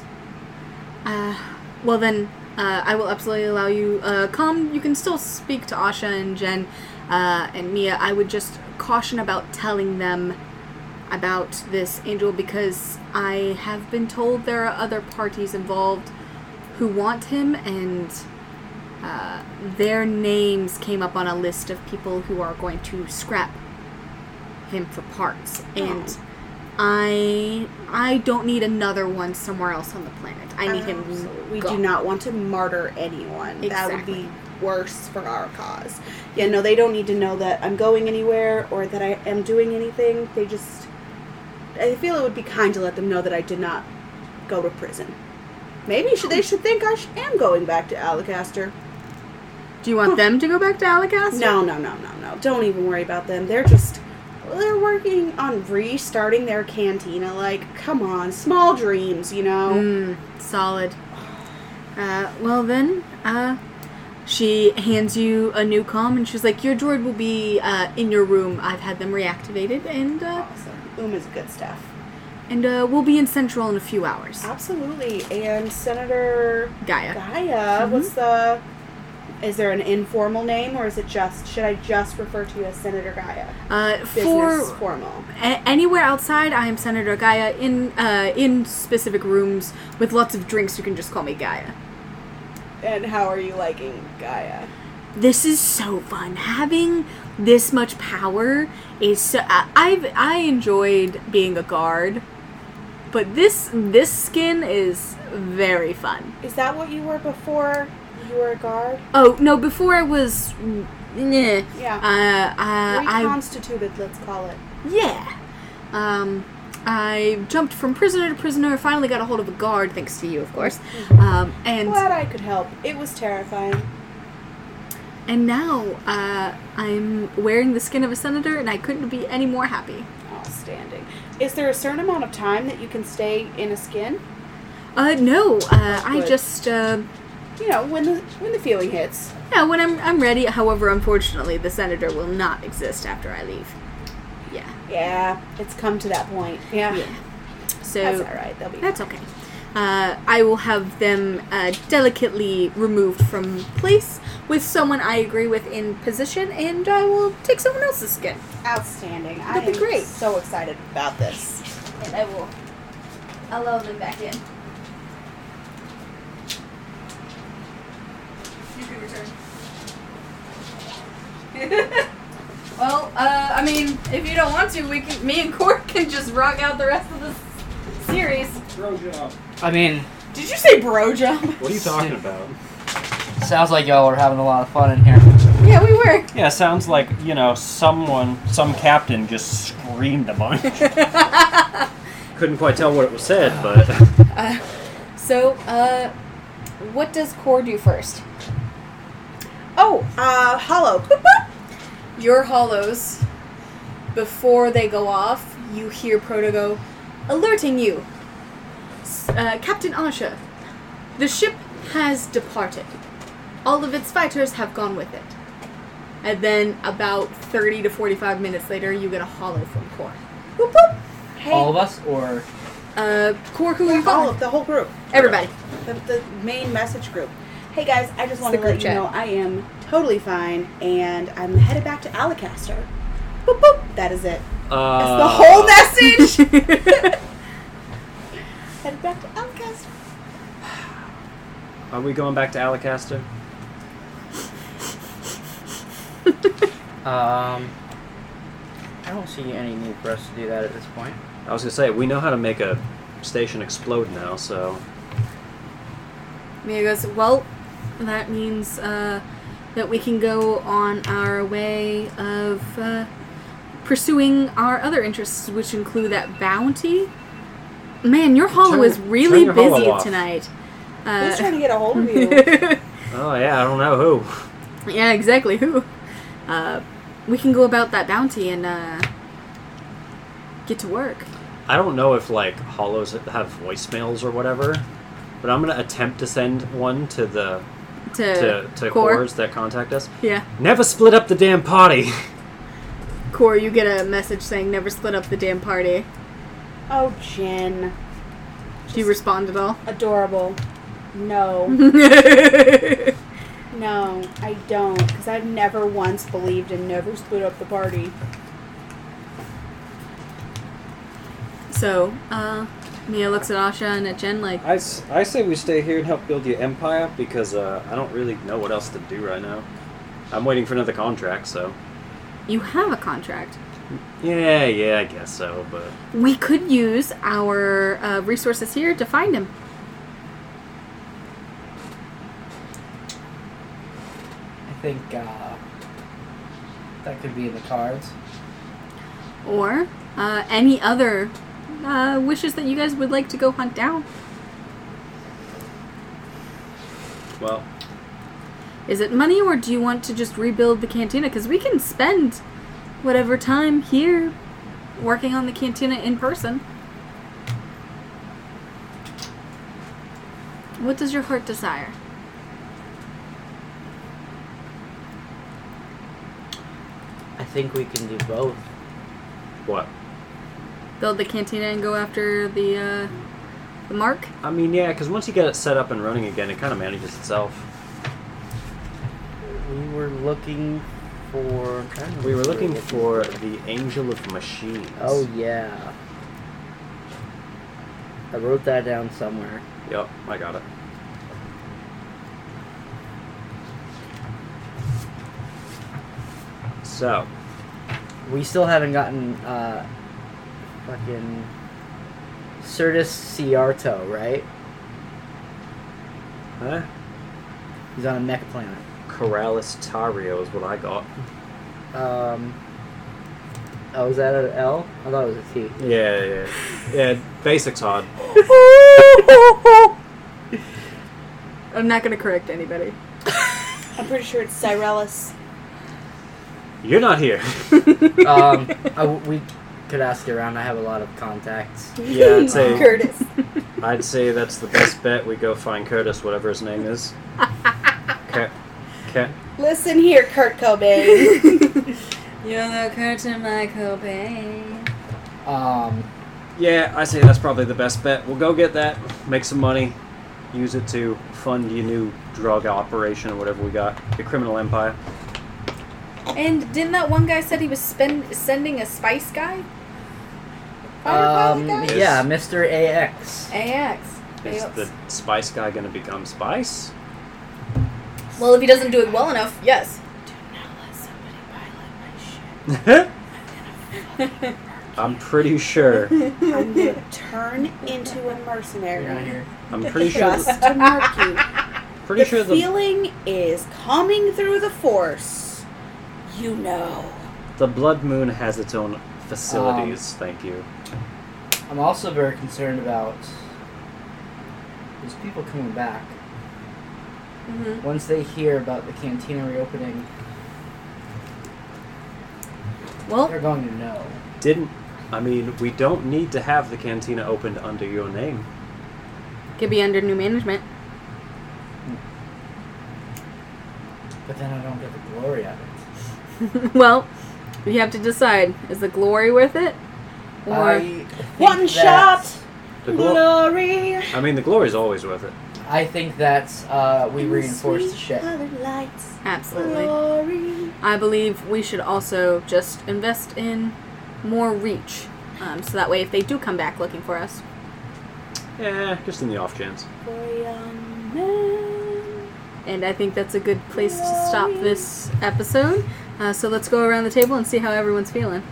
Uh, well then, uh, I will absolutely allow you. Uh, calm. You can still speak to Asha and Jen, uh, and Mia. I would just caution about telling them about this angel because I have been told there are other parties involved who want him, and uh, their names came up on a list of people who are going to scrap him for parts and. I I don't need another one somewhere else on the planet. I need him. We gone. do not want to martyr anyone. That would Exactly. be worse for our cause. Yeah, no, they don't need to know that I'm going anywhere or that I am doing anything. They just, I feel it would be kind to let them know that I did not go to prison. Maybe should, they should think I sh- am going back to Alacaster. Do you want them to go back to Alacaster? No, no, no, no, no. no, don't even worry about them. They're just they're working on restarting their cantina. Like, come on, small dreams, you know. Mm, solid. Uh, well then, uh, she hands you a new comm, and she's like, "Your droid will be uh, in your room. I've had them reactivated, and uh, Awesome. Uma's good stuff. and uh, we'll be in Central in a few hours." Oh, Absolutely. And Senator Gaia. Gaia, Mm-hmm. what's the is there an informal name or is it just should I just refer to you as Senator Gaia? Uh, Business for formal. A- anywhere outside, I am Senator Gaia in uh, in specific rooms with lots of drinks. You can just call me Gaia. And how are you liking Gaia? This is so fun. Having this much power is so. I, I've I enjoyed being a guard, but this this skin is very fun. Is that what you were before you were a guard? Oh no! Before I was, yeah, uh, uh, Yeah. I Reconstituted, let's call it. yeah, um, I jumped from prisoner to prisoner. Finally got a hold of a guard, thanks to you, of course. Um, and Glad I could help. It was terrifying. And now uh, I'm wearing the skin of a senator, and I couldn't be any more happy. Outstanding. Is there a certain amount of time that you can stay in a skin? Uh, no, uh, I Good. just uh, You know, when the when the feeling hits. yeah, when I'm I'm ready. However, unfortunately, the senator will not exist after I leave. Yeah, Yeah, it's come to that point. Yeah. yeah. So That's all right. They'll be That's okay. Uh, I will have them uh, delicately removed from place with someone I agree with in position, and I will take someone else's skin. outstanding. I That'd be am great. so excited about this. And I will allow them back in. You can return. well, uh, I mean, if you don't want to, we can. Me and Cork can just rock out the rest of the series. I mean, Did you say bro jump? What are you talking about? sounds like y'all are having a lot of fun in here. Yeah, we were. Yeah, sounds like, you know, someone, some captain just screamed a bunch. Couldn't quite tell what it was said, but So, uh, what does Core do first? Oh, uh, hollow. your hollows before they go off you hear protogo alerting you S- uh, captain asha the ship has departed all of its fighters have gone with it and then about 30 to 45 minutes later you get a hollow from core Whoop, whoop. All of us, or uh core who and All Gon. of the whole group, everybody the, the main message group. Hey guys, I just want the to group let you chat. know I am totally fine, and I'm headed back to Alacaster. Boop boop. That is it. That's uh, the whole message. headed back to Alacaster. Are we going back to Alacaster? um, I don't see any need for us to do that at this point. I was gonna say we know how to make a station explode now, so Mia goes, Well, that means uh, that we can go on our way of uh, pursuing our other interests, which include that bounty. Man, your hollow Turn- is really turn your hollow busy off. tonight. Who's Uh, trying to get a hold of you? oh yeah, I don't know who. yeah, exactly. Who? Uh, we can go about that bounty and uh, get to work. I don't know if like hollows have voicemails or whatever, but I'm gonna attempt to send one to the To, to to Core. cores that contact us. Yeah, Never split up the damn party. Core, you get a message saying never split up the damn party. oh, Jen, Do you respond at all? adorable. No, no, I don't, because I've never once believed and never split up the party. So, uh, Mia looks at Asha and at Jen like, I, s- I say we stay here and help build your empire because uh, I don't really know what else to do right now. I'm waiting for another contract, so you have a contract. yeah, yeah, I guess so. But We could use our uh, resources here to find him. I think uh, that could be in the cards. Or uh, any other uh, wishes that you guys would like to go hunt down. well, Is it money, or do you want to just rebuild the cantina? Because we can spend whatever time here working on the cantina in person. What does your heart desire? I think we can do both. What? Build the cantina and go after the uh, the mark. I mean, yeah, because once you get it set up and running again, it kind of manages itself. We were looking for. I'm trying to We were remember looking for the Angel of Machines. Oh yeah. I wrote that down somewhere. Yep, I got it. So, We still haven't gotten uh, fucking Certus Ciarto, right? huh? He's on a mecha planet. Corralis Tario is what I got. Um, oh, is that an L? I thought it was a T. Yeah, yeah, yeah. Basics hard. I'm not gonna correct anybody. I'm pretty sure it's Cyrellus. You're not here. um, I w we could ask around. I have a lot of contacts. Yeah, I'd say Curtis. I'd say that's the best bet. We go find Curtis, whatever his name is. Cat, cat. Listen here, Kurt Cobain. You're the curtain, my Cobain. Um, Yeah, I say that's probably the best bet. We'll go get that, make some money, use it to fund your new drug operation or whatever we got, your criminal empire. And didn't that one guy said he was spend- sending a spice guy? um, Fireball guy? yeah, Mr. AX. AX. Is the spice guy going to become spice? Well, if he doesn't do it well enough, yes. I'm pretty sure. I'm gonna turn into a mercenary. I'm pretty sure. Just to mark you. Pretty the sure the, feeling is coming through the force. You know. the Blood Moon has its own facilities. Thank you. I'm also very concerned about these people coming back. Mm-hmm. Once they hear about the cantina reopening, Well, they're going to know. Didn't. I mean, we don't need to have the cantina opened under your name. could be under new management. But then I don't get the glory out of well, you have to decide: is the glory worth it, it. or I think One that- shot, The glo- glory. I mean, the glory's always worth it. I think that's uh, we and reinforce the sweet shit. Colored lights, absolutely? glory. I believe we should also just invest in more reach, um, so that way if they do come back looking for us, Yeah, just in the off chance. For young men. and I think that's a good place to stop this episode. Uh, so let's go around the table and see how everyone's feeling.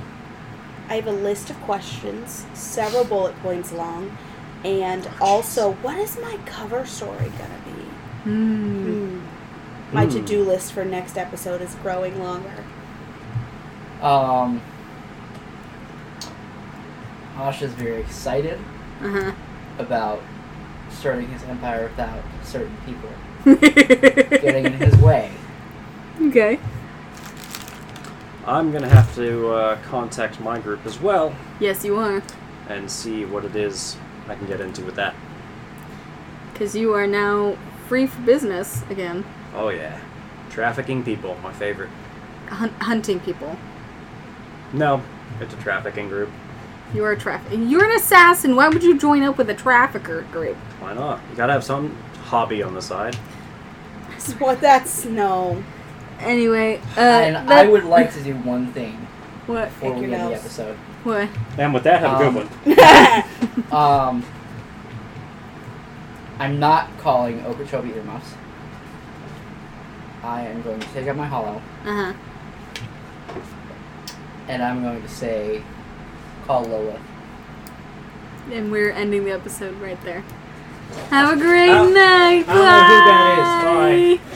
I have a list of questions, several bullet points long, and Oh, also, what is my cover story gonna be? Hmm. My Hmm. to-do list for next episode is growing longer. Um, Asha's very excited Uh about starting his empire without certain people getting in huh. his way. okay. I'm gonna have to uh, contact my group as well Yes, you are, and see what it is I can get into with that. because you are now free for business again, Oh yeah, trafficking people, my favorite. Hun- hunting people. No, it's a trafficking group. You are a traffic. You're an assassin. Why would you join up with a trafficker group? Why not? You gotta have some hobby on the side. What? That's no. Anyway, uh, and I that- would like to do one thing What? before Pick we your end the nose. episode. What? And with that, have a Um, good one. Um, I'm not calling Okeechobee earmuffs. I am going to take out my hollow Uh huh. and I'm going to say, call Lola. And we're ending the episode right there. Have a great night. I don't know who that is. Bye.